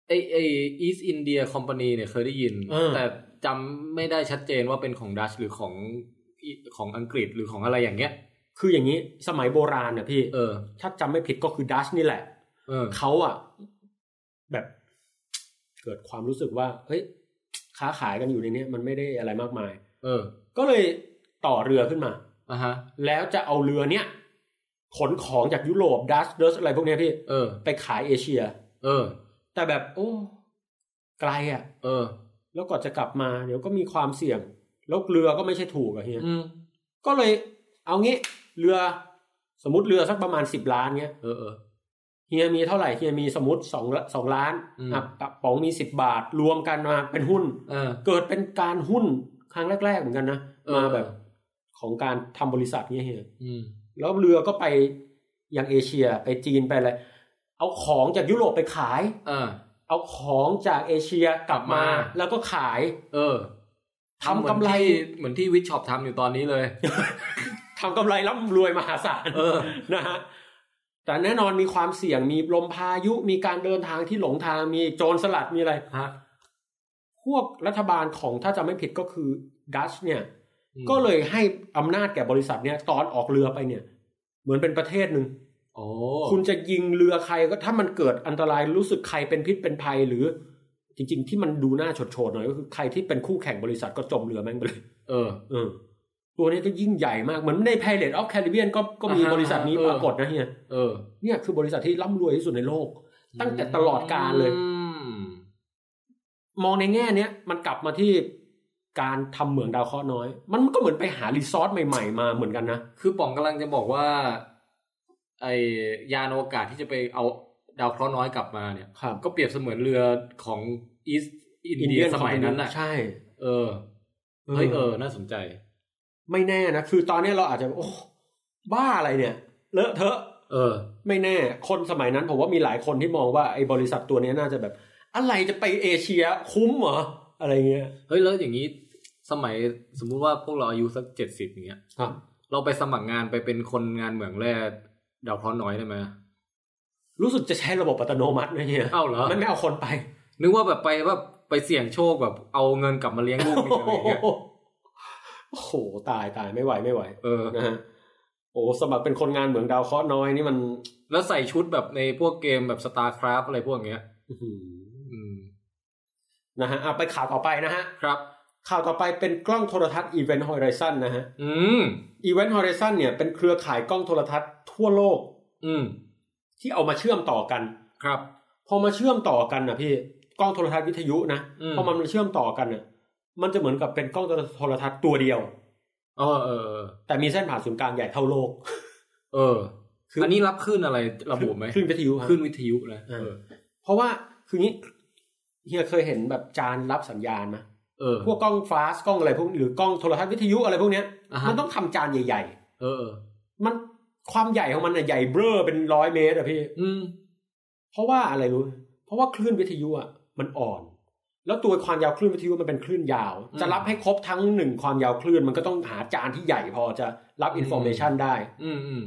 ไอไออีสอินเดียคอมพานีเนี่ยเคยได้ยิน เออ แต่จำไม่ได้ชัดเจนว่าเป็นของดัชหรือของอิของอังกฤษหรือของอะไรอย่างเงี้ย คืออย่างนี้สมัยโบราณเนี่ยพี่ เออ ถ้าจำไม่ผิดก็คือดัชนี่แหละ เออ เขาอะแบบ เกิดความรู้สึกว่า เฮ้ย ค้าขายกันอยู่ในเนี้ยมันไม่ได้อะไรมากมาย เออ ก็เลยต่อเรือขึ้นมา อ่ะฮะ แล้วจะเอาเรือเนี้ยขนของจากยุโรปดัชเดสอะไรพวกเนี้ยพี่ เออ ไปขายเอเชีย เออ แต่แบบ โอ้ไกลอะ เออ แล้วก่อนจะกลับมา เดี๋ยวก็มีความเสี่ยง แล้วเรือก็ไม่ใช่ถูกอะเฮีย อืม ก็เลยเอางี้ เรือสมมติเรือสักประมาณสิบล้านเงี้ย เออเออ เฮียมีเท่าไหร่เฮียมีสมมติสองสองล้าน อืม อ่ะปะป๋องมีสิบบาทรวมกันมาเป็นหุ้น เออ เกิดเป็นการหุ้นครั้งแรก ๆ เหมือนกันนะ เออ มาแบบของการทำบริษัทเงี้ยเฮีย อืม แล้วเรือก็ไปยังเอเชียไปจีนไปอะไรเอาของจากยุโรปไปขาย อ่า เอาของจากเอเชียกลับมา กลับมา แล้วก็ขาย เออ ทำกำไร เหมือนที่วิชช็อปทำอยู่ตอนนี้เลย ทำกำไรร่ำรวยมหาศาล เออ นะฮะแต่แน่นอนมีความเสี่ยงมีลมพายุมีการเดินทางที่หลงทางมีโจรสลัดมีอะไร ฮะ พวกรัฐบาลของถ้าจำไม่ผิดก็คือดัชเนี่ย อืม ก็เลยให้อำนาจแก่บริษัทเนี่ยตอนออกเรือไปเนี่ย เหมือนเป็นประเทศหนึ่ง โอ้ คุณจะยิงเรือใครก็ถ้ามันเกิดอันตรายรู้สึกใครเป็นพิษเป็นภัยหรือ จริง ๆ ที่มันดูหน้าโฉดๆหน่อยก็คือใครที่เป็นคู่แข่งบริษัทก็จมเรือแม่งไปเลย เออ เออตัวนี้ก็ยิ่งใหญ่มากเหมือนใน Pirate of Caribbean ก็ก็มี อ่าฮะ บริษัทนี้ เออ ปรากฏนะเฮีย เออ เนี่ยคือบริษัทที่ร่ำรวยที่สุดในโลก ตั้งแต่ตลอดกาลเลย อืม มองในแง่เนี้ยมันกลับมาที่การทำเหมืองดาวเคราะห์น้อย มันก็เหมือนไปหารีซอสใหม่ๆมาเหมือนกันนะ คือป๋องกำลังจะบอกว่า ไอยานอวกาศที่จะไปเอาดาวเคราะห์น้อยกลับมาเนี่ย ครับ ก็เปรียบเสมือนเรือของอีสอิน อิน เดี เดี ย ยน สมัยนั้นน่ะ ใช่ เออ เฮ้ยเออ น่าสนใจ ไม่แน่นะ คือตอนเนี้ยเราอาจจะ โอ้ บ้าอะไรเนี่ย เลอะเทอะ เออ ไม่แน่ คนสมัยนั้นผมว่ามีหลายคนที่มองว่าไอ้บริษัทตัวเนี้ยน่าจะแบบ อะไรจะไปเอเชียคุ้มเหรอ อะไรเงี้ย เฮ้ยแล้วอย่างนี้สมัยสมมุติว่าพวกเราอายุสักเจ็ดสิบอย่างเงี้ย ครับ เราไปสมัครงานไปเป็นคนงานเหมืองแร่ดาวเคราะห์น้อยได้ไหม รู้สึกจะใช้ระบบอัตโนมัตินะเฮีย เอ้าเหรอ มันไม่เอาคนไป นึกว่าแบบไปแบบไปเสี่ยงโชคแบบเอาเงินกลับมาเลี้ยงลูกนี่อะไรอย่างเงี้ย โอ้โห ตายตายไม่ไหวไม่ไหว เออ นะฮะโอ้สมัครเป็นคนงานเหมืองดาวเคราะห์น้อยนี่มัน แล้วใส่ชุดแบบในพวกเกมแบบ StarCraft อะไรพวกเงี้ย อื้อหือ อืม นะฮะอ่ะไปข่าวต่อไปนะฮะ ครับ ข่าวต่อไปเป็นกล้องโทรทัศน์ Event Horizon นะฮะ อืม Event Horizon เนี่ยเป็นเครือข่ายกล้องโทรทัศน์ทั่วโลก อืม ที่เอามาเชื่อมต่อกัน ครับ พอมาเชื่อมต่อกันนะพี่กล้องโทรทัศน์วิทยุนะ อืม พอมันมาเชื่อมต่อกันเนี่ยมันจะเหมือนกับเป็นกล้องโทรทัศน์ตัวเดียว เออเออเออ แต่มีเส้นผ่านศูนย์กลางใหญ่เท่าโลก เออ คือ อันนี้รับขึ้นอะไรระบุไหม คลื่นวิทยุฮะ ขึ้นวิทยุนะ เอ เอ อ อ เพราะว่าคืองี้เฮียเคยเห็นแบบจานรับสัญญาณไหม เออ พวกกล้องฟาสต์กล้องอะไรพวกหรือกล้องโทรทัศน์วิทยุอะไรพวกเนี้ย อ่าฮะ มันต้องทำจานใหญ่ เออเออ ๆ มันความใหญ่ของมันอะใหญ่เบ้อเป็นร้อยเมตรอะพี่ อืม เพราะว่าอะไรรู้ เพราะว่าคลื่นวิทยุอะมันอ่อน แล้วตัวความยาวคลื่นวิทยุมันเป็นคลื่นยาว อืม จะรับให้ครบทั้งหนึ่งความยาวคลื่นมันก็ต้องหาจานที่ใหญ่พอจะรับ อืม อินโฟเมชันได้ อืมอืม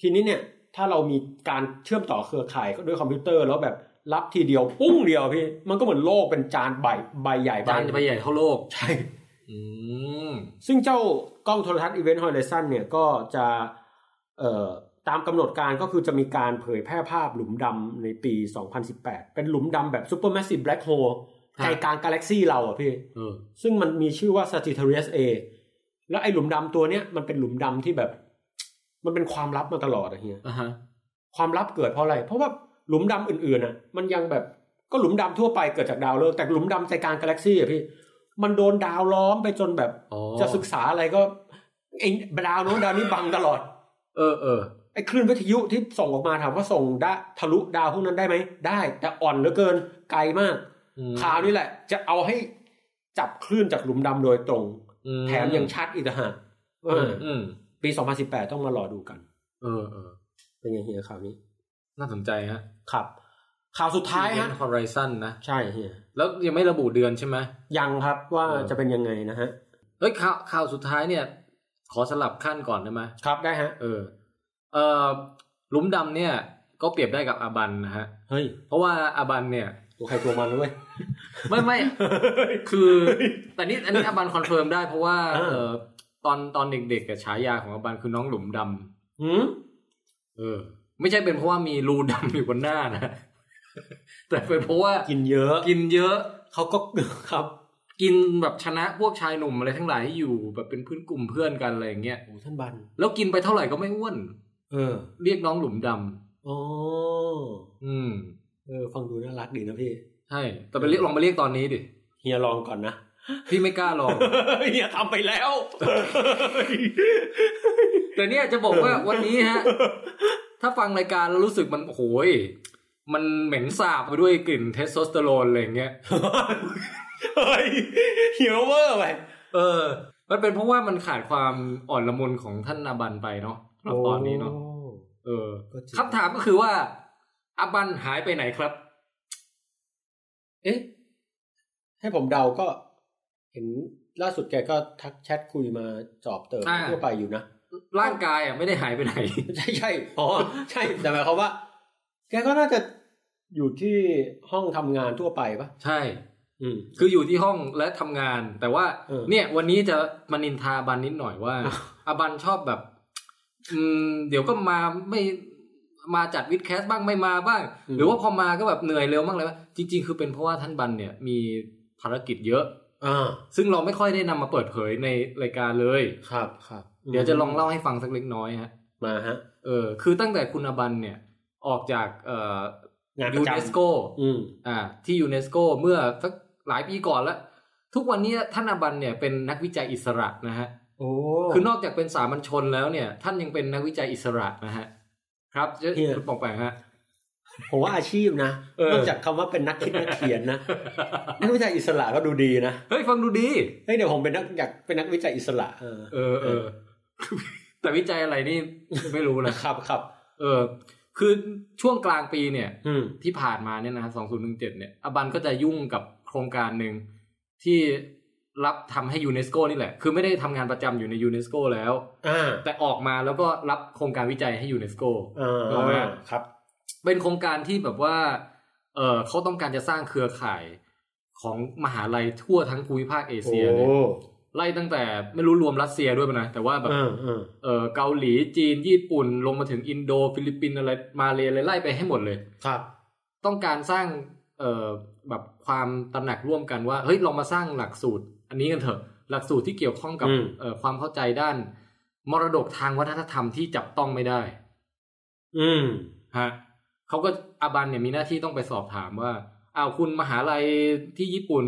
ทีนี้เนี่ย ถ้าเรามีการเชื่อมต่อเครือข่ายด้วยคอมพิวเตอร์แล้วแบบรับทีเดียวปุ้งเดียวพี่ มันก็เหมือนโลกเป็นจานใบใบใหญ่ จานจะไปใหญ่เท่าโลก ใช่ อืม ซึ่งเจ้ากล้องโทรทัศน์ Event Horizon เนี่ยก็จะเอ่อตามกำหนดการก็คือจะมีการเผยแพร่ภาพหลุมดำในปี 2018 เป็นหลุมดำแบบ Supermassive Black Hole ครับ ใจกลางกาแล็กซีเราอ่ะพี่ เออ ซึ่งมันมีชื่อว่า Sagittarius A แล้วไอ้หลุมดำตัวเนี้ยมันเป็นหลุมดำที่แบบ มันเป็นความลับมาตลอดอะเฮีย อ่ะฮะ ความลับเกิดเพราะอะไร เพราะว่าหลุมดำอื่นๆน่ะ มันยังแบบก็หลุมดำทั่วไปเกิดจากดาวฤกษ์แต่หลุมดำใจกลางกาแล็กซี่อะพี่ มันโดนดาวล้อมไปจนแบบ อ๋อ จะศึกษาอะไรก็ไอ้ดาวโน้นดาวนี้บังตลอด เออเออ ไอ้คลื่นวิทยุที่ส่งออกมาถามว่าส่งได้ทะลุดาวพวกนั้นได้ไหมได้ แต่อ่อนเหลือเกินไกลมาก อืม คราวนี้แหละ จะเอาให้จับคลื่นจากหลุมดำโดยตรง อื แถมยังชัดอีกต่างหากเอ อื อ ม อ อืม ปี 2018 ต้องมารอดูกัน เออเออ เป็นไงเฮียข่าวนี้ น่าสนใจฮะ ครับ ข่าวสุดท้ายฮะ ฮอริซันนะ ใช่เฮีย แล้วยังไม่ระบุเดือนใช่ไหม ยังครับว่า เออ จะเป็นยังไงนะฮะ เฮ้ยข่าวข่าวสุดท้ายเนี่ย ขอสลับขั้นก่อนได้ไหม ครับได้ฮะ เออ เออ หลุมดำเนี่ย ก็เปรียบได้กับอาบันนะฮะ เฮ้ย เพราะว่าอาบันเนี่ย ตัวใครตัวมันนะเว้ย ไม่ไม่ คือแต่นี่อันนี้อาบันคอนเฟิร์มได้เพราะว่า อ่า เออตอนตอนเด็กๆอะฉายาของอาบันคือน้องหลุมดำ หืม เออ ไม่ใช่เป็นเพราะว่ามีรูดำอยู่บนหน้านะ แต่เป็นเพราะว่า กินเยอะ กินเยอะ เขาก็ ครับ กินแบบชนะพวกชายหนุ่มอะไรทั้งหลายที่อยู่แบบเป็นเพื่อนกลุ่มเพื่อนกันอะไรอย่างเงี้ย โอ้ท่านบัน แล้วกินไปเท่าไหร่ก็ไม่อ้วน เออ เรียกน้องหลุมดำ อ๋อ อืม เออ ฟังดูน่ารักดีนะพี่ ใช่ แต่ไปเรียกลองมาเรียกตอนนี้ดิ เฮียลองก่อนนะ พี่ไม่กล้าลอง เฮียทำไปแล้ว แต่เนี่ยจะบอกว่าวันนี้ฮะ ถ้าฟังรายการแล้วรู้สึกมันโอ้โหยมันเหม็นสาบไปด้วยกลิ่นเทสโทสเตอโรนอะไรอย่างเงี้ย เฮ้ยเฮียเวอร์ไป เออ มันเป็นเพราะว่ามันขาดความอ่อนละมุนของท่านอาบันไปเนาะสำหรับตอนนี้เนาะ เออ ก็จริง คำถามก็คือว่าอาบันหายไปไหนครับ เอ๊ะ ให้ผมเดาก็ เห็นล่าสุดแกก็ทักแชทคุยมาจอบเติบ อ่า ทั่วไปอยู่นะ ร่างกายอ่ะไม่ได้หายไปไหน ใช่ใช่อ๋อ ใช่ แต่หมายความว่า แกก็น่าจะอยู่ที่ห้องทำงานทั่วไปปะ ใช่ อืม คืออยู่ที่ห้องและทำงาน แต่ว่า เออ เนี่ย วันนี้จะมานินทาอาบันนิดหน่อยว่า อ่ะ อาบันชอบแบบ อืม เดี๋ยวก็มาไม่มาจัดวิดแคสบ้างไม่มาบ้าง หรือว่าพอมาก็แบบเหนื่อยเร็วมากเลยว่าจริง ๆ คือเป็นเพราะว่าท่านบันเนี่ยมีภารกิจเยอะ อ่า ซึ่งเราไม่ค่อยได้นำมาเปิดเผยในรายการเลย ครับครับ เดี๋ยวจะลองเล่าให้ฟังสักเล็กน้อยฮะ มาฮะ เออคือตั้งแต่คุณอาบันเนี่ย ออกจากเอ่อง านป ยู ระจำ เนสโก อืม อ่าที่ยูเนสโกเมื่อสักหลายปีก่อนแล้ว ทุกวันนี้ท่านอาบันเนี่ยเป็นนักวิจัยอิสระนะฮะ โอ้ คือนอกจากเป็นสามัญชนแล้วเนี่ย ท่านยังเป็นนักวิจัยอิสระนะฮะครับเจะ เฮีย คุณปองแปงฮะ ผมว่าอาชีพนะ เออ นอกจากคำว่าเป็นนักคิดนักเขียน นะ นักวิจัยอิสระก็ดูดีนะ เฮ้ยฟังดูดี เฮ้ยเดี๋ยวผมเป็นนักอยากเป็นนักวิจัยอิสระเออ เออเออแต่วิจัยอะไรนี่ ไม่รู้นะ ครับครับ เออ คือช่วงกลางปีเนี่ย อืม ที่ผ่านมาเนี่ยนะสองศูนย์หนึ่งเจ็ดเนี่ยอาบันก็จะยุ่งกับโครงการหนึ่งที่รับทำให้ยูเนสโกนี่แหละ คือไม่ได้ทำงานประจำอยู่ในยูเนสโกแล้ว อ่า แต่ออกมาแล้วก็รับโครงการวิจัยให้ยูเนสโก อ่ เอาไว้ าครับ เป็นโครงการที่แบบว่า เออเขาต้องการจะสร้างเครือข่ายของมหาลัยทั่วทั้งภูมิภาคเอ โอ้ เชียเนี่ยไล่ตั้งแต่ไม่รู้รวมรัสเซียด้วยป่ะนะ แต่ว่าแบบ อ่าอ่า เออเกาหลีจีน ญี่ปุ่น ลงมาถึงอินโด ฟิลิปปินส์อะไรมาเลยอะไรไล่ไปให้หมดเลย ครับ ต้องการสร้างเอ่อแบบความตระหนักร่วมกันว่าเฮ้ยลองมาสร้างหลักสูตร อันนี้กันเถอะ หลักสูตรที่เกี่ยวข้องกับ อืม เอ่อความเข้าใจด้าน มรดกทางวัฒนธรรมที่จับต้องไม่ได้ อืม ฮะเขาก็อาบันเนี่ยมีหน้าที่ต้องไปสอบถามว่าอ้าวคุณมหาลัยที่ญี่ปุ่น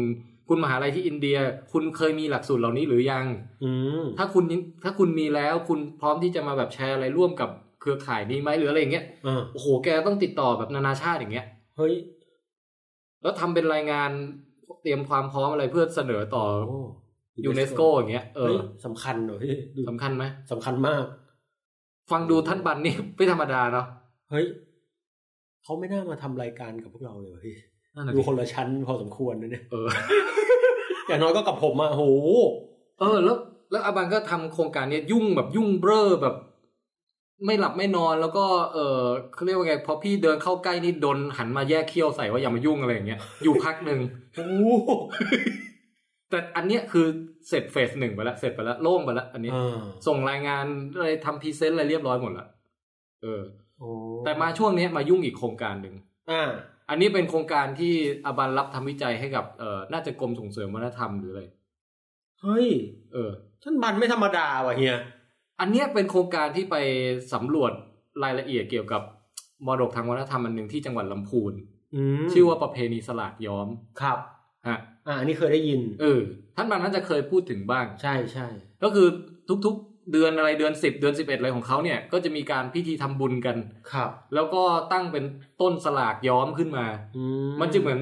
คุณมหาลัยที่อินเดีย คุณเคยมีหลักสูตรเหล่านี้หรือยัง อืม ถ้าคุณยังถ้าคุณมีแล้วคุณพร้อมที่จะมาแบบแชร์อะไรร่วมกับเครือข่ายนี้ไหมหรืออะไรอย่างเงี้ย อ่า โอ้โหแกต้องติดต่อแบบนานาชาติอย่างเงี้ย เฮ้ย แล้วทำเป็นรายงานเตรียมความพร้อมอะไรเพื่อเสนอต่อ โอ้ ยูเนสโกอย่างเงี้ยเอ เฮ้ อย สำคัญเหรอพี่ดู สำคัญไหม สำคัญมาก ฟังดูท่านบันนี่ ไม่ธรรมดาเนาะ เฮ้ย เขาไม่น่ามาทำรายการกับพวกเราเลยว่ะพี่ นั่นน่ะ ดู สิ คนละชั้นพอสมควรนะเนี่ย เออ อย่างน้อยก็กับผมอะโห เออแล้วแล้วอาบังก็ทำโครงการเนี้ยยุ่งแบบยุ่งเบ้อแบบ ไม่หลับไม่นอนแล้วก็เออเขาเรียกว่าไงพอพี่เดินเข้าใกล้นี่โดนหันมาแยกเขี้ยวใส่ว่าอย่ามายุ่งอะไรอย่างเงี้ยอยู่พักหนึ่ง โอ้ แต่อันเนี้ยคือเสร็จเฟสหนึ่งไปแล้วเสร็จไปแล้วโล่งไปแล้วอันนี้ อ่า ส่งรายงานอะไรทำพรีเซนต์อะไรเรียบร้อยหมดละเออ โอ้ แต่มาช่วงเนี้ยมายุ่งอีกโครงการหนึ่ง อ่า อันนี้เป็นโครงการที่อาบันรับทำวิจัยให้กับเออน่าจะกรมส่งเสริมวัฒนธรรมหรืออะไร เฮ้ย เออ ท่านบันไม่ธรรมดาว่ะเฮีย อันเนี้ยเป็นโครงการที่ไปสำรวจรายละเอียดเกี่ยวกับมรดกทางวัฒนธรรมอันหนึ่งที่จังหวัดลำพูน อืม ชื่อว่าประเพณีสลากย้อม ครับ ฮะ อ่าอันนี้เคยได้ยิน เออท่านบางท่านจะเคยพูดถึงบ้าง ใช่ใช่ ก็คือทุกๆเดือนอะไรเดือนสิบเดือนสิบเอ็ดอะไรของเขาเนี่ยก็จะมีการพิธีทำบุญกัน ครับ แล้วก็ตั้งเป็นต้นสลากย้อมขึ้นมา อื มันจะเหมือน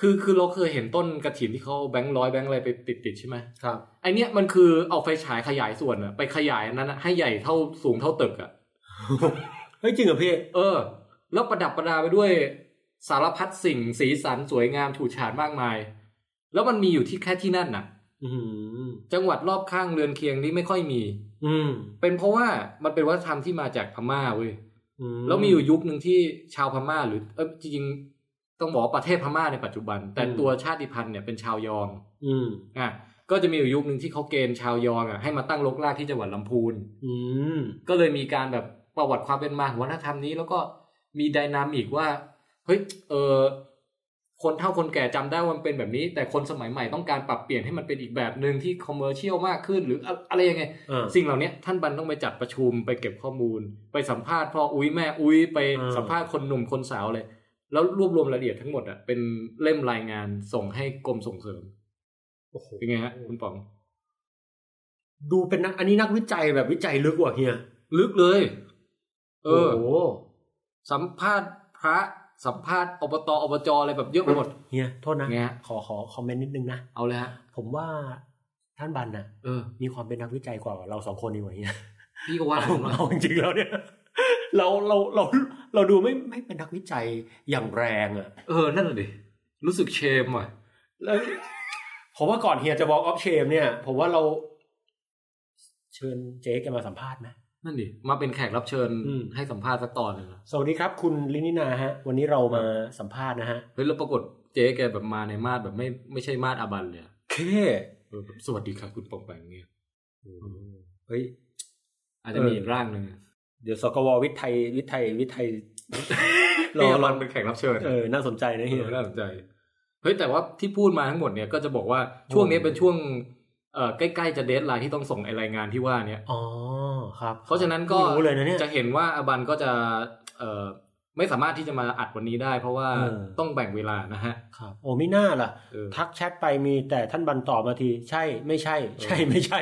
คือคือเราเคยเห็นต้นกระถินที่เขาเอาแบงค์ร้อยแบงค์อะไรไปติดติดๆใช่ไหม ครับ ไอเนี้ยมันคือเอาไฟฉายขยายส่วนอะไปขยายอันนั้นอะให้ใหญ่เท่าสูงเท่าตึกอะ เฮ้ยจริงเหรอพี่ เออ แล้วประดับประดาไปด้วยสารพัดสิ่งสีสันสวยงามฉูดฉาดมากมาย แล้วมันมีอยู่ที่แค่ที่นั่นน่ะ อืม จังหวัดรอบข้างเรือนเคียงนี่ไม่ค่อยมี อืม เป็นเพราะว่ามันเป็นวัฒนธรรมที่มาจากพม่าเว้ย แล้วมีอยู่ยุคหนึ่งที่ชาวพม่าหรือเอยจริงๆต้องบอกว่าประเทศพม่าในปัจจุบัน แต่ อืม ตัวชาติพันธุ์เนี่ยเป็นชาวยอง อืม อ่ะก็จะมีอยู่ยุคหนึ่งที่เขาเกณฑ์ชาวยองอ่ะให้มาตั้งรกรากที่จังหวัดลำพูน อืม ก็เลยมีการแบบประวัติความเป็นมาของวัฒนธรรมนี้ แล้วก็มีไดินามิกว่าเฮ้ยเออคนเฒ่าคนแก่จำได้ว่ามันเป็นแบบนี้ แต่คนสมัยใหม่ต้องการปรับเปลี่ยนให้มันเป็นอีกแบบหนึ่งที่คอมเมอร์เชียลมากขึ้น หรืออะอะไรยังไง อ่า สิ่งเหล่านี้ท่านบันต้องไปจัดประชุมไปเก็บข้อมูล ไปสัมภาษณ์พ่ออุ้ยแม่อุ้ยไป อ่า สัมภาษณ์คนหนุ่มคนสาวเลย แล้วรวบรวมรายละเอียดทั้งหมดอ่ะเป็นเล่มรายงานส่งให้กรมส่งเสริม โอ้โห เป็นไงฮะคุณป๋อง ดูเป็นนักอันนี้นักวิจัยแบบวิจัยลึกว่ะเฮีย ลึกเลย เออ โโห สัมภาษณ์พระสัมภาษณ์อบตอบจอะไรแบบเยอะไปหมด เฮียโทษนะ ไงฮะ ขอขอคอมเมนต์นิดนึงนะ เอาเลยฮะ ผมว่าท่านบันน่ะ เออ มีความเป็นนักวิจัยกว่าเราสองคนดีกว่าเฮีย พี่ก็ว่า เอาเอาจริงๆแล้วเนี่ย เราเราเราเราดูไม่ไม่เป็นนักวิจัยอย่างแรงอะ เออนั่นแหละดิรู้สึกเชมอ่ะ แล้วผมว่าก่อนเฮียจะบอกออฟเชมเนี่ย ผมว่าเราเชิญเจ๊แกมาสัมภาษณ์ไหม นั่นดิมาเป็นแขกรับเชิญ อืม ให้สัมภาษณ์สักตอนหนึ่งนะ สวัสดีครับ คุณลินินาฮะ วันนี้เรามาสัมภาษณ์นะฮะ เฮ้ยแล้วปรากฏเจ๊แกแบบมาในมาดแบบไม่ไม่ใช่มาดอาบันเลยอะ เค เออแบบสวัสดีค่ะคุณปองแปงเนี่ย เฮ้ย อาจจะมีอีกร่างหนึ่งอะ เดี๋ยวสกววิทย์ไทยวิทย์ไทยวิทย์ไทย รอ พี่อา ล บั อน ง เป็นแขกรับเชิญ เออ น่าสนใจนะเฮีย เออน่าสนใจ เฮ้ยแต่ว่าที่พูดมาทั้งหมดเนี่ยก็จะบอกว่าช่วงนี้เป็นช่วงเอ่อใกล้ๆจะเดทไลน์ที่ต้องส่งไอรายงานที่ว่าเนี่ย อ๋อครับ เพราะฉะนั้นก็ ไม่รู้เลยนะเนี่ย จะเห็นว่าอบันก็จะเอ่อไม่สามารถที่จะมาอัดวันนี้ได้ เพราะว่า เออ ต้องแบ่งเวลานะฮะ ครับ โอ้ไม่น่าล่ะ เออ ทักแชทไปมีแต่ท่านบันตอบมาที ใช่ไม่ใช่ ใช่ไม่ใช่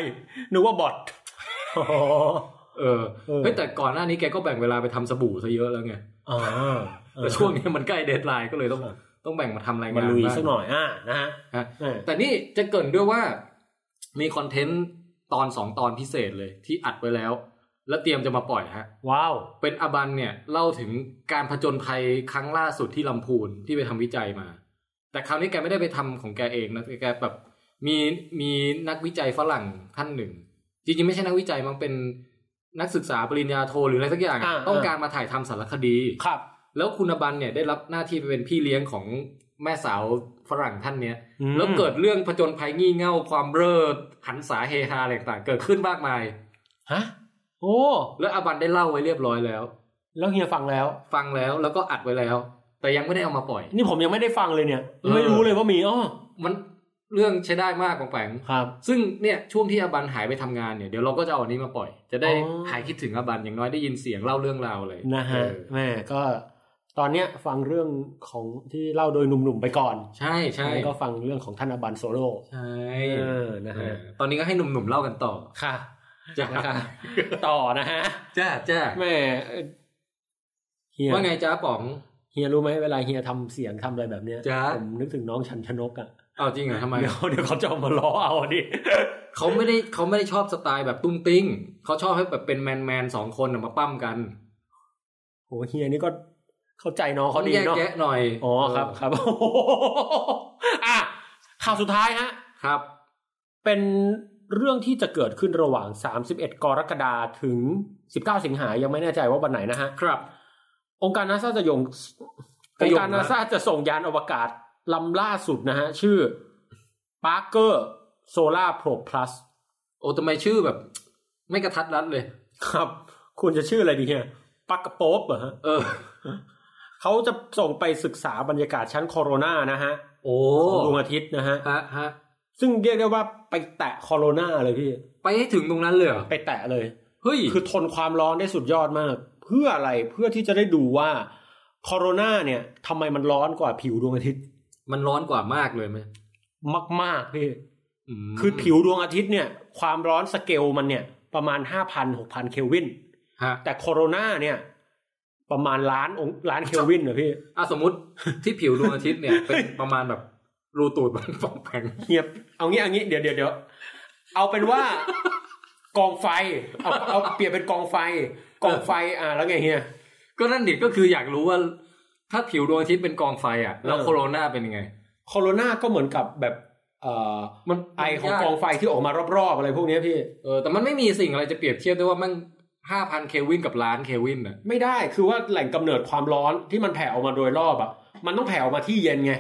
นึกว่าบ อทอ๋อ เออ เออ เฮ้ยแต่ก่อนหน้านี้แกก็แบ่งเวลาไปทำสบู่ซะเยอะแล้วไง อ๋อเออ แต่ช่วงนี้มันใกล้เดทไลน์ก็เลยต้อง ครับ ต้องแบ่งมาทำรามางยาน ลุย บ้าง สักหน่อยอ่ะนะฮะ ฮะ เออ แต่นี่จะเกรินด้วยว่ามีคอนเทนต์ตอนสองตอนพิเศษเลยที่อัดไว้แล้ว และเตรียมจะมาปล่อยฮะ ว้าว เป็นอบันเนี่ยเล่าถึงการผจญภัยครั้งล่าสุดที่ลำพูนที่ไปทำวิจัยมา แต่คราวนี้แกไม่ได้ไปทำของแกเองนะแกแบบมีมีนักวิจัยฝรั่งท่านหนึ่ง จริงๆไม่ใช่นักวิจัยมันเป็นนักศึกษาปริญญาโทหรืออะไรสักอย่างอะ อ่า ต้องการมาถ่ายทำสารคดี ครับ แล้วคุณอบันเนี่ยได้รับหน้าที่ไปเป็นพี่เลี้ยงของแม่สาวฝรั่งท่านเนี้ย อืม แล้วเกิดเรื่องผจญภัยงี่เง่าความเร่อหันสาเฮฮาอะไรต่างๆเกิดขึ้นมากมาย ฮะโอ้ แล้วอบันได้เล่าไว้เรียบร้อยแล้ว แล้วเฮียฟังแล้ว ฟังแล้วแล้วก็อัดไว้แล้ว แต่ยังไม่ได้เอามาปล่อย นี่ผมยังไม่ได้ฟังเลยเนี่ย เออ ไม่รู้เลยว่ามีอ๋อ มันเรื่องใช้ได้มากของแปง ครับ ซึ่งเนี่ยช่วงที่อาบันหายไปทำงานเนี่ยเดี๋ยวเราก็จะเอาอันนี้มาปล่อย จะได้ อ๋อ หายคิดถึงอาบันอย่างน้อยได้ยินเสียงเล่าเรื่องราวเลย นะฮะ เออ แม่ก็ตอนเนี้ยฟังเรื่องของที่เล่าโดยหนุ่มๆไปก่อน ใช่ใช่ แล้วก็ฟังเรื่องของท่านอบันโซโล่ ใช่ เออนะ เออฮะตอนนี้ก็ให้หนุ่มๆเล่ากันต่อ ค่ะ จ้า นะคะต่อนะฮะ จ้าจ้า แม่เอ่อเฮีย ว่าไงจ้าป๋อง เฮียรู้ไหมเวลาเฮียทำเสียงทำอะไรแบบเนี้ย จ๊ะ ผมนึกถึงน้องชันชนกอ่ะ เอาจริงเหรอทำไม เดี๋ยวเดี๋ยวเขาจะเอามาล้อเอาอะ ดิ เขาไม่ได้เขาไม่ได้ชอบสไตล์แบบตุ้งติ้งเขาชอบให้แบบเป็นแมนแมนๆสองคนน่ะมาปั้มกัน โหเฮียนี่ก็เข้าใจน้องเขาดี ต้องแยก เนาะ แยะหน่อย อ๋อครับครับ โอ้โหอ่ะข่าวสุดท้ายฮะ ครับ เป็นเรื่องที่จะเกิดขึ้นระหว่าง 31 กรกฎาคมถึง 19 สิงหายังไม่แน่ใจว่าวันไหนนะฮะ ครับ องค์การนาซาจะยงอ จะ ง ยง ค์การ นะ นาซาจะส่งยานอวกาศลำล่าสุดนะฮะ ชื่อ Parker Solar Pro Plus โอ้ทำไมชื่อแบบ ไม่กระทัดรัดเลย ครับ คุณจะชื่ออะไรดีเนี่ยปักกระโป๊บเหรอฮะ เออ เขาจะส่งไปศึกษาบรรยากาศชั้นโคโรนานะฮะ โอ้ ของดวงอาทิตย์นะฮะ ฮะฮะ ซึ่งเรียกได้ว่าไปแตะโคโรนาเลยพี่ ไปให้ถึงตรงนั้นเลยเหรอ ไปแตะเลย เฮ้ย คือทนความร้อนได้สุดยอดมาก เพื่ออะไรเพื่อที่จะได้ดูว่าโคโรนาเนี่ยทำไมมันร้อนกว่าผิวดวงอาทิตย์ มันร้อนกว่ามากเลยไหม มากๆพี่ ม คือผิวดวงอาทิตย์เนี่ย ความร้อนสเกลมันเนี่ย ประมาณ 5,000 6,000 เคลวิน ฮะ แต่โคโรนาเนี่ย ประมาณล้านองล้านเคลวินนะพี่ อ่ะสมมติ ที่ผิวดวงอาทิตย์เนี่ย เป็น ประมาณแบบรูตูด มันฟองแผง เฮียบเอางี้เอางี้เดี๋ยวเดี๋ยวเดี๋ยวเอาเป็นว่า กองไฟ เอาเอาเปรียบเป็นกองไฟ กองไฟอ่าแล้วไงเฮีย ก็นั่นดิก็คืออยากรู้ว่า ถ้าผิวดวงอาทิตย์เป็นกองไฟอ่ะ แล้ว เออ โคโรนาเป็นยังไง โคโรนาก็เหมือนกับแบบเอ่อ มัน ไอของ ยาก องไฟที่ออกมารอบๆอะไรพวกเนี้ยพี่ เออแต่มันไม่มีสิ่งอะไรจะเปรียบเทียบได้ว่ามัน ห้าพันเควินกับล้านเควินน่ะ ไม่ได้คือว่าแหล่งกำเนิดความร้อนที่มันแผ่ออกมาโดยรอบอ่ะ มันต้องแผ่ออกมาที่เย็นไง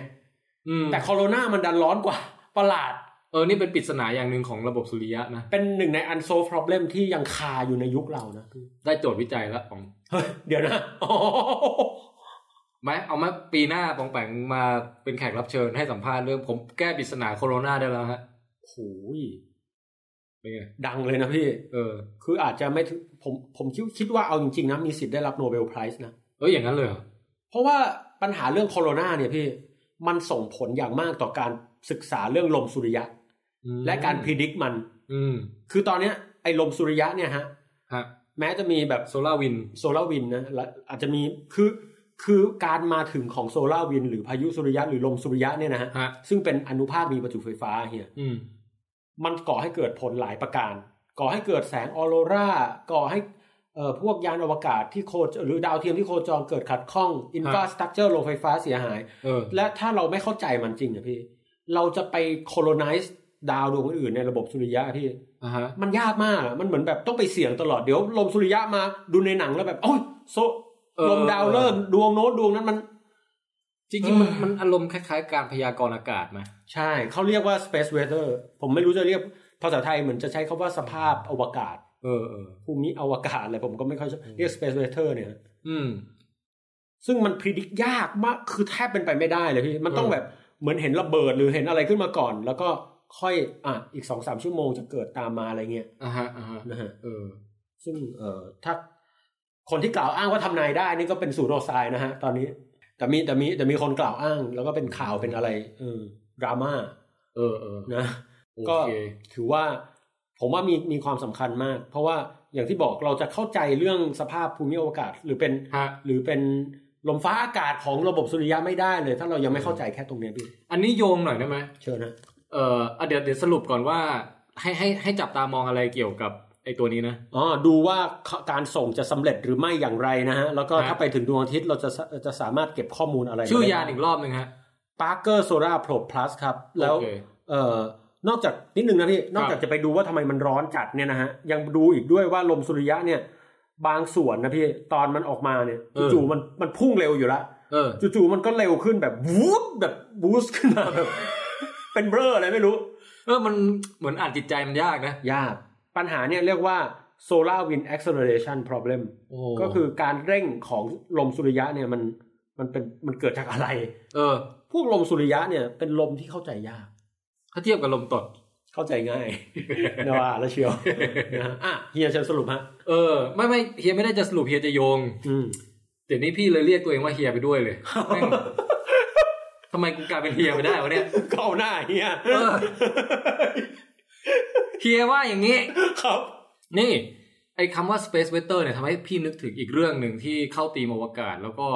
อืม แต่โคโรนามันดันร้อนกว่า ประหลาด เออนี่เป็นปริศนาอย่างหนึ่งของระบบสุริยะนะ เป็นหนึ่งใน unsolved problem ที่ยังคาอยู่ในยุคเรานะ ได้โจทย์วิจัยแล้วของ เฮ้ย เดี๋ยวนะอ๋อ ไหมเอามาปีหน้าปองแปงมาเป็นแขกรับเชิญให้สัมภาษณ์เรื่องผมแก้ปริศนาโคโรนาได้แล้วฮะ โหย เป็นไง ดังเลยนะพี่ เออ คืออาจจะไม่ถึงผมผมคิดคิดว่าเอาจริงๆนะมีสิทธิ์ได้รับโนเบลไพรส์นะ เอออย่างนั้นเลยเหรอ เพราะว่าปัญหาเรื่องโคโรนาเนี่ยพี่ มันส่งผลอย่างมากต่อการศึกษาเรื่องลมสุริยะ อืม และการพิจิกมัน อืม คือตอนเนี้ยไอ้ลมสุริยะเนี่ยฮะ ฮะ แม้จะมีแบบ โซลาวิน โซลาร์วินนะและอาจจะมีคือคือการมาถึงของโซลาร์วิน หรือพายุสุริยะหรือลมสุริยะเนี่ยนะฮะ ฮะ ซึ่งเป็นอนุภาคมีประจุไฟฟ้าเฮีย อืม มันก่อให้เกิดผลหลายประการ ก่อให้เกิดแสงออโรราก่อให้เอ่อพวกยานอวกาศที่โคจรหรือดาวเทียมที่โคจรเกิดขัดข้องอินฟราสตรักเจอร์โรงไฟฟ้าเสียหาย เออ และถ้าเราไม่เข้าใจมันจริงอะพี่ เราจะไป colonize ดาวดวงอื่นๆในระบบสุริยะพี่ อ่าฮะ มันยากมากอะมันเหมือนแบบต้องไปเสี่ยงตลอด เดี๋ยวลมสุริยะมาดูในหนังแล้วแบบ โอ้ยโซ เออ ลมดาวเริ่มดวงโน้ตดวงนั้นมัน จริงๆมันมันอารมณ์คล้ายๆ การพยากรณ์อากาศไหม ใช่ เขาเรียกว่า space weather ผมไม่รู้จะเรียกภาษาไทยเหมือนจะใช้คาว่าสภาพอวกาศ เออเออ ภูมิอวกาศอะไรผมก็ไม่ค่อยชอบเรียก space weather เนี่ย อืม ซึ่งมันพิจิตยากมากคือแทบเป็นไปไม่ได้เลยพี่ มันต้อง เออ แบบเหมือนเห็นระเบิดหรือเห็นอะไรขึ้นมาก่อน แล้วก็ค่อยอ่ะอีกสองสามชั่วโมงจะเกิดตามมาอะไรเงี้ย อ่าฮะอ่าฮะ นะฮะ เออ ซึ่งเอ่อถ้าคนที่กล่าวอ้างว่าทำนายได้นี่ก็เป็นสูโรไซน์นะฮะ ตอนนี้ แต่มีแต่มีแต่มีคนกล่าวอ้าง แล้วก็เป็นข่าวเป็นอะไรเออดราม่า เออเออ นะ โอ ก็ เค ถือว่าผมว่ามีมีความสำคัญมาก เพราะว่าอย่างที่บอกเราจะเข้าใจเรื่องสภาพภูมิอากาศ หรือเป็น ฮะ หรือเป็นลมฟ้าอากาศของระบบสุริยะไม่ได้เลย ถ้าเรายังไม่เข้าใจแค่ตรงเนี้ยพี่ อันนี้โยงหน่อยได้ไหม เชิญนะ เอ่ออ่ะเดี๋ยวเดี๋ยวสรุปก่อนว่าให้ให้ให้จับตามองอะไรเกี่ยวกับไอ้ตัวนี้นะ อ๋อดูว่าการส่งจะสำเร็จหรือไม่อย่างไรนะฮะแล้วก็ถ้าไปถึงดวงอาทิตย์เราจะจะสามารถเก็บข้อมูลอะไร ชื่อ ได้ ยาน บ้ง อีกรอบหนึ่งฮะ Parker Solar Pro Plus ครับ แล้ว โอเค เอ่อนอกจากนิดนึงนะพี่ นอกจากจะไปดูว่าทำไมมันร้อนจัดเนี่ยนะฮะ ยังดูอีกด้วยว่าลมสุริยะเนี่ย บางส่วนนะพี่ ตอนมันออกมาเนี่ย เออ จู่ๆมันมันพุ่งเร็วอยู่ละ เออ จู่ๆมันก็เร็วขึ้นแบบวูบแบบบูสต์ขึ้นมาแบบ เป็นเบลออะไรไม่รู้ เออมันเหมือนอ่านจิตใจมันยากนะ ยาก ปัญหาเนี่ยเรียกว่า solar wind acceleration problem โอ้ ก็คือการเร่งของลมสุริยะเนี่ยมันมันเป็นมันเกิดจากอะไร เออ พวกลมสุริยะเนี่ยเป็นลมที่เข้าใจยาก ถ้าเทียบกับลมตด เข้าใจง่าย นะว่า แล้วเชียวนะฮะอ่ะเฮียเชิญสรุปฮะ เออ ไม่ไม่เฮียไม่ได้จะสรุปเฮียจะโยง อืม เดี๋ยวนี้พี่เลยเรียกตัวเองว่าเฮียไปด้วยเลยแม่งทำไมกูกลายเป็นเฮียไปได้วะเนี่ย เข้าหน้าเฮีย เออ เฮียว่าอย่างนี้ ครับ นี่ ไอ้คำว่า space weather เนี่ยทำให้พี่นึกถึงอีกเรื่องหนึ่งที่เข้าตีมอวกาศ แล้วก็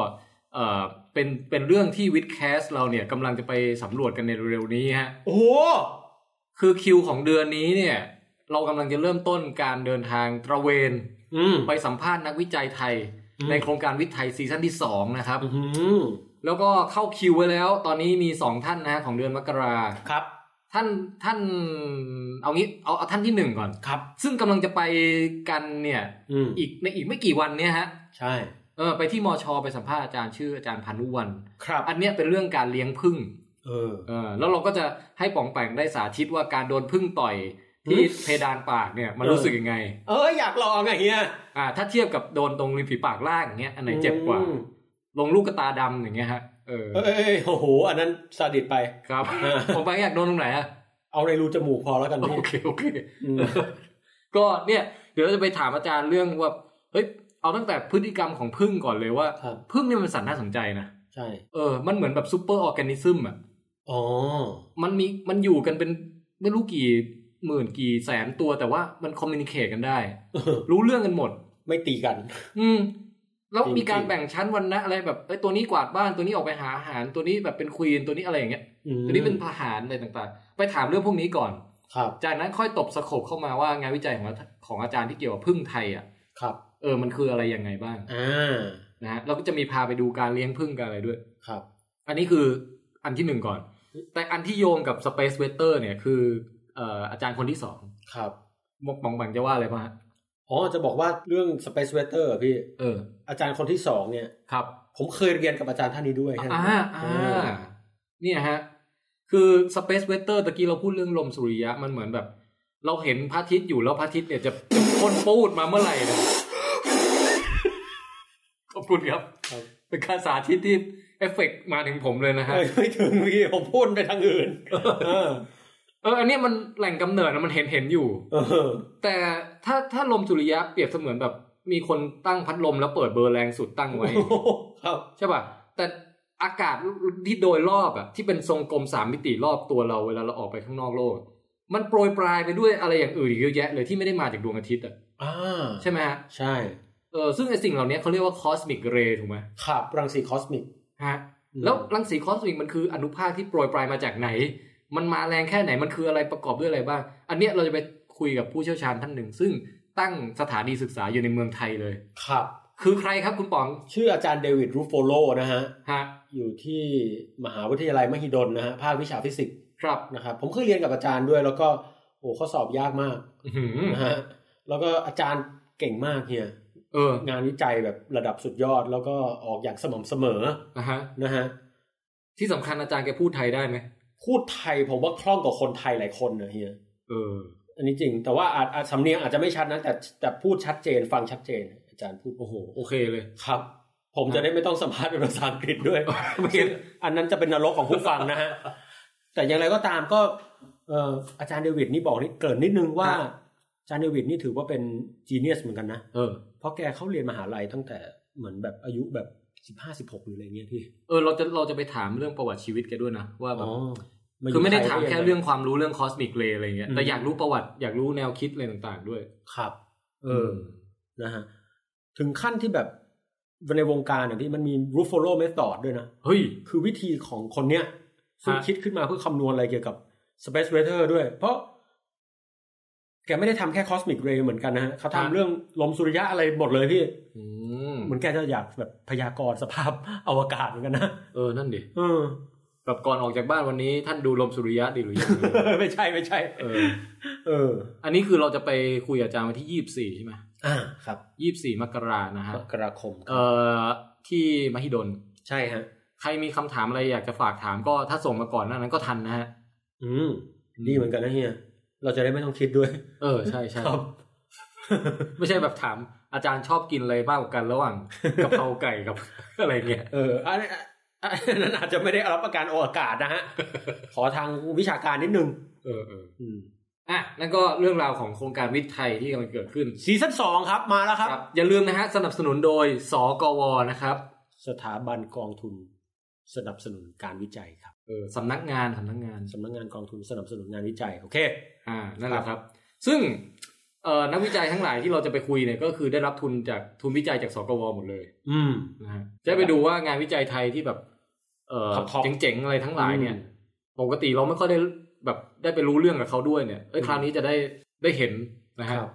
เอ่อเป็นเป็นเรื่องที่วิดแคสเราเนี่ยกำลังจะไปสำรวจกันในเร็วๆนี้ฮะ โอ้โห คือคิวของเดือนนี้เนี่ย เรากำลังจะเริ่มต้นการเดินทางตระเวน อืม ไปสัมภาษณ์นักวิจัยไทย อืม ในโครงการวิทย์ไทยซีซั่นที่ 2 นะครับ อื้อหือ แล้วก็เข้าคิวไว้แล้ว ตอนนี้มี 2 ท่านนะฮะของเดือนมกรา ครับ ท่านท่านเอางี้เอาเอาท่านที่หนึ่งก่อน ครับ ซึ่งกำลังจะไปกันเนี่ย อืม อีกในอีกไม่กี่วันเนี่ยฮะ ใช่ เออไปที่มอชอไปสัมภาษณ์อาจารย์ชื่ออาจารย์พานุวัน ครับ อันเนี้ยเป็นเรื่องการเลี้ยงผึ้ง เออ เออแล้วเราก็จะให้ป๋องแปงได้สาธิตว่าการโดนผึ้งต่อยที่ อืม เพดานปากเนี่ยมันรู้สึกยังไง เอออยากลองอะเฮีย อ่า ถ้าเทียบกับโดนตรงริมฝีปากล่างอย่างเงี้ยอันไหนเจ็บกว่า อืม ลงลูกกระตาดำอย่างเงี้ยฮะเออ เอ้ยเอ้ยโอ้โห อันนั้นซาดิสไป ครับ เออ ผมไปงอยากโดนตรงไหนอะ เอาในรูจมูกพอแล้วกันพี่ โอเคโอเค อืม ก็เนี่ยเดี๋ยวเราจะไปถามอาจารย์เรื่องว่าเฮ้ยเอาตั้งแต่พฤติกรรมของผึ้งก่อนเลยว่า ครับ ผึ้งเนี่ยมันสัตว์น่าสนใจนะ ใช่ เออมันเหมือนแบบซูเปอร์ออร์แกนิซึมอะ อ๋ อ มันมีมันอยู่กันเป็นไม่รู้กี่หมื่นกี่แสนตัวแต่ว่ามันคอมมิ n นิเค e กันได้ เออ รู้เรื่องกันหมด ไม่ตีกัน อืม แล้วมีการ จริงๆ แบ่งชั้นวันนะอะไรแบบเอ้ยตัวนี้กวาดบ้านตัวนี้ออกไปหาอาหารตัวนี้แบบเป็นควีนตัวนี้อะไรอย่างเงี้ย อืม ตัวนี้เป็นทหารอะไรต่างๆ ไปถามเรื่องพวกนี้ก่อน ครับ จากนั้นค่อยตบสโคบเข้ามาว่างานวิจัยของของอาจารย์ที่เกี่ยวกับพึ่งไทยอ่ะ ครับ เออมันคืออะไรยังไงบ้าง อ่า นะฮะเราก็จะมีพาไปดูการเลี้ยงพึ่งกันอะไรด้วย ครับ อันนี้คืออันที่หนึ่งก่อน แต่อันที่โยงกับ Space w e a t e r เนี่ยคือเอ่ออาจารย์คนที่สอง ครับ มกปองบังจะว่าอะไรมา อ๋อจะบอกว่าเรื่อง Space Weather อะพี่ เออ อาจารย์คนที่สองเนี่ย ครับ ผมเคยเรียนกับอาจารย์ท่านนี้ด้วยแค่นั้น อ่า เอ อ่า อ เนี่ยฮะ คือ Space Weather ตะกี้เราพูดเรื่องลมสุริยะมันเหมือนแบบ เราเห็นพระอาทิตย์อยู่แล้วพระอาทิตย์เนี่ยจะ พ่นปูดมาเมื่อไหร่นะ ขอบคุณครับ เป็นการสาธิตที่เอฟเฟกต์มาถึงผมเลยนะฮะ เอ้ยไม่ถึงพี่ผมพ่นไปทางอื่นเออ เอออันเนี้ยมันแหล่งกำเนิดนะมันเห็นเห็นอยู่ เออ แต่ถ้าถ้าลมสุริยะเปรียบเสมือนแบบ มีคนตั้งพัดลมแล้วเปิดเบอร์แรงสุดตั้งไว้ ครับ ใช่ป่ะ แต่อากาศที่โดยรอบอะที่เป็นทรงกลมสามมิติรอบตัวเราเวลาเราออกไปข้างนอกโลก มันโปรยปลายไปด้วยอะไรอย่างอื่นอีกเยอะแยะเลยที่ไม่ได้มาจากดวงอาทิตย์อะ อ่า ใช่ไหมฮะ ใช่ เออซึ่งไอสิ่งเหล่านี้เขาเรียกว่าคอสมิกเรย์ถูกไหม ขับรังสีคอสมิก ฮะ อืม แล้วรังสีคอสมิกมันคืออนุภาคที่โปรยปลายมาจากไหน มันมาแรงแค่ไหนมันคืออะไรประกอบด้วยอะไรบ้าง อันเนี้ยเราจะไปคุยกับผู้เชี่ยวชาญท่านหนึ่ง ซึ่งตั้งสถานีศึกษาอยู่ในเมืองไทยเลย ครับ คือใครครับคุณป๋อง ชื่ออาจารย์เดวิดรูฟโฟโลนะฮะ ฮะ อยู่ที่มหาวิทยาลัยมหิดลนะฮะ ภาควิชาฟิสิกส์ ครับ นะครับ ผมเคยเรียนกับอาจารย์ด้วยแล้วก็โอ้ข้อสอบยากมาก อื้อหือ นะฮะแล้วก็อาจารย์เก่งมากเฮีย เออง านวิจัยแบบระดับสุดยอดแล้วก็ออกอย่างสม่ำเสมอ นะฮะ นะฮะ ที่สำคัญอาจารย์แกพูดไทยได้ไหม พูดไทยผมว่าคล่องกว่าคนไทยหลายคนนะเฮีย เออ อันนี้จริง แต่ว่าอาจอาจสำเนียงอาจจะไม่ชัดนะแต่แต่พูดชัดเจนฟังชัดเจน อาจารย์พูด โอ้โห โอเคเลย ครับ ผมจะได้ไม่ต้องสัมภาษณ์เป็นภาษาอังกฤษ ด้วย ไม่เห็น อันนั้นจะเป็นนรกของผู้ฟังนะฮะ แต่อย่างไรก็ตามก็เอ่ออาจารย์เดวิดนี่บอกนี่เกรินนิดนึงว่า ครับ อาจารย์เดวิดนี่ถือว่าเป็นจีเนียสเหมือนกันนะ เออ เพราะแกเข้าเรียนมหาลัยตั้งแต่เหมือนแบบอายุแบบสิบห้าสิบหกหรืออะไรเงี้ยพี่ เออ เราจะ เราจะไปถามเรื่องประวัติชีวิตแกด้วยนะ ว่าแบบ ยู่ คือไม่ได้ ทย ถาม ด้ แค่ ยังง เรื่องความรู้เรื่องคอสมิกเ a ยอะไรเงี้ย อืม แต่อยากรู้ประวัติ อยากรู้แนวคิดอะไรต่างๆด้วย ครับ เอ เอ อ นะฮะ ถึงขั้นที่แบบในวงการอย่างที่มันมี r u f f o l o method ด้วยนะ เฮ้ย คือวิธีของคนเนี้ยซึ่ง ฮะ คิดขึ้นมาเพื่อคำนวณอะไรเกี่ยวกับ space weather ด้วย เพราะ แกไม่ได้ทำแค่ cosmic ray เหมือนกันนะฮะเขาทำเรื่องลมสุริยะอะไรหมดเลยพี่ อืม เหมือนแกจะอยากแบบพยากรณ์สภาพ อวกาศเหมือนกันนะ เออ นั่นดิ เอ อ แบบก่อนออกจากบ้านวันนี้ท่านดูลมสุริยะดีหรือยัง ไม่ใช่ไม่ใช่ เออ เออ อันนี้คือเราจะไปคุยกับอาจารย์วันที่ยี่สิบสี่ใช่ไหม อ่า ครับ ยี่สิบสี่มกรานะฮะ มกราคม เอ่อ ที่มหิดล ใช่ฮะ ใครมีคำถามอะไรอยากจะฝากถามก็ถ้าส่งมาก่อนหนานั้นก็ทันนะฮะ อืม ดีเหมือนกันนะเฮีย เราจะได้ไม่ต้องคิดด้วย เออ ใช่ใช่ ครับ ไม่ใช่แบบถามอาจารย์ชอบกินอะไรมากกว่ากันระห ว่างกะเพราไก่กับ อะไรเงี้ย เอออันนี้อันอันนั้นอาจจะไม่ได้รับประกันออกอากาศ นะฮะ ขอทางวิชาการนิดนึง เออเอออ่ะนั่นก็เรื่องราวของโครงการวิทย์ไทยที่กำลังเกิดขึ้น ซีซั่นสองครับ มาแล้วครับ ครับอย่าลืมนะฮะ สนับสนุนโดยสกวนะครับ สถาบันกองทุน สนับสนุนการวิจัยครับ เออสำนักงานสำนักงาน สำนักงานกองทุนสนับสนุนงานวิจัย โอเค อ่านั่นแหละครับ ซึ่งเอ่อนักวิจัยทั้งหลายที่เราจะไปคุยเนี่ยก็คือได้รับทุนจากทุนวิจัยจากสกวหมดเลย อืม นะฮะจะไปดูว่างานวิจัยไทยที่แบบเออ ท็อปๆ เจ๋งๆอะไรทั้งหลายเนี่ย ปกติเราไม่ค่อยได้แบบได้ไปรู้เรื่องกับเขาด้วยเนี่ย เอ้ย อืม คราวนี้จะได้ได้เห็นนะ ค ฮะ รับ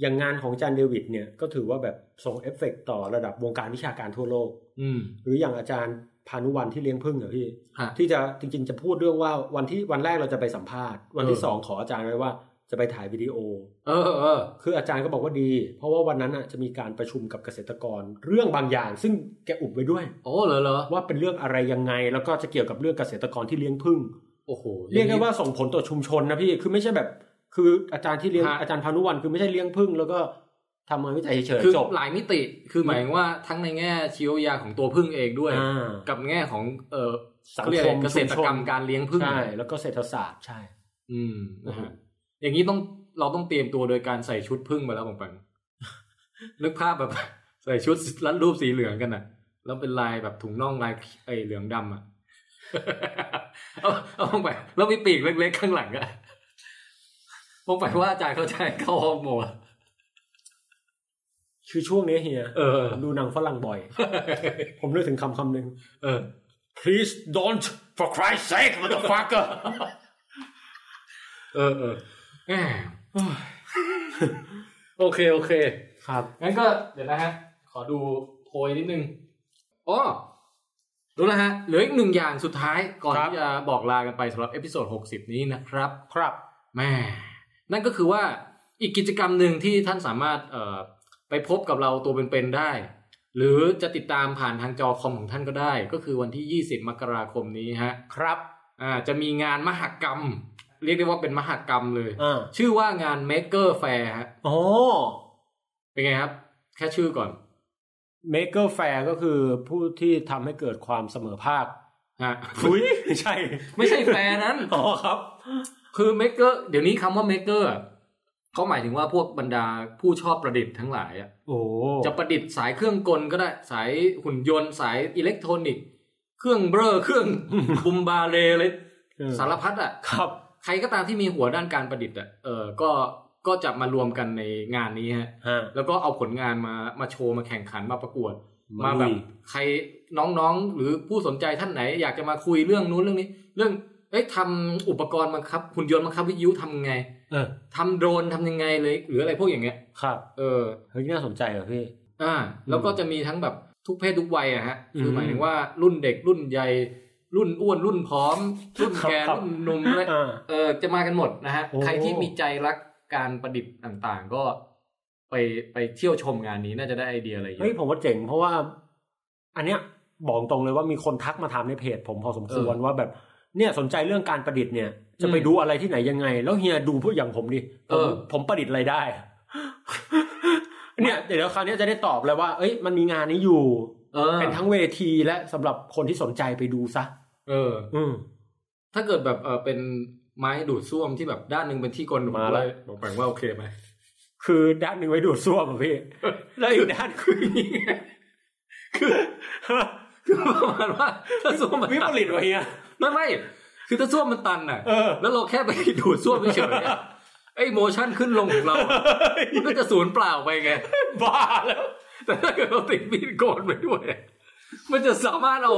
อย่างงานของอาจารย์เดวิดเนี่ยก็ถือว่าแบบส่งเอฟเฟกต์ต่อระดับวงการวิชาการทั่วโลก อืม หรืออย่างอาจารย์พานุวันที่เลี้ยงพึ่งอะพี่ ฮะ ที่จะจริงๆจะพูดเรื่องว่าวันที่วันแรกเราจะไปสัมภาษณ์ วันที่ เออ สองขออาจารย์ไว้ว่าจะไปถ่ายวิดีโอ เออเออเออ คืออาจารย์ก็บอกว่าดี เพราะว่าวันนั้นน่ะจะมีการประชุมกับเกษตรกรเรื่องบางอย่าง ซึ่งแกอุบไว้ด้วย โอ้เหรอเหรอ ว่าเป็นเรื่องอะไรยังไง แล้วก็จะเกี่ยวกับเรื่องเกษตรกรที่เลี้ยงผึ้ง โอ้โห เรียก องได้นี้ ว่าส่งผลต่อชุมชนนะพี่คือไม่ใช่แบบ คืออาจารย์ที่เลี้ยง ฮะ อาจารย์พานุวันคือไม่ใช่เลี้ยงผึ้งแล้วก็ทำงานวิจัยเฉย คือ ๆจบ หลายมิติคือหมายถึงว่าทั้งในแง่ชีวยาของตัวพึ่งเองด้วย อ่า กับแง่ของเออ สัง เขาเรียก ค อะไร ม เกษตรกรรมการเลี้ยงพึ่ง ใช่แล้วก็เศรษฐศาสตร์ใช่ อืมนะ อืม ฮะอย่างนี้ต้องเราต้องเตรียมตัวโดยการใส่ชุดพึ่งมาแล้วผมปัง นึกภาพแบบ ใส่ชุดรัดรูปสีเหลืองกันน่ะ แล้วเป็นลายแบบถุงน่องลายไอ้เหลืองดำอ่ะ เอาเอาลงไปแล้วมีปีกเล็กๆข้างหลังอ่ะ ลงไปว่าอาจารย์เขาจะให้เข้าห้องโมอ่ะ คือช่วงนี้เฮีย เออ ผมดูหนังฝรั่งบ่อย ผมนึกถึงคำคำหนึ่ง เออ please don't for Christ's sake motherfucker เออเออแหม่โอเค โอเค ครับ งั้นก็เดี๋ยวนะฮะ ขอดูโพยนิดนึงอ๋อรู้แล้วฮะ เหลืออีกหนึ่งอย่างสุดท้ายก่อน ครับ ที่จะบอกลากันไปสำหรับเอพิโซด60 นี้นะครับ ครับ แหม่นั่นก็คือว่า อีกกิจกรรมหนึ่งที่ท่านสามารถเอ่อไปพบกับเราตัวเป็นๆได้ หรือจะติดตามผ่านทางจอคอมของท่านก็ได้ ก็คือวันที่ 20 มกราคมนี้ฮะ ครับ อ่าจะมีงานมหกรรม เรียกได้ว่าเป็นมหกรรมเลย อ่า ชื่อว่างาน Maker Fair ฮะ โอ้ เป็นไงครับ แค่ชื่อก่อน เมกเกอร์แฟร์ก็คือผู้ที่ทำให้เกิดความเสมอภาค ฮะ อุ้ยไม่ ใช่ ไม่ใช่แฟร์นั้น อ๋อครับ คือ Maker เดี๋ยวนี้คำว่า Maker อะเขาหมายถึงว่าพวกบรรดาผู้ชอบประดิษฐ์ทั้งหลายอะ โอ้ จะประดิษฐ์สายเครื่องกลก็ได้สายหุ่นยนต์สายอิเล็กทรอนิกส์เครื่องเบ้อเครื่อง บุมบาเรเลย เออ สารพัดอ่ะ ครับ ใครก็ตามที่มีหัวด้านการประดิษฐ์อ่ะเออก็ก็จะมารวมกันในงานนี้ฮะ ฮะ แล้วก็เอาผลงานมามาโชว์มาแข่งขันมาประกวด มา มา ลุย แบบใครน้องๆ หรือผู้สนใจท่านไหน อยากจะมาคุยเรื่องนู้นเรื่องนี้ เรื่องเอ้ยทำอุปกรณ์บังคับหุ่นยนต์บังคับวิทยุทำไง เออ ทำโดรนทำยังไงเลยหรืออะไรพวกอย่างเงี้ย ครับ เออ เฮ้ยน่าสนใจเหรอพี่ อ่าแล้วก็จะมีทั้งแบบทุกเพศทุกวัยอะฮะคือหมายถึงว่ารุ่นเด็กรุ่นใหญ่รุ่นอ้วนรุ่นพร้อม รุ่นแก่ ครับ รุ่นหนุ่มเลย อ่า เออจะมากันหมดนะฮะ โอ้ ใครที่มีใจรักการประดิษฐ์ต่างๆ ก็ไปไปเที่ยวชมงานนี้น่าจะได้ไอเดียอะไรเย เฮ้ย อะ ผมว่าเจ๋งเพราะว่า อันเนี้ยบอกตรงเลยว่ามีคนทักมาถามในเพจ ผมพอสมควรว่าแบบเนี่ยสนใจเรื่องการประดิษฐ์เนี่ย จะไป อืม ดูอะไรที่ไหนยังไง แล้วเฮียดูพวกอย่างผมดิ เออ ผมผมประดิษฐ์อะไรได้ เนี่ยเดี๋ยวคราวเนี้ยจะได้ตอบเลยว่า เอ้ยมันมีงานนี้อยู่ เออ เป็นทั้งเวทีและสำหรับคนที่สนใจไปดูซะ เออ อืม ถ้าเกิดแบบเออเป็นไม้ดูดซ่วมที่แบบด้านหนึ่งเป็นที่กลหนุน มา ด้ ละ วยบอกแปลว่าโอเคไหม คือด้านหนึ่งไว้ดูดซ่วมอะพี่ แล้วอีกด้าน คือ คือประมาณว่าถ้าซ่วมมัน วิปริตวะเฮีย ไม่ไม่คือถ้าซ่วมมันตันอ่ะ เออ แล้วเราแค่ไปดูดซ่วมเฉยๆอะไอ้โมชั่นขึ้นลงของเราอะมันก็จะสูญเปล่าไปไง บ้าแล้ว แต่ถ้าเกิดเราติดมีดโกนไปด้วย มันจะสามารถเอา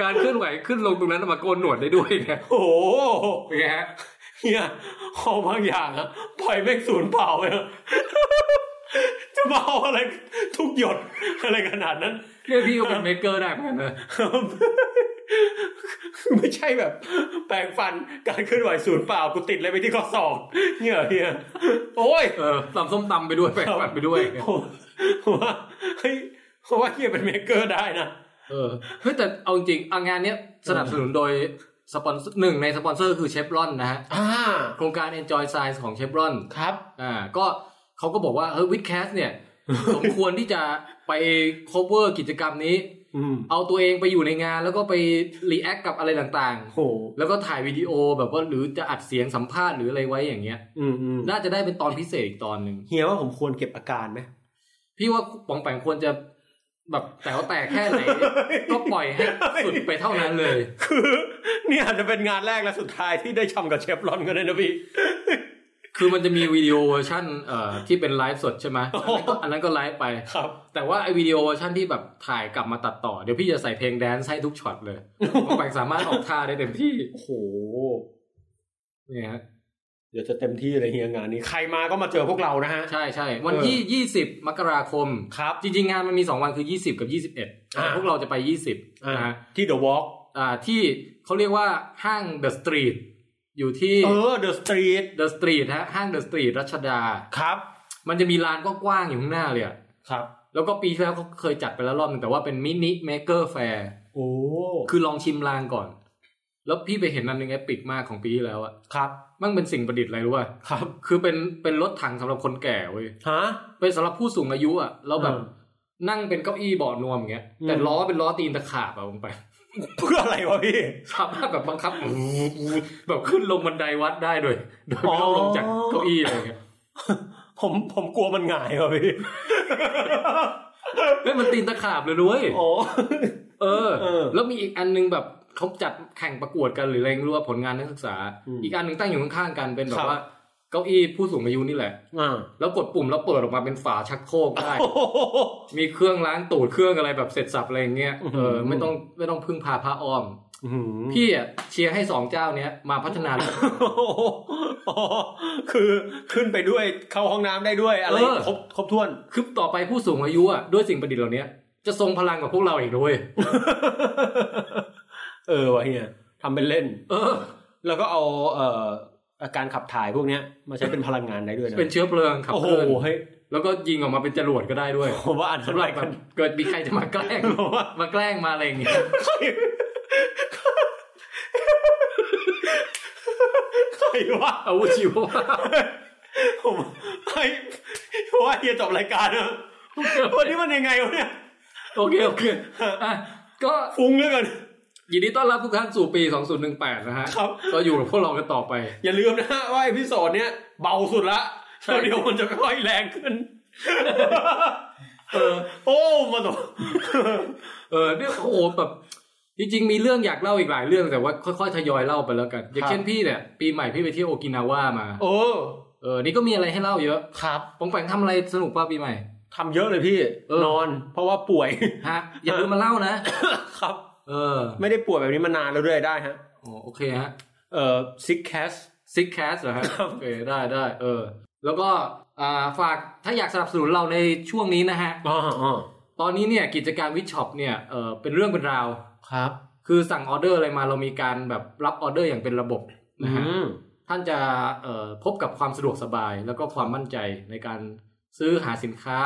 การเคลื่อนไหวขึ้นลงตรงนั้นมาโกนหนวดได้ด้วยนะ โอ้โห เป็นไงฮะ เฮียของบางอย่างอะปล่อยแม่งสูญเปล่าไปเถอะ จะมาเอาอะไรทุกหยดอะไรขนาดนั้น เนี่ยพี่ก็เป็นเมคเกอร์ได้เหมือนกันนะครับ ไม่ใช่แบบ แปลงฟันการเคลื่อนไหวศูนย์เปล่ากูติดอะไรไปที่ข้อศอกเนี่ยเหรอเฮียโอ้ย เออตำส้มตำไปด้วยแปะปัดไปด้วย ผมผมว่าเฮ้ยเพราะว่าเฮียเป็นเมคเกอร์ได้นะ เออเฮ้ยแต่เอาจริงเอางานเนี้ยสนับสนุนโดยสปอนเซอร์หนึ่งในสปอนเซอร์คือเชฟรอนนะฮะ อ่า โครงการ Enjoy Science ของเชฟรอน ครับ อ่าก็เขาก็บอกว่าเฮ้ยวิดแคสเนี่ย สมควรที่จะไป cover กิจกรรมนี้ อืม เอาตัวเองไปอยู่ในงาน แล้วก็ไป react กับอะไรต่าง โห ๆ แล้วก็ถ่ายวิดีโอแบบว่าหรือจะอัดเสียงสัมภาษณ์หรืออะไรไว้อย่างเงี้ย อืมอืม น่าจะได้เป็นตอนพิเศษอีกตอนหนึ่ง เฮียว่าผมควรเก็บอาการไหม พี่ว่าปองแปงควรจะแบบแต่ว่าแต่แค่ไหน ก็ปล่อยให้สุดไปเท่านั้นเลย คือนี่อาจจะเป็นงานแรกและสุดท้ายที่ได้ชำกับเชฟรอนกันเลยนะพี่ คือมันจะมีวิดีโอเวอร์ชันเอ่อที่เป็นไลฟ์สดใช่ไหมอันนั้นก็อันนั้นก็ไลฟ์ไป ครับ แต่ว่าไอวิดีโอเวอร์ชันที่แบบถ่ายกลับมาตัดต่อ เดี๋ยวพี่จะใส่เพลงแดนซ์ให้ทุกช็อตเลยผมแปลงสามารถออกท่าได้เต็มที่ โอ้โห นี่ฮะ เดี๋ยวจะเต็มที่เลยเฮียงานนี้ ใครมาก็มาเจอพวกเรานะฮะ ใช่ใช่วันที่ 20 มกราคม ครับ จริง ๆ งานมันมี 2 วันคือ 20 กับ 21แต่พวกเราจะไป 20นะฮะ ที่ The Walk อ่าที่เขาเรียกว่าห้างเดอะสตรีทอยู่ที่ เออ The Street เดอะสตรีทฮะห้างเดอะสตรีทรัชดา ครับ มันจะมีลานกว้างๆอยู่ข้างหน้าเลยอะ ครับ แล้วก็ปีที่แล้วเขาเคยจัดไปแล้วรอบนึงแต่ว่าเป็นมินิเมเกอร์แฟร์ โอ้ คือลองชิมลางก่อน แล้วพี่ไปเห็นอันหนึ่งแอปปิกมากของปีที่แล้วอะ ครับ มันเป็นสิ่งประดิษฐ์อะไรรู้ป่ะ ครับ คือเป็นเป็นรถถังสำหรับคนแก่เว้ย ฮะ เป็นสำหรับผู้สูงอายุอะแล้วแบบ เออ นั่งเป็นเก้าอี้เบาะนวมอย่างเงี้ย อืม แต่ล้อเป็นล้อตีนตะขาบอะลงไป เพื่ออะไรวะพี่ สามารถแบบบังคับ แบบขึ้นลงบันไดวัดได้โดยโดยไม่ต้องลงจากเก้าอี้อะไรเงี้ย ผมผมกลัวมันหงายวะพี่ เฮ้ยมันตีนตะขาบเลยด้วย โอ้ เออ เออ แล้วมีอีกอันนึงแบบเขาจัดแข่งประกวดกันหรืออะไรไม่รู้ว่าผลงานนักศึกษา อืม อีกอันหนึ่งตั้งอยู่ข้างๆกันเป็นแบ ครับบ ว่าเก้าอี้ผู้สูงอายุนี่แหละ อ่า แล้วกดปุ่มแล้วเปิดออกมาเป็นฝาชักโครกได้ โอ้โห มีเครื่องล้างตูดเครื่องอะไรแบบเสร็จสับอะไรอย่างเงี้ย อื้อหื เอ อ อไม่ต้องไม่ต้องพึ่งพาพระอ้อม อื้อหือ พี่อ่ะเชียร์ให้สองเจ้าเนี้ยมาพัฒนา โอ้โหอ๋อคือขึ้นไปด้วยเข้าห้องน้ำได้ด้วยอะไร เออ ครบครบถ้วน คือต่อไปผู้สูงอายุอ่ะด้วยสิ่งประดิษฐ์เหล่านี้จะทรงพลังกว่าพวกเราอีกด้วย เออวะเฮียทำเป็นเล่น เออ แล้วก็เอาเอ่อ อาการขับถ่ายพวกเนี้ยมาใช้เป็นพลังงานได้ด้วยนะ เป็นเชื้อเพลิงขับ โอ้ เค โห ลื่อน เฮ้ย แล้วก็ยิงออกมาเป็นจรวดก็ได้ด้วย ผมว่าอันนั้น สำห ไร รับแบ กับ น เกิดมีใครจะมาแก ล้ง ผมว่า มาแกล้งมาอะไรอย่างเงี้ย ใครวะ อาวุธชีวภาพ ผมไอ้ผมว่าเฮียจบรายการนะวันนี้มันยังไงวะเนี่ย โอเคโอเคอ่ะก็ ฟุ้งเหลือเกิน ยินดีต้อนรับทุกท่านสู่ปี 2018 นะฮะ ครับ ก็อยู่กับพวกเรากันต่อไป อย่าลืมนะ ว่าพิโซดเนี้ยเบาสุดละ ใช่ แล้วเดี๋ยวมันจะค่อยแรงขึ้น เออ โอ้มาตก เออเนี่ยโอ้โหแบบจริงๆมีเรื่องอยากเล่าอีกหลายเรื่องแต่ว่าค่อยๆทยอยเล่าไปแล้วกัน อย่างเช่นพี่เนี่ยปีใหม่พี่ไปเที่ยวโอกินาว่ามา โอ้ เออนี่ก็มีอะไรให้เล่าเยอะ ครับ ปองแปงทำอะไรสนุกป่ะปีใหม่ ทำเยอะเลยพี่ เออ นอน เพราะว่าป่วย ฮะอย่าลืมมาเล่านะ ครับ เออ ไม่ได้ป่วยแบบนี้มานานแล้วด้วยได้ฮะ อ๋อโอเคฮะ เอ่อซิกแคส ซิกแคสเหรอฮะ ครับ โอเคได้ได้เออ แล้วก็อ่าฝากถ้าอยากสนับสนุนเราในช่วงนี้นะฮะ อ๋ออ๋อ ตอนนี้เนี่ยกิจการวิชช็อปเนี่ยเออเป็นเรื่องเป็นราว ครับ คือสั่งออเดอร์อะไรมาเรามีการแบบรับออเดอร์อย่างเป็นระบบ อื นะฮะ ม ท่านจะเอ่อพบกับความสะดวกสบายแล้วก็ความมั่นใจในการซื้อหาสินค้า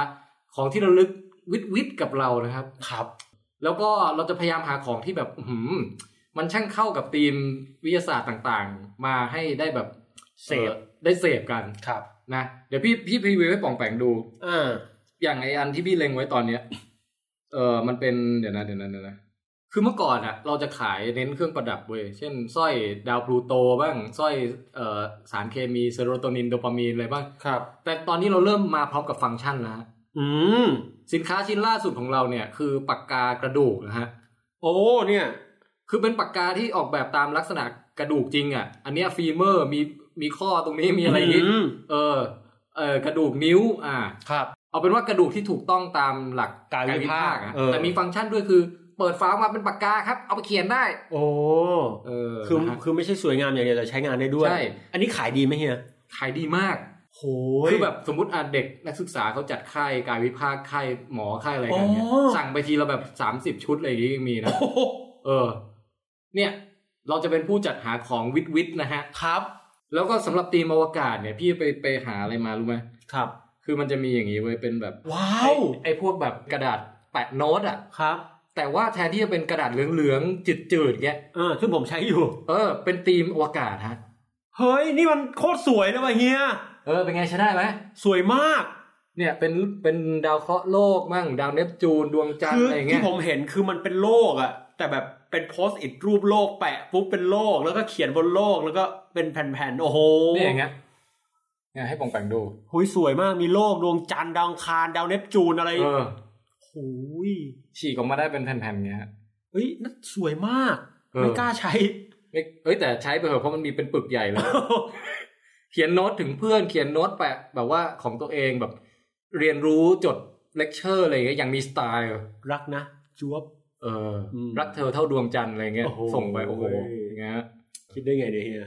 ของที่ระลึกวิดวิดกับเรานะครับ ครับ แล้วก็เราจะพยายามหาของที่แบบอื้อหือมันช่างเข้ากับธีมวิทยาศาสตร์ต่างๆ มาให้ได้แบบ เสพ อ่อได้เสพกัน ครับ นะเดี๋ยวพี่พี่พรีวิวให้ป่องแปงดู อ่า อย่างไออันที่พี่เล็งไว้ตอนเนี้ย เออมันเป็นเดี๋ยวนะเดี๋ยวนะเดี๋ยวนะคือเมื่อก่อนอะเราจะขายเน้นเครื่องประดับเว้ยเช่นสร้อยดาวพลูโตบ้างสร้อยเอ่อสารเคมีเซโรโทนินโดปามีนอะไรบ้าง ครับ แต่ตอนนี้เราเริ่มมาพร้อมกับฟังก์ชันแล้วฮะ อืม สินค้าชิ้นล่าสุดของเราเนี่ยคือปากกากระดูกนะฮะ โอ้ เนี่ย คือเป็นปากกาที่ออกแบบตามลักษณะกระดูกจริงอะอันเนี้ยฟีเมอร์มีมีข้อตรงนี้มีอะไรอย่างงี้ อืม เออเออกระดูกนิ้วอ่า ครับ เอาเป็นว่ากระดูกที่ถูกต้องตามหลัก กายวิภาค อะ เออ แต่มีฟังก์ชันด้วยคือเปิดฟ้ามาเป็นปากกาครับ เอาไปเขียนได้ โอ้ เออ คือ นะฮะ คือไม่ใช่สวยงามอย่างเดียวแต่ใช้งานได้ด้วย ใช่ อันนี้ขายดีไหมเฮีย ขายดีมาก โห คือ แบบสมมติอ่ะเด็กนักศึกษาเขาจัดค่ายกายวิภาคค่ายหมอค่ายอะไรกันเนี่ยสั่งไปทีละแบบสามสิบชุดอะไรอย่างงี้ยังมีนะ โอ้โห เออ เนี่ย เราจะเป็นผู้จัดหาของวิทวิทนะฮะ ครับ แล้วก็สำหรับตีมอวกาศเนี่ยพี่ไปไปหาอะไรมารู้ไหม ครับ คือมันจะมีอย่างนี้เว้ยเป็นแบบ ว้า ไอ้ ว ไอ้พวกแบบกระดาษแปะโน้ตอ่ะ ครับ แต่ว่าแทนที่จะเป็นกระดาษเหลืองๆจืดๆเงี้ย เออซึ่งผมใช้อยู่ เออ เป็นธีมอวกาศฮะ เฮ้ย นี่มันโคตรสวยเลยว่ะเฮีย เออ เป็นไงใช้ได้ไหม สวยมาก เนี่ย เป็น เป็นดาวเคราะห์โลกมั่ง ดาวเนปจูน ดวงจันท คื ร์ อ อะไร ที่ เงี้ย ผมเห็นคือมันเป็นโลกอะแต่แบบเป็นโพสต์อิดรูปโลกแปะปุ๊บเป็นโลก แล้วก็เขียนบนโลกแล้วก็เป็นแผ่นๆโอ้โห เนี่ยอย่างเงี้ยเนี่ยให้ปองแปงดู หุยสวยมากมีโลกดวงจันทร์ดาวอังคารดาวเนปจูนอะไร เออ หุย ฉีกออกมาได้เป็นแผ่นๆเงี้ยฮะ เฮ้ยนั่นสวยมาก เออ ไม่กล้าใช้ ไม่เอ้ย แต่ใช้ไปเถอะเพราะมันมีเป็นปึกใหญ่เลย เขียนโน้ตถึงเพื่อน เขียนโน้ตแปะแบบว่าของตัวเองแบบ เรียนรู้จดเลคเชอร์อะไรเงี้ย อย่างมีสไตล์ รักนะ จวบ เอออ ม รักเธอเท่าดวงจันทร์อะไรเงี้ย โอ้โห ส่งไป โอ้โหอย่างเงี้ยฮะ คิดได้ไงเนี่ยเฮีย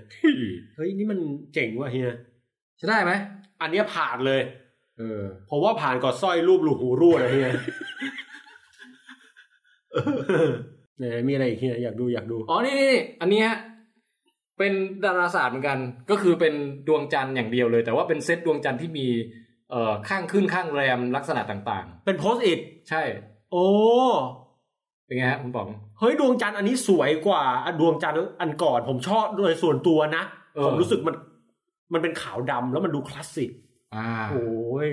เฮ้ยนี่มันเจ๋งว่ะเฮีย ใช้ได้ไหม อันเนี้ยผ่านเลย เออ เพราะว่าผ่านก่อนสร้อยรูปหลูหูรูดอะเฮียเออไหนมีอะไรอีกเฮียอยากดูอยากดู อ๋อ นี่นี่นี่อันเนี้ยเป็นดาราศาสตร์เหมือนกัน ก็คือเป็นดวงจันทร์อย่างเดียวเลย แต่ว่าเป็นเซตดวงจันทร์ที่มีเอ่อข้างขึ้นข้างแรมลักษณะต่าง เป็นโพสต์อิด ๆ ใช่ โอ้ เป็นไงฮะคุณป๋อง เฮ้ยดวงจันทร์อันนี้สวยกว่าอ่ะดวงจันทร์อันก่อนผมชอบโดยส่วนตัวนะ เออ ผมรู้สึกมัน มันเป็นขาวดำแล้วมันดูคลาสสิก อ่า โอ้ย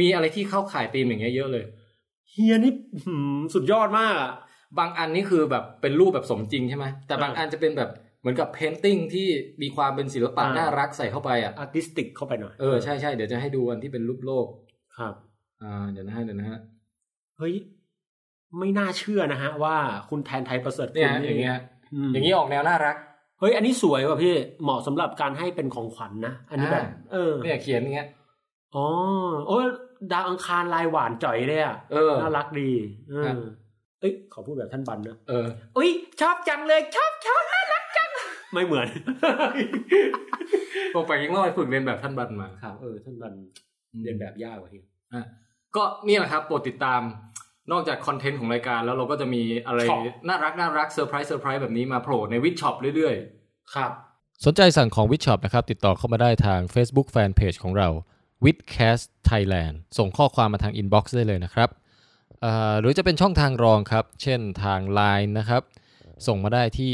มีอะไรที่เข้าข่ายธีมอย่างเงี้ยเยอะเลย เฮียนี่หืมสุดยอดมากอะ บางอันนี่คือแบบเป็นรูปแบบสมจริงใช่ไหมแต่บาง เอออั อันจะเป็นแบบเหมือนกับเพนติ้งที่มีความเป็นศิลปะ อ่า น่ารักใส่เข้าไปอ่ะ อาร์ติสติกเข้าไปหน่อย เออใช่ใช่เดี๋ยวจะให้ดูอันที่เป็นรูปโลก ครับ อ่าเดี๋ยวนะฮะเดี๋ยวนะฮะ เฮ้ย ไม่น่าเชื่อนะฮะ ว่าคุณแทนไทยประเสริฐ เนี่ย คุณ อย่างเงี้ย ม อย่างงี้ออกแนวน่ารัก เฮ้ย อันนี้สวยว่ะพี่เหมาะสำหรับการให้เป็นของขวัญนะ อันนี้แบบ อ่า เออ เนี่ยเขียนอย่างเงี้ย อ๋อโอ้ยดาวอังคารลายหวานจ่อยเลยอะ เออ น่ารักดีเอ ครั อบ เอ้ยขอพูดแบบท่านบันนะ เออ อุ้ยชอบจังเลยชอบชอบน่ารักจัง ไม่เหมือน ปกไปยังเล่าไปฝึกเรียนแบบท่านบันมา ครับเออท่านมัน เรี เรี ย ย น น แบ แบบ บยากกว่าเฮีย ก็เนี่ยแหละครับโปรดติดตามนอกจากคอนเทนต์ของรายการแล้วเราก็จะมีอะไร น่ารักน่ารักเซอร์ไพรส์เซอร์ไพรส์แบบนี้มาโผล่ในวิดช็อปเรื่อย ครับ สนใจสั่งของวิดช็อปนะครับ ติดต่อเข้ามาได้ทาง Facebook Fanpage ของเรา w i t c a s t Thailand ส่งข้อความมาทาง Inbox ได้เลยนะครับเอ่อหรือจะเป็นช่องทางรองครับ เช่นทาง Line นะครับ ส่งมาได้ที่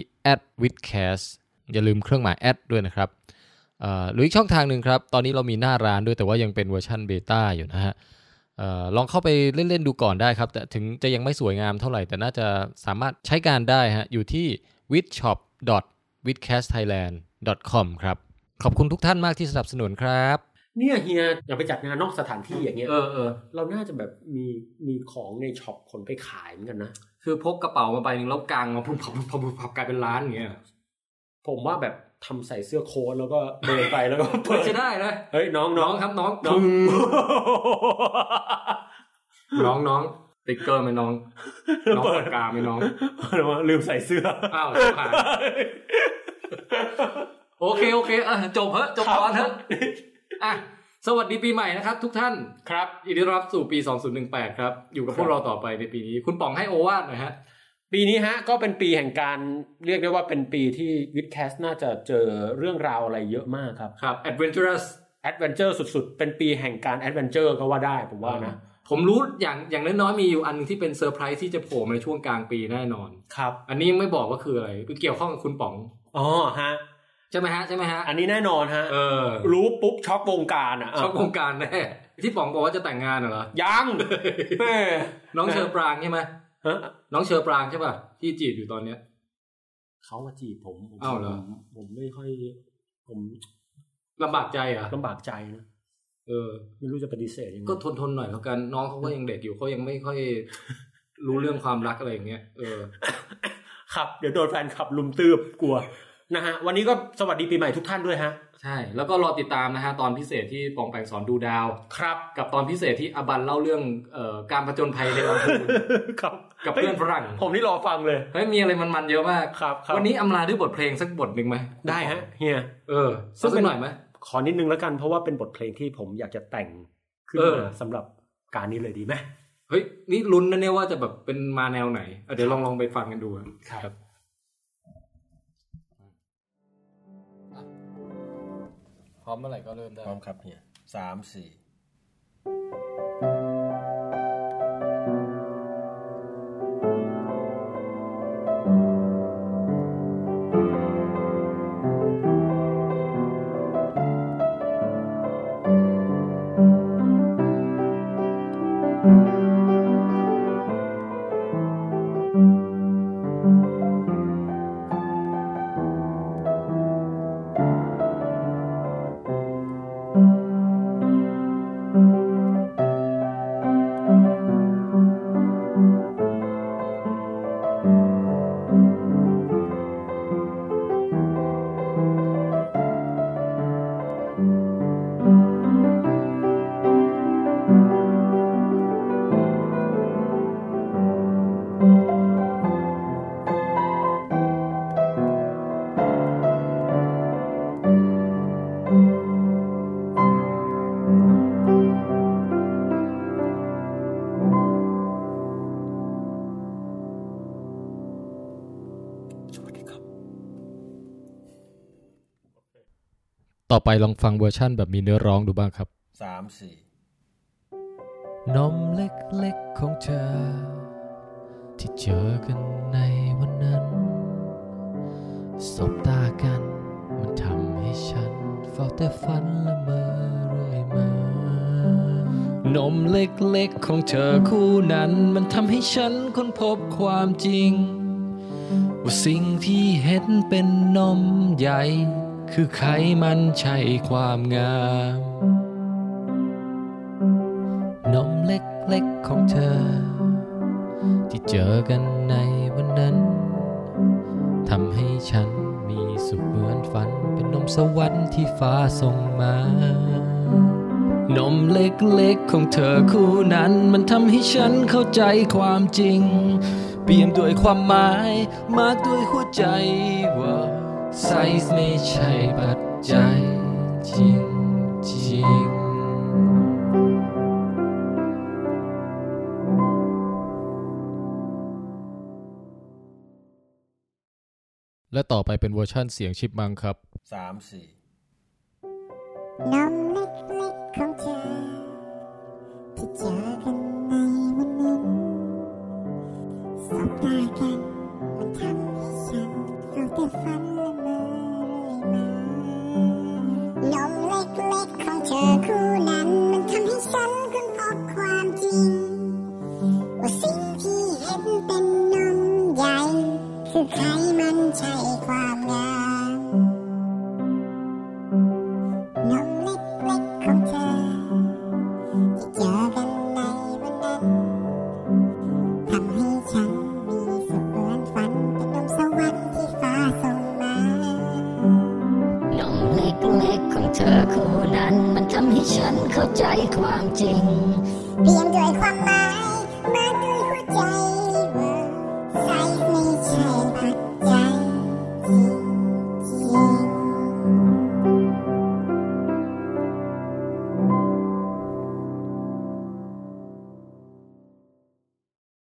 w i t c a s t อย่าลืมเครื่องหมาย at ด้วยนะครับเอ่อหรืออีกช่องทางหนึ่งครับ ตอนนี้เรามีหน้าร้านด้วยแต่ว่ายังเป็นเวอร์ชันเบต้าอยู่นะฮะเอ่อลองเข้าไปเล่น ๆ ดูก่อนได้ครับ แต่ถึงจะยังไม่สวยงามเท่าไหร่ แต่น่าจะสามารถใช้การได้ฮะอยู่ที่ w i t s h o p w i t c a s t t h a i l a n d c o m ครับ ขอบคุณทุกท่านมากที่สนับสนุนครับ เนี่ยเฮียอย่าไปจัดงานนอกสถานที่อย่างเงี้ย เออเออ เราน่าจะแบบมีมีของในช็อปคนไปขายเหมือนกันนะ คือพกกระเป๋ามาใบหนึงแล้วกางมาพุ่มพับพุ่มพับพุ่มพับกลายเป็นร้านอย่างเงี้ย ผมว่าแบบทำใส่เสื้อโค้ทแล้วก็เดินไปแล้วก็เปิด จะได้นะ เฮ้ยน้องน้ น้ อ อง งครับน้องน้ น้ อ อง ง น้องน้องติ๊กเกอร์ไหมน้องน้องปากกาไหมน้อง หรือว่าลืมใส่เสื้อ อ้าวชิบหายโอเคโอเคอ่ะจบเถอะจบตอนเถอะอ่ะสวัสดีปีใหม่นะครับ ทุกท่าน ครับ ยินดีต้อนรับสู่ปี 2018 ครับ อยู่กับพวกเราต่อไปในปีนี้ คุณป๋องให้โอวาทหน่อยฮะ ปีนี้ฮะ ก็เป็นปีแห่งการเรียกได้ว่าเป็นปีที่วิดแคสน่าจะเจอเรื่องราวอะไรเยอะมากครับ ครับ adventurous แอดเวนเจอร์สุดๆ เป็นปีแห่งการแอดเวนเจอร์ก็ว่าได้ผมว่านะ ผมรู้อย่างอย่างน้อยๆมีอยู่อันหนึงที่เป็นเซอร์ไพรส์ที่จะโผล่มาในช่วงกลางปีแน่นอน ครับ อันนี้ไม่บอกว่าคืออะไรคือเกี่ยวข้องกับคุณป๋อง อ๋อฮะ ใช่ไหมฮะใช่ไหมฮะ อันนี้แน่นอนฮะ เออ รู้ปุ๊บช็อกวงการอ่ะ ชอบวงการแน่ที่ป๋องบอกว่าจะแต่งงานน่ะเหรอ ยังแม่ น้องเชอปรางใช่ไหม ฮะ น้องเชอปรางใช่ป่ะที่จีบอยู่ตอนเนี้ย เขามาจีบผมผม อ้าวเหรอ ผมผมไม่ค่อย ผม ลำบากใจเหรอ่ะ ลำบากใจนะ เออ ไม่รู้จะปฏิเสธยังไง ก็ทนทนหน่อยแล้วกันน้องเขาก็ยังเด็กอยู่เขายังไม่ค่ อย รู้เรื่องความรักอะไรอย่างเงี้ยเออ ครับ เดี๋ยวโดนแฟนขับลุมตืบกลัวนะฮะ วันนี้ก็สวัสดีปีใหม่ทุกท่านด้วยฮะ ใช่ แล้วก็รอติดตามนะฮะตอนพิเศษที่ปองแปงสอนดูดาว ครับ กับตอนพิเศษที่อบันเล่าเรื่องเอ่อการผจญภัยในลำ พูน ครับ กับเพื่อนฝรั่ง ผมนี่รอฟังเลย เฮ้ยมีอะไรมันๆเยอะมาก ครับครับ วันนี้อำลาด้วยบทเพลงสักบทหนึ่งไหม ได้ฮะเฮีย เออสัซึ่ง ก เป็น หน่อยไหม ขอนิดนึงแล้วกันเพราะว่าเป็นบทเพลงที่ผมอยากจะแต่งขึ้น เออ มาสำหรับการนี้เลยดีไหม เฮ้ยนี่ลุ้นนะเนี่ยว่าจะแบบเป็นมาแนวไหนอ่ะเดี๋ยวลองลองไปฟังกันดูอะครับ พร้อมเมื่อไหร่ก็เริ่มได้ พร้อมครับเฮียสามสี่ ต่อไปลองฟังเวอร์ชั่นแบบมีเนื้อร้องดูบ้างครับ สามสี่ นมเล็กๆของเธอ ที่เจอกันในวันนั้นสบตากัน มันทำให้ฉันเฝ้าแต่ฝันละเมอเรื่อยมานมเล็กๆของเธอคู่นั้น มันทำให้ฉันค้นพบความจริง ว่าสิ่งที่เห็นเป็นนมใหญ่ คือไขมันใช่ความงาม นมเล็กๆของเธอ ที่เจอกันในวันนั้นทำให้ฉันมีสุขเหมือนฝัน เป็นนมสวรรค์ที่ฟ้าส่งมา นมเล็กๆของเธอคู่นั้นมันทำให้ฉันเข้าใจความจริง เปี่ยมด้วยความหมาย มากด้วยหัวใจว่าไซส์ไม่ใช่ปัจจัยจริงๆ และต่อไปเป็นเวอร์ชั่นเสียงชิปมังครับ สามสี่ นมเล็กๆของเธอที่เจอกันในวันนั้นสบตากันมันทำให้ฉันเฝ้าแต่ฝันละเมอเรื่อยมานมเล็กๆของเธอคู่นั้นมันทำให้ฉันค้นพบความจริง ว่าสิ่งที่เห็นเป็นนมใหญ่ คือไขมันใช่ความงาม น้ำเล็กๆของเธอที่เจอกันในวันนั้นทำให้ฉันมีสุขเหมือนฝันเป็นนมสวรรค์ที่ฟ้าส่งมา นมเล็กๆของเธอคู่นั้น มันทำให้ฉันเข้าใจความจริง เพียงด้วยความหมาย